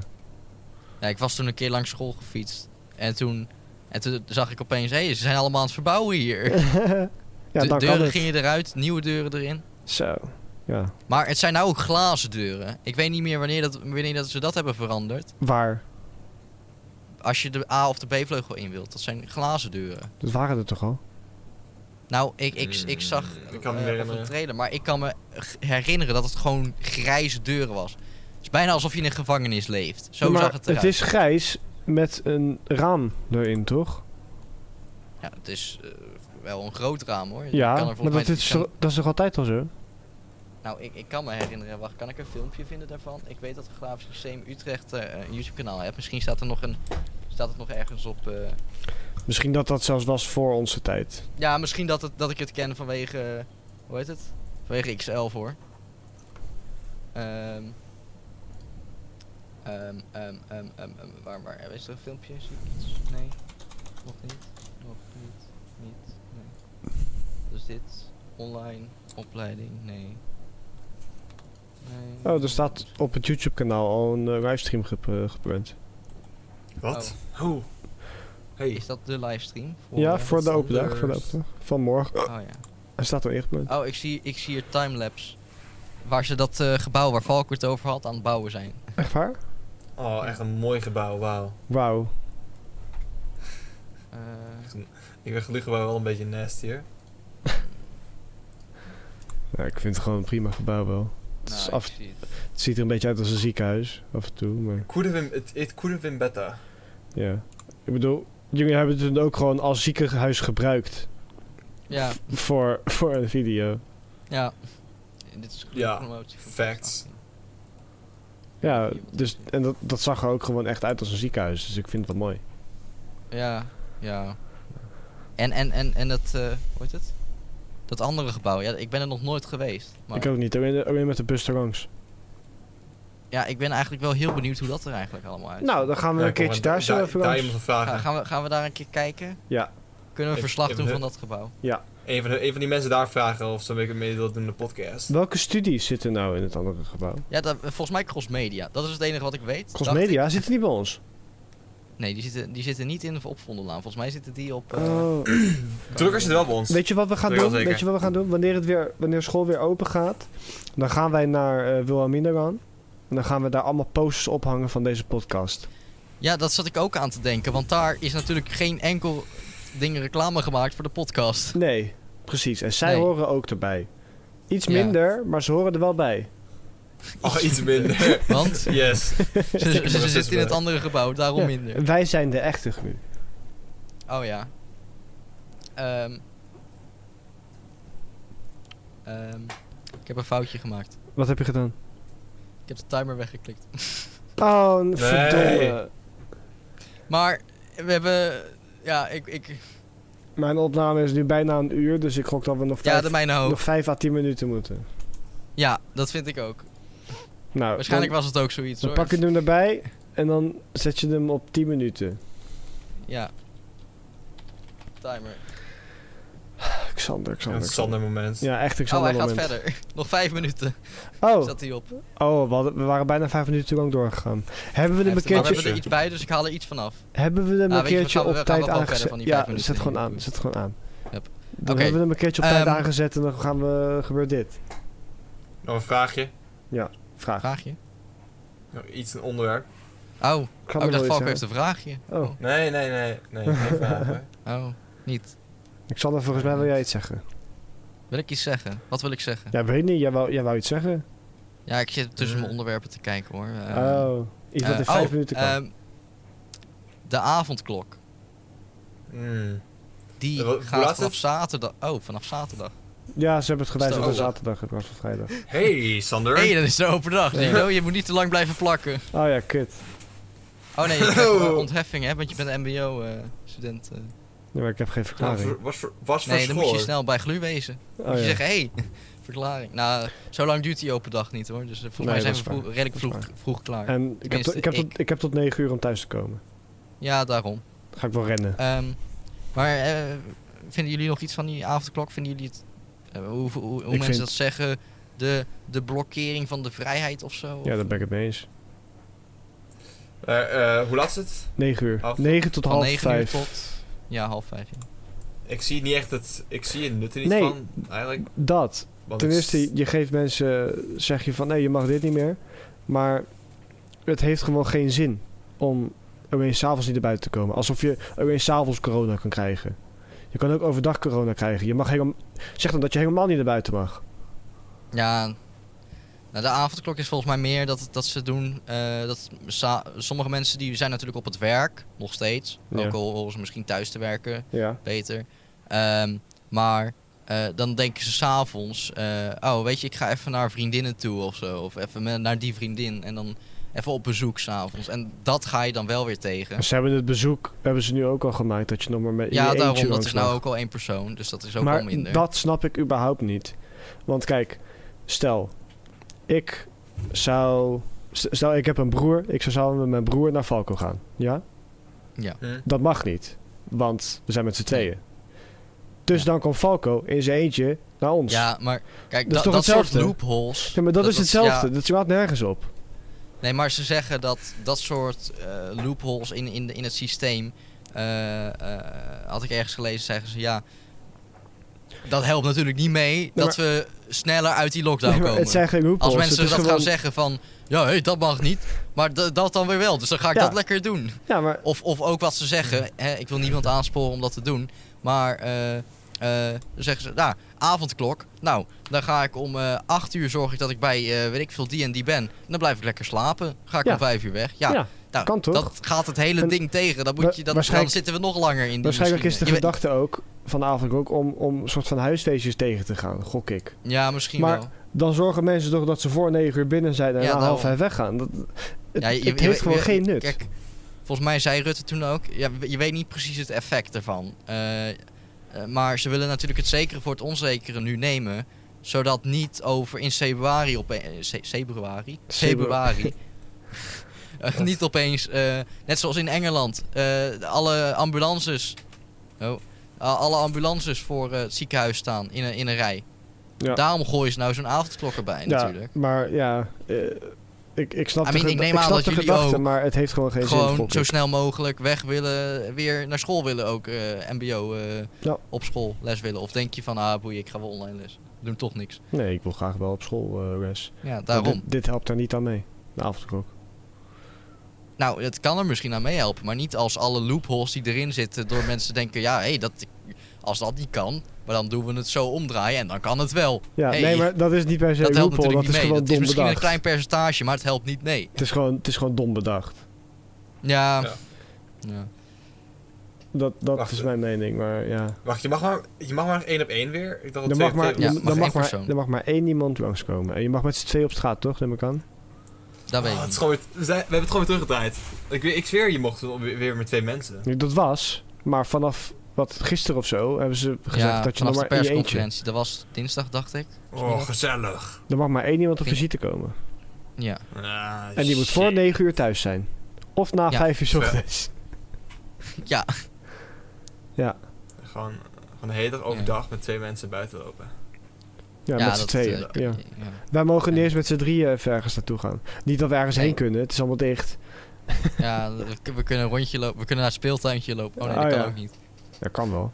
[SPEAKER 1] Ja, ik was toen een keer langs school gefietst. En toen, en toen zag ik opeens, hé, ze zijn allemaal aan het verbouwen hier.
[SPEAKER 3] Ja,
[SPEAKER 1] de
[SPEAKER 3] dan kan
[SPEAKER 1] deuren
[SPEAKER 3] het.
[SPEAKER 1] gingen eruit, nieuwe deuren erin.
[SPEAKER 3] Zo. Ja.
[SPEAKER 1] Maar het zijn nou ook glazen deuren. Ik weet niet meer wanneer, dat, wanneer dat ze dat hebben veranderd.
[SPEAKER 3] Waar?
[SPEAKER 1] Als je de A of de B-vleugel in wilt, dat zijn glazen deuren.
[SPEAKER 3] Dat waren er toch al?
[SPEAKER 1] Nou, ik, ik, ik,
[SPEAKER 2] Hmm,
[SPEAKER 1] zag
[SPEAKER 2] ik kan
[SPEAKER 1] eh, op
[SPEAKER 2] me niet
[SPEAKER 1] een
[SPEAKER 2] herinneren.
[SPEAKER 1] trailer, maar ik kan me g- herinneren dat het gewoon grijze deuren was. Het is bijna alsof je in een gevangenis leeft. Zo
[SPEAKER 3] maar
[SPEAKER 1] zag het eruit.
[SPEAKER 3] Het is grijs met een raam erin, toch?
[SPEAKER 1] Ja, het is eh, wel een groot raam hoor. Je kan er
[SPEAKER 3] Ja,
[SPEAKER 1] volgens
[SPEAKER 3] maar
[SPEAKER 1] mij
[SPEAKER 3] dat is,
[SPEAKER 1] iets aan-
[SPEAKER 3] toch- dat is toch altijd al zo?
[SPEAKER 1] Nou, ik, ik kan me herinneren, wacht, kan ik een filmpje vinden daarvan? Ik weet dat het Grafisch Museum Utrecht eh, een YouTube-kanaal heeft. Misschien staat, er nog een, staat het nog ergens op. eh,
[SPEAKER 3] Misschien dat dat zelfs was voor onze tijd.
[SPEAKER 1] Ja, misschien dat, het, dat ik het ken vanwege. eh, hoe heet het? Vanwege X11 hoor. Ehm. Ehm, ehm, ehm, ehm, ehm, waar, waar? eh, Is er een filmpje? Zie ik iets? Nee. Nog niet. Nog niet. Niet. Nee. Dus dit. Online. Opleiding. Nee. nee.
[SPEAKER 3] Oh, er staat op het YouTube-kanaal al een eh, livestream gep- eh, gepland.
[SPEAKER 1] Oh,
[SPEAKER 2] Wat? Hoe? Hey.
[SPEAKER 1] Is dat de livestream? Voor,
[SPEAKER 3] Ja,
[SPEAKER 1] eh,
[SPEAKER 3] voor de
[SPEAKER 2] wat
[SPEAKER 3] open dag. Voor de
[SPEAKER 2] anders.
[SPEAKER 3] open dag. Vanmorgen.
[SPEAKER 1] Oh ja.
[SPEAKER 3] Hij staat al ingepland.
[SPEAKER 1] Oh, ik zie, ik zie hier timelapse. Waar ze dat eh, gebouw waar Valk het over had aan het bouwen zijn.
[SPEAKER 3] Echt waar?
[SPEAKER 2] Oh, echt een mooi gebouw, wauw.
[SPEAKER 3] Wauw.
[SPEAKER 1] Eh,
[SPEAKER 2] Ik ben gelukkig wel een beetje nasty hoor.
[SPEAKER 3] Ja, ik vind het gewoon een prima gebouw wel. Het, is
[SPEAKER 1] nou,
[SPEAKER 3] af-
[SPEAKER 1] ik zie het.
[SPEAKER 3] het ziet er een beetje uit als een ziekenhuis. Af en toe, maar
[SPEAKER 2] Could have been, it, it could have been better.
[SPEAKER 3] ja. Ik bedoel, jullie hebben het ook gewoon als ziekenhuis gebruikt.
[SPEAKER 1] Ja,
[SPEAKER 3] Voor, voor een video.
[SPEAKER 1] ja. En dit is goede
[SPEAKER 2] Ja,
[SPEAKER 1] promotie. voor
[SPEAKER 2] facts.
[SPEAKER 1] 2018.
[SPEAKER 3] Ja, dus, en dat, dat zag er ook gewoon echt uit als een ziekenhuis. Dus ik vind het wel mooi.
[SPEAKER 1] Ja, ja. En, en, en, en dat, eh, hoe heet het? Dat andere gebouw, ja, ik ben er nog nooit geweest. Maar
[SPEAKER 3] Ik ook niet. Alleen, alleen met de bus langs.
[SPEAKER 1] ja, ik ben eigenlijk wel heel benieuwd hoe dat er eigenlijk allemaal uitziet.
[SPEAKER 3] Nou, dan gaan we
[SPEAKER 2] Ja,
[SPEAKER 3] een
[SPEAKER 2] kom,
[SPEAKER 3] keertje
[SPEAKER 2] da-
[SPEAKER 3] daar zo
[SPEAKER 2] da-
[SPEAKER 3] even
[SPEAKER 2] Daar
[SPEAKER 3] langs.
[SPEAKER 2] iemand van
[SPEAKER 1] Ga-
[SPEAKER 2] vragen.
[SPEAKER 1] gaan, we, gaan we daar een keer kijken?
[SPEAKER 3] Ja.
[SPEAKER 1] Kunnen we
[SPEAKER 2] Ik-
[SPEAKER 1] een verslag
[SPEAKER 2] ik
[SPEAKER 1] doen
[SPEAKER 2] ben-
[SPEAKER 1] van dat gebouw?
[SPEAKER 2] Een van, de, een van die mensen daar vragen of ze mee mee wilt doen in de podcast.
[SPEAKER 3] Welke studies zitten nou in het andere gebouw?
[SPEAKER 1] Ja, dat, volgens mij Crossmedia. Dat is het enige wat ik weet. Dacht
[SPEAKER 3] Crossmedia zitten niet bij ons.
[SPEAKER 1] ik- Nee, die zitten, die zitten niet in de opvondenlaan. Volgens mij zitten die op... eh,
[SPEAKER 3] Oh.
[SPEAKER 2] Drukkers zit wel bij ons.
[SPEAKER 3] Weet je wat we gaan
[SPEAKER 2] Dat
[SPEAKER 3] doen?
[SPEAKER 2] wel zeker.
[SPEAKER 3] Weet je wat we gaan doen? Wanneer, het weer, wanneer school weer open gaat, dan gaan wij naar eh Wilhelmina gaan. En dan gaan we daar allemaal posters ophangen van deze podcast.
[SPEAKER 1] Ja, dat zat ik ook aan te denken. Want daar is natuurlijk geen enkel ding reclame gemaakt voor de podcast.
[SPEAKER 3] Nee, precies. En zij
[SPEAKER 1] Nee.
[SPEAKER 3] horen ook erbij. Iets
[SPEAKER 1] Ja.
[SPEAKER 3] minder, maar ze horen er wel bij.
[SPEAKER 2] Oh, iets minder.
[SPEAKER 1] Want ze,
[SPEAKER 2] yes.
[SPEAKER 1] ze, ze zitten in het
[SPEAKER 2] bij.
[SPEAKER 1] andere gebouw, daarom
[SPEAKER 3] Ja,
[SPEAKER 1] minder.
[SPEAKER 3] en Wij zijn de echte nu.
[SPEAKER 1] Oh ja. Ehm. Ehm, ik heb een foutje gemaakt.
[SPEAKER 3] Wat heb je gedaan?
[SPEAKER 1] Ik heb de timer weggeklikt.
[SPEAKER 3] Oh, een verdomme.
[SPEAKER 1] Maar we hebben... Ja, ik... ik
[SPEAKER 3] Mijn opname is nu bijna een uur, dus ik gok dat we nog
[SPEAKER 1] ja,
[SPEAKER 3] vijf,
[SPEAKER 1] de mijne ook.
[SPEAKER 3] nog vijf à tien minuten moeten.
[SPEAKER 1] Ja, dat vind ik ook.
[SPEAKER 3] Nou,
[SPEAKER 1] Waarschijnlijk
[SPEAKER 3] dan,
[SPEAKER 1] was het ook zoiets
[SPEAKER 3] dan
[SPEAKER 1] hoor.
[SPEAKER 3] pak je hem erbij en dan zet je hem op 10 minuten.
[SPEAKER 1] Ja. Timer.
[SPEAKER 3] Xander,
[SPEAKER 2] Een
[SPEAKER 3] Xander.
[SPEAKER 2] Sander moment.
[SPEAKER 3] Ja, echt, ik zal
[SPEAKER 1] Oh, hij
[SPEAKER 3] wel
[SPEAKER 1] gaat
[SPEAKER 3] moment.
[SPEAKER 1] verder. Nog vijf minuten
[SPEAKER 3] Oh,
[SPEAKER 1] zat hij op.
[SPEAKER 3] oh we, hadden- we waren bijna vijf minuten te lang doorgegaan. Hebben we hem een
[SPEAKER 1] Heftig, maar we
[SPEAKER 3] keertje,
[SPEAKER 1] hebben er iets bij, dus ik haal er iets vanaf.
[SPEAKER 3] hebben we hem
[SPEAKER 1] Ah,
[SPEAKER 3] een
[SPEAKER 1] weet je, we
[SPEAKER 3] keertje
[SPEAKER 1] gaan- we
[SPEAKER 3] op
[SPEAKER 1] gaan
[SPEAKER 3] tijd
[SPEAKER 1] wel verder
[SPEAKER 3] aangezet?
[SPEAKER 1] van die vijf
[SPEAKER 3] Ja,
[SPEAKER 1] minuten
[SPEAKER 3] zet gewoon
[SPEAKER 1] heen.
[SPEAKER 3] aan, zet gewoon aan.
[SPEAKER 1] Yep.
[SPEAKER 3] Dan
[SPEAKER 1] Oké,
[SPEAKER 3] hebben we hem een keertje op tijd
[SPEAKER 1] ehm,
[SPEAKER 3] aangezet en dan gaan we, gebeurt dit.
[SPEAKER 2] Nog een vraagje.
[SPEAKER 3] Vraag.
[SPEAKER 1] Vraagje?
[SPEAKER 2] Nog iets, een onderwerp.
[SPEAKER 1] Oh,
[SPEAKER 3] Ik had
[SPEAKER 1] oh ik
[SPEAKER 3] nog
[SPEAKER 1] dacht
[SPEAKER 3] wel iets
[SPEAKER 1] Valk heeft
[SPEAKER 3] zeggen.
[SPEAKER 1] een vraagje.
[SPEAKER 3] Oh.
[SPEAKER 2] Nee, nee, nee. Nee, geen vraag, hoor.
[SPEAKER 1] Oh, niet.
[SPEAKER 3] Xander, volgens mij wil jij iets zeggen.
[SPEAKER 1] Wil ik iets zeggen? Wat wil ik zeggen?
[SPEAKER 3] Ja, weet niet, jij wou, jij wou iets zeggen.
[SPEAKER 1] Ja, ik zit tussen
[SPEAKER 2] Eh.
[SPEAKER 1] mijn onderwerpen te kijken hoor. Eh,
[SPEAKER 3] oh, iets wat
[SPEAKER 1] eh,
[SPEAKER 3] in vijf
[SPEAKER 1] oh,
[SPEAKER 3] minuten kan.
[SPEAKER 1] ehm, de avondklok.
[SPEAKER 2] Hmm.
[SPEAKER 1] Die
[SPEAKER 2] Eh, wat- hoe laat
[SPEAKER 1] gaat
[SPEAKER 2] is
[SPEAKER 1] vanaf
[SPEAKER 2] het?
[SPEAKER 1] zaterdag. Oh, vanaf zaterdag.
[SPEAKER 3] ja, ze hebben het gewijzigd van
[SPEAKER 1] Stel-
[SPEAKER 3] zaterdag in plaats van vrijdag.
[SPEAKER 2] Hey, Sander.
[SPEAKER 1] Hé, dan is de open dag. Nico. je moet niet te lang blijven plakken.
[SPEAKER 3] Oh ja, kut.
[SPEAKER 1] Oh nee, je krijgt wel
[SPEAKER 2] Oh.
[SPEAKER 1] ontheffing hè, want je bent eh, MBO-student.
[SPEAKER 3] Nee, maar ik heb geen
[SPEAKER 2] Nou,
[SPEAKER 3] verklaring.
[SPEAKER 2] voor- was voor, was voor
[SPEAKER 1] nee, dan moet je
[SPEAKER 2] school.
[SPEAKER 1] snel bij GLU wezen.
[SPEAKER 3] oh,
[SPEAKER 1] moet je
[SPEAKER 3] ja.
[SPEAKER 1] zeggen, hé, verklaring. Nou, zo lang duurt die open dag niet hoor. Dus eh, volgens
[SPEAKER 3] Nee,
[SPEAKER 1] mij
[SPEAKER 3] dat
[SPEAKER 1] zijn
[SPEAKER 3] is
[SPEAKER 1] we vroeg-
[SPEAKER 3] waar.
[SPEAKER 1] redelijk
[SPEAKER 3] Dat is
[SPEAKER 1] vroeg, vroeg klaar.
[SPEAKER 3] En ik heb, tot- ik, heb tot, ik heb tot negen uur om thuis te komen.
[SPEAKER 1] Ja, daarom.
[SPEAKER 3] Dan ga ik wel rennen.
[SPEAKER 1] Ehm, maar eh, vinden jullie nog iets van die avondklok? Vinden jullie het, eh, hoe, hoe, hoe mensen
[SPEAKER 3] vind-
[SPEAKER 1] dat zeggen, de, de blokkering van de vrijheid of zo?
[SPEAKER 3] Ja, daar ben ik het mee eens.
[SPEAKER 2] Eh, eh, hoe laat is het?
[SPEAKER 3] 9 uur.
[SPEAKER 2] Half-
[SPEAKER 3] 9 tot
[SPEAKER 1] Van
[SPEAKER 3] half
[SPEAKER 1] 9 uur
[SPEAKER 3] 5.
[SPEAKER 1] tot... Ja, half vijf. ja.
[SPEAKER 2] Ik zie niet echt het... Ik zie het nut er niet
[SPEAKER 3] Nee.
[SPEAKER 2] van, eigenlijk.
[SPEAKER 3] Oh, Dat.
[SPEAKER 2] want
[SPEAKER 3] Ten
[SPEAKER 2] ik-
[SPEAKER 3] eerste, je geeft mensen, zeg je van nee, je mag dit niet meer. Maar het heeft gewoon geen zin om alleen s'avonds niet naar buiten te komen. Alsof je alleen s'avonds corona kan krijgen. Je kan ook overdag corona krijgen. Je mag helemaal, zeg dan dat je helemaal niet naar buiten mag.
[SPEAKER 1] Ja, Nou, de avondklok is volgens mij meer dat, dat ze doen. eh, dat sa- sommige mensen die zijn natuurlijk op het werk, nog steeds.
[SPEAKER 3] Ja.
[SPEAKER 1] Ook al horen ze misschien thuis te werken,
[SPEAKER 3] Ja.
[SPEAKER 1] beter. Ehm, maar eh, dan denken ze s'avonds, eh oh weet je, ik ga even naar vriendinnen toe of zo. Of even met- naar die vriendin. En dan even op bezoek s'avonds. En dat ga je dan wel weer tegen.
[SPEAKER 3] Maar Ze hebben het bezoek hebben ze nu ook al gemaakt dat je nog maar met Dus in
[SPEAKER 1] Ja,
[SPEAKER 3] je
[SPEAKER 1] daarom.
[SPEAKER 3] eentje
[SPEAKER 1] Dat
[SPEAKER 3] langs
[SPEAKER 1] is
[SPEAKER 3] mag.
[SPEAKER 1] nou ook al één persoon. Dus dat is ook al
[SPEAKER 3] maar
[SPEAKER 1] minder.
[SPEAKER 3] dat snap ik überhaupt niet. Want kijk, stel, ik zou. s- Stel, ik heb een broer. Ik zou samen met mijn broer naar Valko gaan. Ja?
[SPEAKER 1] Ja.
[SPEAKER 2] Hm?
[SPEAKER 3] Dat mag niet. Want we zijn met z'n tweeën. Dus dan komt Valko in zijn eentje naar ons.
[SPEAKER 1] Ja, maar kijk,
[SPEAKER 3] Dat
[SPEAKER 1] dat,
[SPEAKER 3] is toch
[SPEAKER 1] dat soort
[SPEAKER 3] hetzelfde?
[SPEAKER 1] loopholes.
[SPEAKER 3] Ja, maar dat, is hetzelfde.
[SPEAKER 1] ja.
[SPEAKER 3] Dat slaat nergens op.
[SPEAKER 1] nee, maar ze zeggen dat dat soort eh, loopholes in, in, de- in het systeem. eh, eh, had ik ergens gelezen, zeggen ze ja. Dat helpt natuurlijk niet mee dat we sneller uit die lockdown
[SPEAKER 3] Nee, maar
[SPEAKER 1] komen.
[SPEAKER 3] het zijn geen
[SPEAKER 1] Als
[SPEAKER 3] loopholes.
[SPEAKER 1] mensen
[SPEAKER 3] het
[SPEAKER 1] dat
[SPEAKER 3] is
[SPEAKER 1] gaan
[SPEAKER 3] gewoon-
[SPEAKER 1] zeggen van. Ja, hé, dat mag niet. Maar d- dat dan weer wel. Dus dan ga ik
[SPEAKER 3] Ja.
[SPEAKER 1] dat lekker doen.
[SPEAKER 3] Ja, maar
[SPEAKER 1] Of, of ook wat ze zeggen. Hè, ik wil niemand aansporen om dat te doen. Maar eh, eh, dan zeggen ze, nou, avondklok. Nou, dan ga ik om eh 8 uur zorg ik dat ik bij, eh, weet ik veel, die en die ben. En dan blijf ik lekker slapen. Ga ik
[SPEAKER 3] Ja.
[SPEAKER 1] om 5 uur weg. Ja,
[SPEAKER 3] Ja,
[SPEAKER 1] nou,
[SPEAKER 3] kan toch?
[SPEAKER 1] dat gaat het hele
[SPEAKER 3] En
[SPEAKER 1] ding tegen. Dan,
[SPEAKER 3] wa-
[SPEAKER 1] moet je, dat, dan
[SPEAKER 3] waarschijnlijk-
[SPEAKER 1] zitten we nog langer in die
[SPEAKER 3] waarschijnlijk is de
[SPEAKER 1] machine. Je weet-
[SPEAKER 3] gedachte ook vanavond ook om, om een soort van huisfeestjes tegen te gaan, gok ik.
[SPEAKER 1] Ja, misschien
[SPEAKER 3] Maar-
[SPEAKER 1] wel.
[SPEAKER 3] Dan zorgen mensen toch dat ze voor negen uur binnen zijn en
[SPEAKER 1] Ja,
[SPEAKER 3] na
[SPEAKER 1] daarom.
[SPEAKER 3] half vijf weggaan. Dat, het
[SPEAKER 1] Ja, je-
[SPEAKER 3] het
[SPEAKER 1] je-
[SPEAKER 3] heeft
[SPEAKER 1] je-
[SPEAKER 3] gewoon
[SPEAKER 1] je-
[SPEAKER 3] geen nut.
[SPEAKER 1] Kijk, volgens mij zei Rutte toen ook, ja, we- je weet niet precies het effect ervan. Eh, eh, maar ze willen natuurlijk het zekere voor het onzekere nu nemen. Zodat niet over in februari op eh, februari.
[SPEAKER 3] Zebu-
[SPEAKER 1] Februari. Eh, niet opeens, eh, net zoals in Engeland, eh, alle ambulances. Oh, a- alle ambulances voor eh, het ziekenhuis staan in een, in een rij.
[SPEAKER 3] Ja.
[SPEAKER 1] Daarom gooien ze nou zo'n avondklok erbij
[SPEAKER 3] ja,
[SPEAKER 1] natuurlijk.
[SPEAKER 3] maar ja, eh, ik, ik
[SPEAKER 1] I
[SPEAKER 3] snap de,
[SPEAKER 1] mean,
[SPEAKER 3] geda-
[SPEAKER 1] ik neem
[SPEAKER 3] ik
[SPEAKER 1] aan
[SPEAKER 3] snap
[SPEAKER 1] dat
[SPEAKER 3] de
[SPEAKER 1] jullie
[SPEAKER 3] gedachte,
[SPEAKER 1] ook
[SPEAKER 3] maar het heeft gewoon geen zin,
[SPEAKER 1] Gewoon
[SPEAKER 3] gok
[SPEAKER 1] zo
[SPEAKER 3] ik.
[SPEAKER 1] snel mogelijk weg willen, weer naar school willen ook, eh, mbo, eh,
[SPEAKER 3] Ja.
[SPEAKER 1] op school les willen. Of denk je van, ah boeien, ik ga wel online les. We doen toch niks.
[SPEAKER 3] Nee, ik wil graag wel op school, eh res.
[SPEAKER 1] Ja,
[SPEAKER 3] Maar
[SPEAKER 1] daarom.
[SPEAKER 3] Dit, dit helpt daar niet aan mee, de avondklok.
[SPEAKER 1] Nou, het kan er misschien aan meehelpen, maar niet als alle loopholes die erin zitten door mensen denken, ja, hé, dat, als dat niet kan, maar dan doen we het zo omdraaien en dan kan het wel.
[SPEAKER 3] Ja,
[SPEAKER 1] Hey,
[SPEAKER 3] nee, maar dat is niet per se
[SPEAKER 1] dat
[SPEAKER 3] een
[SPEAKER 1] helpt
[SPEAKER 3] loophole,
[SPEAKER 1] natuurlijk
[SPEAKER 3] dat
[SPEAKER 1] niet
[SPEAKER 3] is
[SPEAKER 1] mee.
[SPEAKER 3] gewoon
[SPEAKER 1] Dat is
[SPEAKER 3] dom
[SPEAKER 1] misschien een klein
[SPEAKER 3] bedacht.
[SPEAKER 1] percentage, maar het helpt niet mee.
[SPEAKER 3] Het, is gewoon, het is gewoon dom bedacht.
[SPEAKER 1] Ja.
[SPEAKER 2] Ja.
[SPEAKER 1] ja.
[SPEAKER 3] Dat, dat
[SPEAKER 2] Wacht,
[SPEAKER 3] is
[SPEAKER 2] eh.
[SPEAKER 3] mijn mening, maar ja.
[SPEAKER 2] Wacht, je mag, maar, je mag maar één op één weer? Ik dacht dat
[SPEAKER 3] Er mag,
[SPEAKER 2] twee op
[SPEAKER 3] maar,
[SPEAKER 2] twee
[SPEAKER 1] eh, Ja, mag
[SPEAKER 2] was.
[SPEAKER 3] er,
[SPEAKER 1] één
[SPEAKER 3] mag maar,
[SPEAKER 1] persoon.
[SPEAKER 3] er mag maar één iemand langskomen. En je mag met z'n twee op straat, toch? Neem ik aan.
[SPEAKER 1] Dat weet
[SPEAKER 2] Oh,
[SPEAKER 1] ik
[SPEAKER 2] het is
[SPEAKER 1] niet.
[SPEAKER 2] gewoon weer- we, zijn- we hebben het gewoon weer teruggedraaid. Ik, weet- ik zweer, je mocht weer weer met twee mensen.
[SPEAKER 3] Nu, Dat was, maar vanaf wat gisteren of zo hebben ze gezegd
[SPEAKER 1] Ja,
[SPEAKER 3] dat je nog
[SPEAKER 1] vanaf de
[SPEAKER 3] maar in je eentje.
[SPEAKER 1] persconferentie, dat was dinsdag, dacht ik.
[SPEAKER 2] Oh, gezellig.
[SPEAKER 3] Er mag maar één iemand op
[SPEAKER 1] Vind-
[SPEAKER 3] visite komen.
[SPEAKER 1] Ja.
[SPEAKER 2] Ah,
[SPEAKER 3] En die moet
[SPEAKER 2] shit.
[SPEAKER 3] voor negen uur thuis zijn. Of na
[SPEAKER 1] Ja.
[SPEAKER 3] vijf uur 's
[SPEAKER 2] Ja.
[SPEAKER 3] ochtends.
[SPEAKER 1] Ja.
[SPEAKER 3] Ja,
[SPEAKER 2] Gewoon, gewoon de hele dag overdag met twee mensen buiten lopen.
[SPEAKER 3] ja, met z'n
[SPEAKER 1] dat,
[SPEAKER 3] tweeën.
[SPEAKER 1] eh,
[SPEAKER 3] ja.
[SPEAKER 1] ja.
[SPEAKER 3] Wij mogen niet
[SPEAKER 1] en-
[SPEAKER 3] eens met z'n drieën even ergens naartoe gaan. Niet dat we ergens
[SPEAKER 1] Nee.
[SPEAKER 3] heen kunnen, het is allemaal dicht.
[SPEAKER 1] Ja, we kun- we kunnen een rondje lopen. We kunnen naar het speeltuintje lopen. Oh nee, dat
[SPEAKER 3] Oh,
[SPEAKER 1] kan
[SPEAKER 3] ja.
[SPEAKER 1] ook niet.
[SPEAKER 3] Dat kan wel.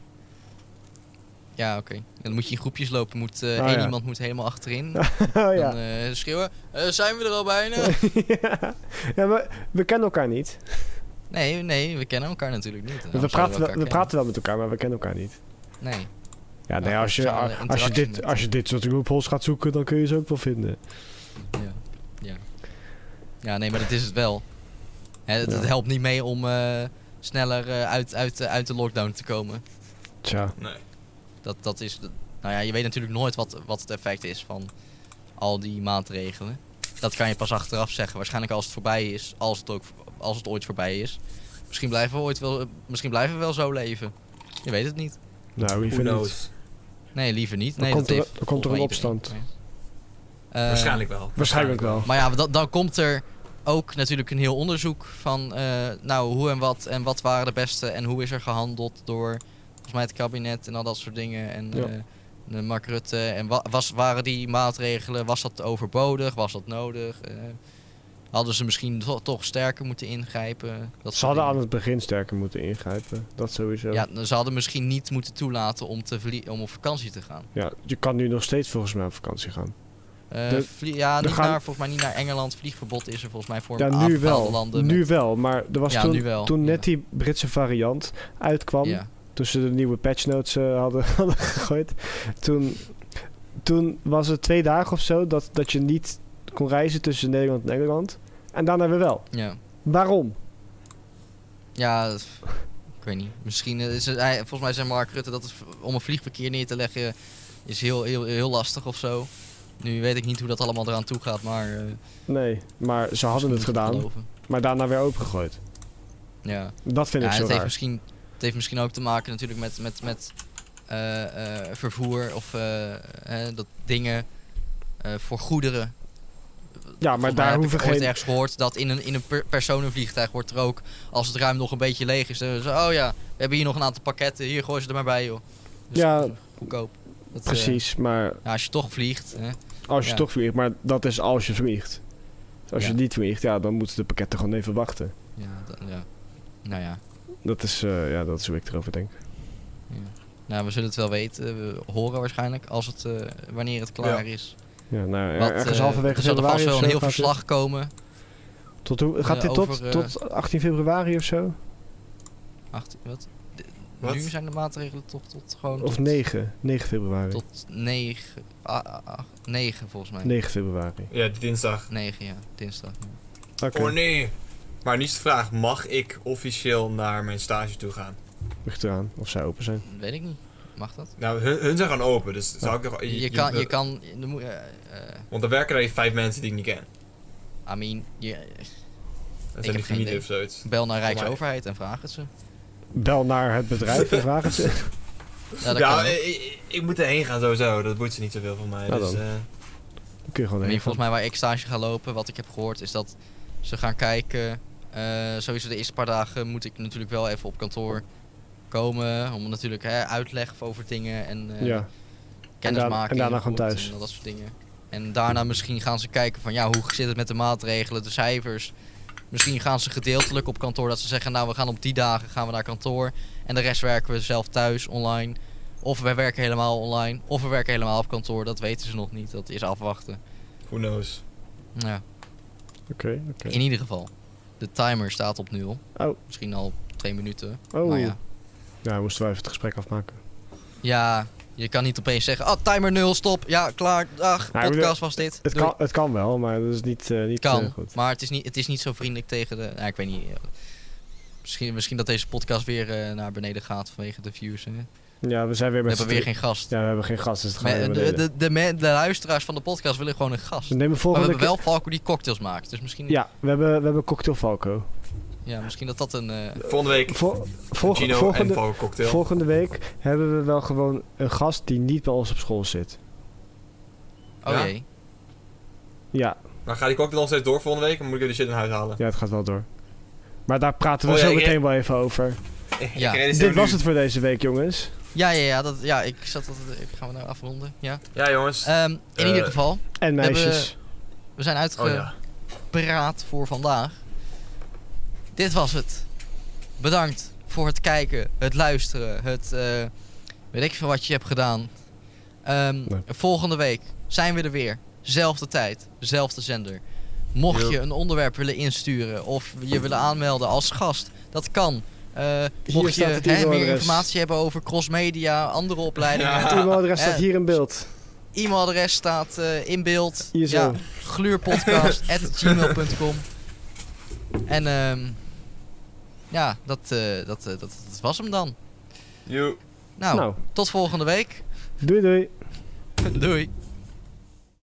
[SPEAKER 1] Ja, oké. En Dan moet je in groepjes lopen. Moet, eh,
[SPEAKER 3] Oh,
[SPEAKER 1] één
[SPEAKER 3] ja.
[SPEAKER 1] iemand moet helemaal achterin.
[SPEAKER 3] Oh
[SPEAKER 1] Dan
[SPEAKER 3] ja.
[SPEAKER 1] eh, schreeuwen. "Eh, zijn we er al bijna?
[SPEAKER 3] ja. maar eh, we kennen elkaar niet.
[SPEAKER 1] nee, nee, we kennen elkaar natuurlijk niet. Waarom
[SPEAKER 3] we
[SPEAKER 1] zouden
[SPEAKER 3] praten, wel,
[SPEAKER 1] elkaar
[SPEAKER 3] we
[SPEAKER 1] kennen?
[SPEAKER 3] praten wel met elkaar, maar we kennen elkaar niet.
[SPEAKER 1] Nee.
[SPEAKER 3] Ja, nee,
[SPEAKER 1] Nou,
[SPEAKER 3] als je,
[SPEAKER 1] sociale
[SPEAKER 3] als, je
[SPEAKER 1] interactie
[SPEAKER 3] dit,
[SPEAKER 1] moet-
[SPEAKER 3] als je dit soort loopholes gaat zoeken, dan kun je ze ook wel vinden.
[SPEAKER 1] Ja. Ja. ja, nee, maar dat is het wel. Hè, het,
[SPEAKER 3] Ja.
[SPEAKER 1] het helpt niet mee om eh, sneller eh, uit, uit, eh, uit de lockdown te komen.
[SPEAKER 3] Tja.
[SPEAKER 2] Nee.
[SPEAKER 1] Dat, dat is. dat- nou ja, je weet natuurlijk nooit wat, wat het effect is van al die maatregelen. Dat kan je pas achteraf zeggen. Waarschijnlijk als het voorbij is, als het, ook, als het ooit voorbij is. Misschien blijven we ooit wel, misschien blijven we wel zo leven. Je weet het niet.
[SPEAKER 3] Nou, wie
[SPEAKER 2] Who
[SPEAKER 3] vindt
[SPEAKER 2] knows?
[SPEAKER 3] het?
[SPEAKER 1] Nee, liever niet.
[SPEAKER 3] Dan
[SPEAKER 1] Nee,
[SPEAKER 3] komt
[SPEAKER 1] dat
[SPEAKER 3] er-
[SPEAKER 1] heeft
[SPEAKER 3] dan komt er een
[SPEAKER 1] volgens mij iedereen. Eh,
[SPEAKER 2] Waarschijnlijk wel.
[SPEAKER 3] Waarschijnlijk wel.
[SPEAKER 1] Maar ja, dan, dan komt er ook natuurlijk een heel onderzoek van eh, nou hoe en wat en wat waren de beste en hoe is er gehandeld door volgens mij het kabinet en al dat soort dingen en
[SPEAKER 3] Ja.
[SPEAKER 1] eh, de Mark Rutte en wa- was, waren die maatregelen, was dat overbodig, was dat nodig? eh, hadden ze misschien to- toch sterker moeten ingrijpen? Dat soort
[SPEAKER 3] Ze hadden
[SPEAKER 1] dingen.
[SPEAKER 3] aan het begin sterker moeten ingrijpen. Dat sowieso. Ja.
[SPEAKER 1] ja, ze hadden misschien niet moeten toelaten om, te verlie- om op vakantie te gaan.
[SPEAKER 3] je kan nu nog steeds volgens mij op vakantie gaan.
[SPEAKER 1] Eh,
[SPEAKER 3] De-
[SPEAKER 1] vlie- ja,
[SPEAKER 3] we
[SPEAKER 1] niet
[SPEAKER 3] gaan-
[SPEAKER 1] naar, volgens mij niet naar Engeland. Vliegverbod is er volgens mij voor
[SPEAKER 3] ja,
[SPEAKER 1] bepaalde
[SPEAKER 3] nu wel.
[SPEAKER 1] landen.
[SPEAKER 3] Nu
[SPEAKER 1] met-
[SPEAKER 3] wel, maar er was
[SPEAKER 1] Ja,
[SPEAKER 3] toen,
[SPEAKER 1] nu wel,
[SPEAKER 3] toen net
[SPEAKER 1] ja.
[SPEAKER 3] die Britse variant uitkwam.
[SPEAKER 1] ja.
[SPEAKER 3] Toen ze de nieuwe patch notes eh, hadden, hadden gegooid. Toen, toen was het twee dagen of zo dat, dat je niet kon reizen tussen Nederland en Engeland. En daarna weer wel.
[SPEAKER 1] Ja.
[SPEAKER 3] Waarom?
[SPEAKER 1] Ja, dat- ik weet niet. Misschien eh, is het, hij, volgens mij zei Mark Rutte dat het v- om een vliegverkeer neer te leggen is heel, heel, heel lastig of zo. Nu weet ik niet hoe dat allemaal eraan toe gaat, maar. eh,
[SPEAKER 3] Nee, maar ze
[SPEAKER 1] misschien
[SPEAKER 3] hadden
[SPEAKER 1] moet
[SPEAKER 3] het
[SPEAKER 1] ik
[SPEAKER 3] gedaan,
[SPEAKER 1] geloven.
[SPEAKER 3] maar daarna weer opengegooid.
[SPEAKER 1] Ja.
[SPEAKER 3] Dat vind
[SPEAKER 1] ja,
[SPEAKER 3] ik zo
[SPEAKER 1] het, heeft
[SPEAKER 3] raar.
[SPEAKER 1] misschien, het heeft misschien ook te maken natuurlijk met, met, met eh, eh, vervoer of eh, eh, dat dingen eh, voor goederen.
[SPEAKER 3] Ja, maar
[SPEAKER 1] Volgens mij
[SPEAKER 3] daar
[SPEAKER 1] heb
[SPEAKER 3] hoeven
[SPEAKER 1] ik ooit
[SPEAKER 3] geen...
[SPEAKER 1] ergens gehoord dat in een, in een per- personenvliegtuig wordt er ook, als het ruim nog een beetje leeg is, eh, zo, oh ja, we hebben hier nog een aantal pakketten, hier gooi ze er maar bij joh. Dus
[SPEAKER 3] Ja.
[SPEAKER 1] dat is goedkoop. Dat, eh,
[SPEAKER 3] Precies, maar
[SPEAKER 1] ja, als je toch vliegt, hè,
[SPEAKER 3] als je
[SPEAKER 1] Ja.
[SPEAKER 3] toch vliegt, maar dat is als je vliegt. Als
[SPEAKER 1] Ja.
[SPEAKER 3] je niet vliegt, ja, dan moeten de pakketten gewoon even wachten.
[SPEAKER 1] ja, dan- ja. nou ja.
[SPEAKER 3] Dat is, eh, ja, dat is hoe ik erover denk.
[SPEAKER 1] Nou, we zullen het wel weten, we horen waarschijnlijk als het, eh, wanneer het klaar is.
[SPEAKER 3] Ja, nou, er-
[SPEAKER 1] Want,
[SPEAKER 3] ergens
[SPEAKER 1] eh,
[SPEAKER 3] halverwege
[SPEAKER 1] er zal er
[SPEAKER 3] februari
[SPEAKER 1] vast wel
[SPEAKER 3] of
[SPEAKER 1] een
[SPEAKER 3] zo
[SPEAKER 1] heel
[SPEAKER 3] gaat dit-
[SPEAKER 1] verslag komen.
[SPEAKER 3] Tot hoe, gaat
[SPEAKER 1] eh,
[SPEAKER 3] dit tot,
[SPEAKER 1] over, eh,
[SPEAKER 3] tot 18 februari of zo?
[SPEAKER 1] 18, wat? De-
[SPEAKER 2] Wat?
[SPEAKER 1] Nu zijn de maatregelen toch tot gewoon.
[SPEAKER 3] Of
[SPEAKER 1] tot,
[SPEAKER 3] 9? 9 februari.
[SPEAKER 1] Tot Ah, 9. 9 volgens mij.
[SPEAKER 3] 9 februari.
[SPEAKER 2] Ja, dinsdag.
[SPEAKER 1] 9, ja, dinsdag. ja.
[SPEAKER 3] Oké.
[SPEAKER 2] Oh nee. Maar nu is de vraag, mag ik officieel naar mijn stage toe gaan?
[SPEAKER 3] Ligt eraan of zij open zijn.
[SPEAKER 1] Weet ik niet. Mag dat?
[SPEAKER 2] Nou, hun, hun zijn gaan open, dus zou ik toch...
[SPEAKER 1] Je, kan. Je kan je moet- eh, eh,
[SPEAKER 2] Want er werken daar vijf mensen die ik niet ken.
[SPEAKER 1] I mean, je,
[SPEAKER 2] Dat
[SPEAKER 1] heb
[SPEAKER 2] zijn die
[SPEAKER 1] geen
[SPEAKER 2] familie
[SPEAKER 1] idee.
[SPEAKER 2] of zoiets.
[SPEAKER 1] bel naar Rijksoverheid en vraag het ze.
[SPEAKER 3] Bel naar het bedrijf en vraag het ze.
[SPEAKER 1] Ja,
[SPEAKER 2] Ja,
[SPEAKER 1] dat kan ook.
[SPEAKER 2] ik, ik- ik moet erheen gaan sowieso. Dat boeit ze niet zoveel van mij.
[SPEAKER 3] Nou
[SPEAKER 2] dus,
[SPEAKER 3] dan.
[SPEAKER 2] eh,
[SPEAKER 3] Dan kun je
[SPEAKER 1] I
[SPEAKER 3] gewoon
[SPEAKER 1] mean,
[SPEAKER 3] heen.
[SPEAKER 1] volgens mij waar ik stage ga lopen, wat ik heb gehoord, is dat ze gaan kijken. eh, sowieso de eerste paar dagen moet ik natuurlijk wel even op kantoor komen. Om natuurlijk hè, uitleg over dingen en eh,
[SPEAKER 3] Ja,
[SPEAKER 1] kennis
[SPEAKER 3] En daar-
[SPEAKER 1] maken.
[SPEAKER 3] en daarna
[SPEAKER 1] input
[SPEAKER 3] gewoon thuis.
[SPEAKER 1] En al dat soort dingen. En daarna misschien gaan ze kijken van ja, hoe zit het met de maatregelen, de cijfers. Misschien gaan ze gedeeltelijk op kantoor dat ze zeggen, nou we gaan op die dagen gaan we naar kantoor. En de rest werken we zelf thuis online. Of we werken helemaal online. Of we werken helemaal op kantoor. Dat weten ze nog niet. Dat is afwachten.
[SPEAKER 2] who knows.
[SPEAKER 1] Nou, ja,
[SPEAKER 3] oké. oké.
[SPEAKER 1] in ieder geval. De timer staat op nul.
[SPEAKER 3] Oh.
[SPEAKER 1] Misschien al twee minuten.
[SPEAKER 3] Oh,
[SPEAKER 1] Maar ja.
[SPEAKER 3] nou moesten wij even het gesprek afmaken.
[SPEAKER 1] ja, je kan niet opeens zeggen, ah timer nul, stop. Ja, klaar. Dag,
[SPEAKER 3] Nou, ik bedoel,
[SPEAKER 1] podcast was dit.
[SPEAKER 3] Het
[SPEAKER 1] Doei.
[SPEAKER 3] kan, het kan wel, maar dat is niet, eh, niet
[SPEAKER 1] Het kan,
[SPEAKER 3] eh, goed.
[SPEAKER 1] maar het is, niet, het is niet zo vriendelijk tegen de... Nou, ik weet niet. eh, Misschien, misschien dat deze podcast weer eh, naar beneden gaat vanwege de views. Hè? We
[SPEAKER 3] Ja, we zijn weer met
[SPEAKER 1] hebben weer
[SPEAKER 3] z'n
[SPEAKER 1] geen gast.
[SPEAKER 3] drie- Ja, we hebben geen gast, dus het gaat
[SPEAKER 1] Maar,
[SPEAKER 3] naar
[SPEAKER 1] eh,
[SPEAKER 3] beneden.
[SPEAKER 1] de, de, de, men- de luisteraars van de podcast willen gewoon een gast.
[SPEAKER 3] we nemen
[SPEAKER 1] Maar we
[SPEAKER 3] volgende
[SPEAKER 1] hebben wel Falco die cocktails maakt. Dus misschien,
[SPEAKER 3] keer- Ja, we hebben, we hebben Cocktail Falco.
[SPEAKER 1] ja, misschien dat dat een... eh,
[SPEAKER 2] Volgende week
[SPEAKER 3] Vol- vol-
[SPEAKER 2] Gino en
[SPEAKER 3] volgende,
[SPEAKER 2] Paul Cocktail.
[SPEAKER 3] volgende week hebben we wel gewoon een gast die niet bij ons op school zit.
[SPEAKER 1] oh
[SPEAKER 2] Ja?
[SPEAKER 1] jee.
[SPEAKER 3] Ja,
[SPEAKER 2] maar ga Nou, die cocktail nog steeds door volgende week? Dan moet ik de shit in huis halen.
[SPEAKER 3] ja het gaat wel door. Maar daar praten we
[SPEAKER 2] Oh ja,
[SPEAKER 3] zo
[SPEAKER 2] ik-
[SPEAKER 3] meteen wel even over.
[SPEAKER 1] Ja.
[SPEAKER 2] Ik realiseer
[SPEAKER 3] Dit
[SPEAKER 2] me
[SPEAKER 3] was
[SPEAKER 2] nu-
[SPEAKER 3] het voor deze week, jongens.
[SPEAKER 1] Ja, ja, ja, dat, ja. Ik zat dat... ik- Gaan we nou afronden? Ja.
[SPEAKER 2] Ja, jongens.
[SPEAKER 1] Ehm, in
[SPEAKER 2] Eh,
[SPEAKER 1] ieder geval,
[SPEAKER 3] En
[SPEAKER 1] We hebben-
[SPEAKER 3] meisjes.
[SPEAKER 1] we zijn
[SPEAKER 2] oh
[SPEAKER 1] uitgepraat
[SPEAKER 2] ja.
[SPEAKER 1] voor vandaag. Dit was het. Bedankt voor het kijken, het luisteren, het eh, weet ik veel wat je hebt gedaan. Ehm,
[SPEAKER 3] Nee.
[SPEAKER 1] Volgende week zijn we er weer. Zelfde tijd, zelfde zender. Mocht
[SPEAKER 2] Yep.
[SPEAKER 1] je een onderwerp willen insturen of je willen aanmelden als gast, dat kan. Eh, mocht je
[SPEAKER 3] staat het
[SPEAKER 1] hè, meer
[SPEAKER 3] e-mailadres.
[SPEAKER 1] informatie hebben over crossmedia, andere opleidingen,
[SPEAKER 2] Ja.
[SPEAKER 3] Het e-mailadres
[SPEAKER 1] Eh,
[SPEAKER 3] staat hier in beeld.
[SPEAKER 1] e-mailadres staat eh, in beeld.
[SPEAKER 3] Hier zo.
[SPEAKER 1] Ja, gluurpodcast.gmail.com En ehm, ja, dat, eh, dat, eh, dat, dat was hem dan.
[SPEAKER 2] Joe.
[SPEAKER 1] Nou,
[SPEAKER 3] Nou,
[SPEAKER 1] tot volgende week.
[SPEAKER 3] doei doei.
[SPEAKER 1] Doei.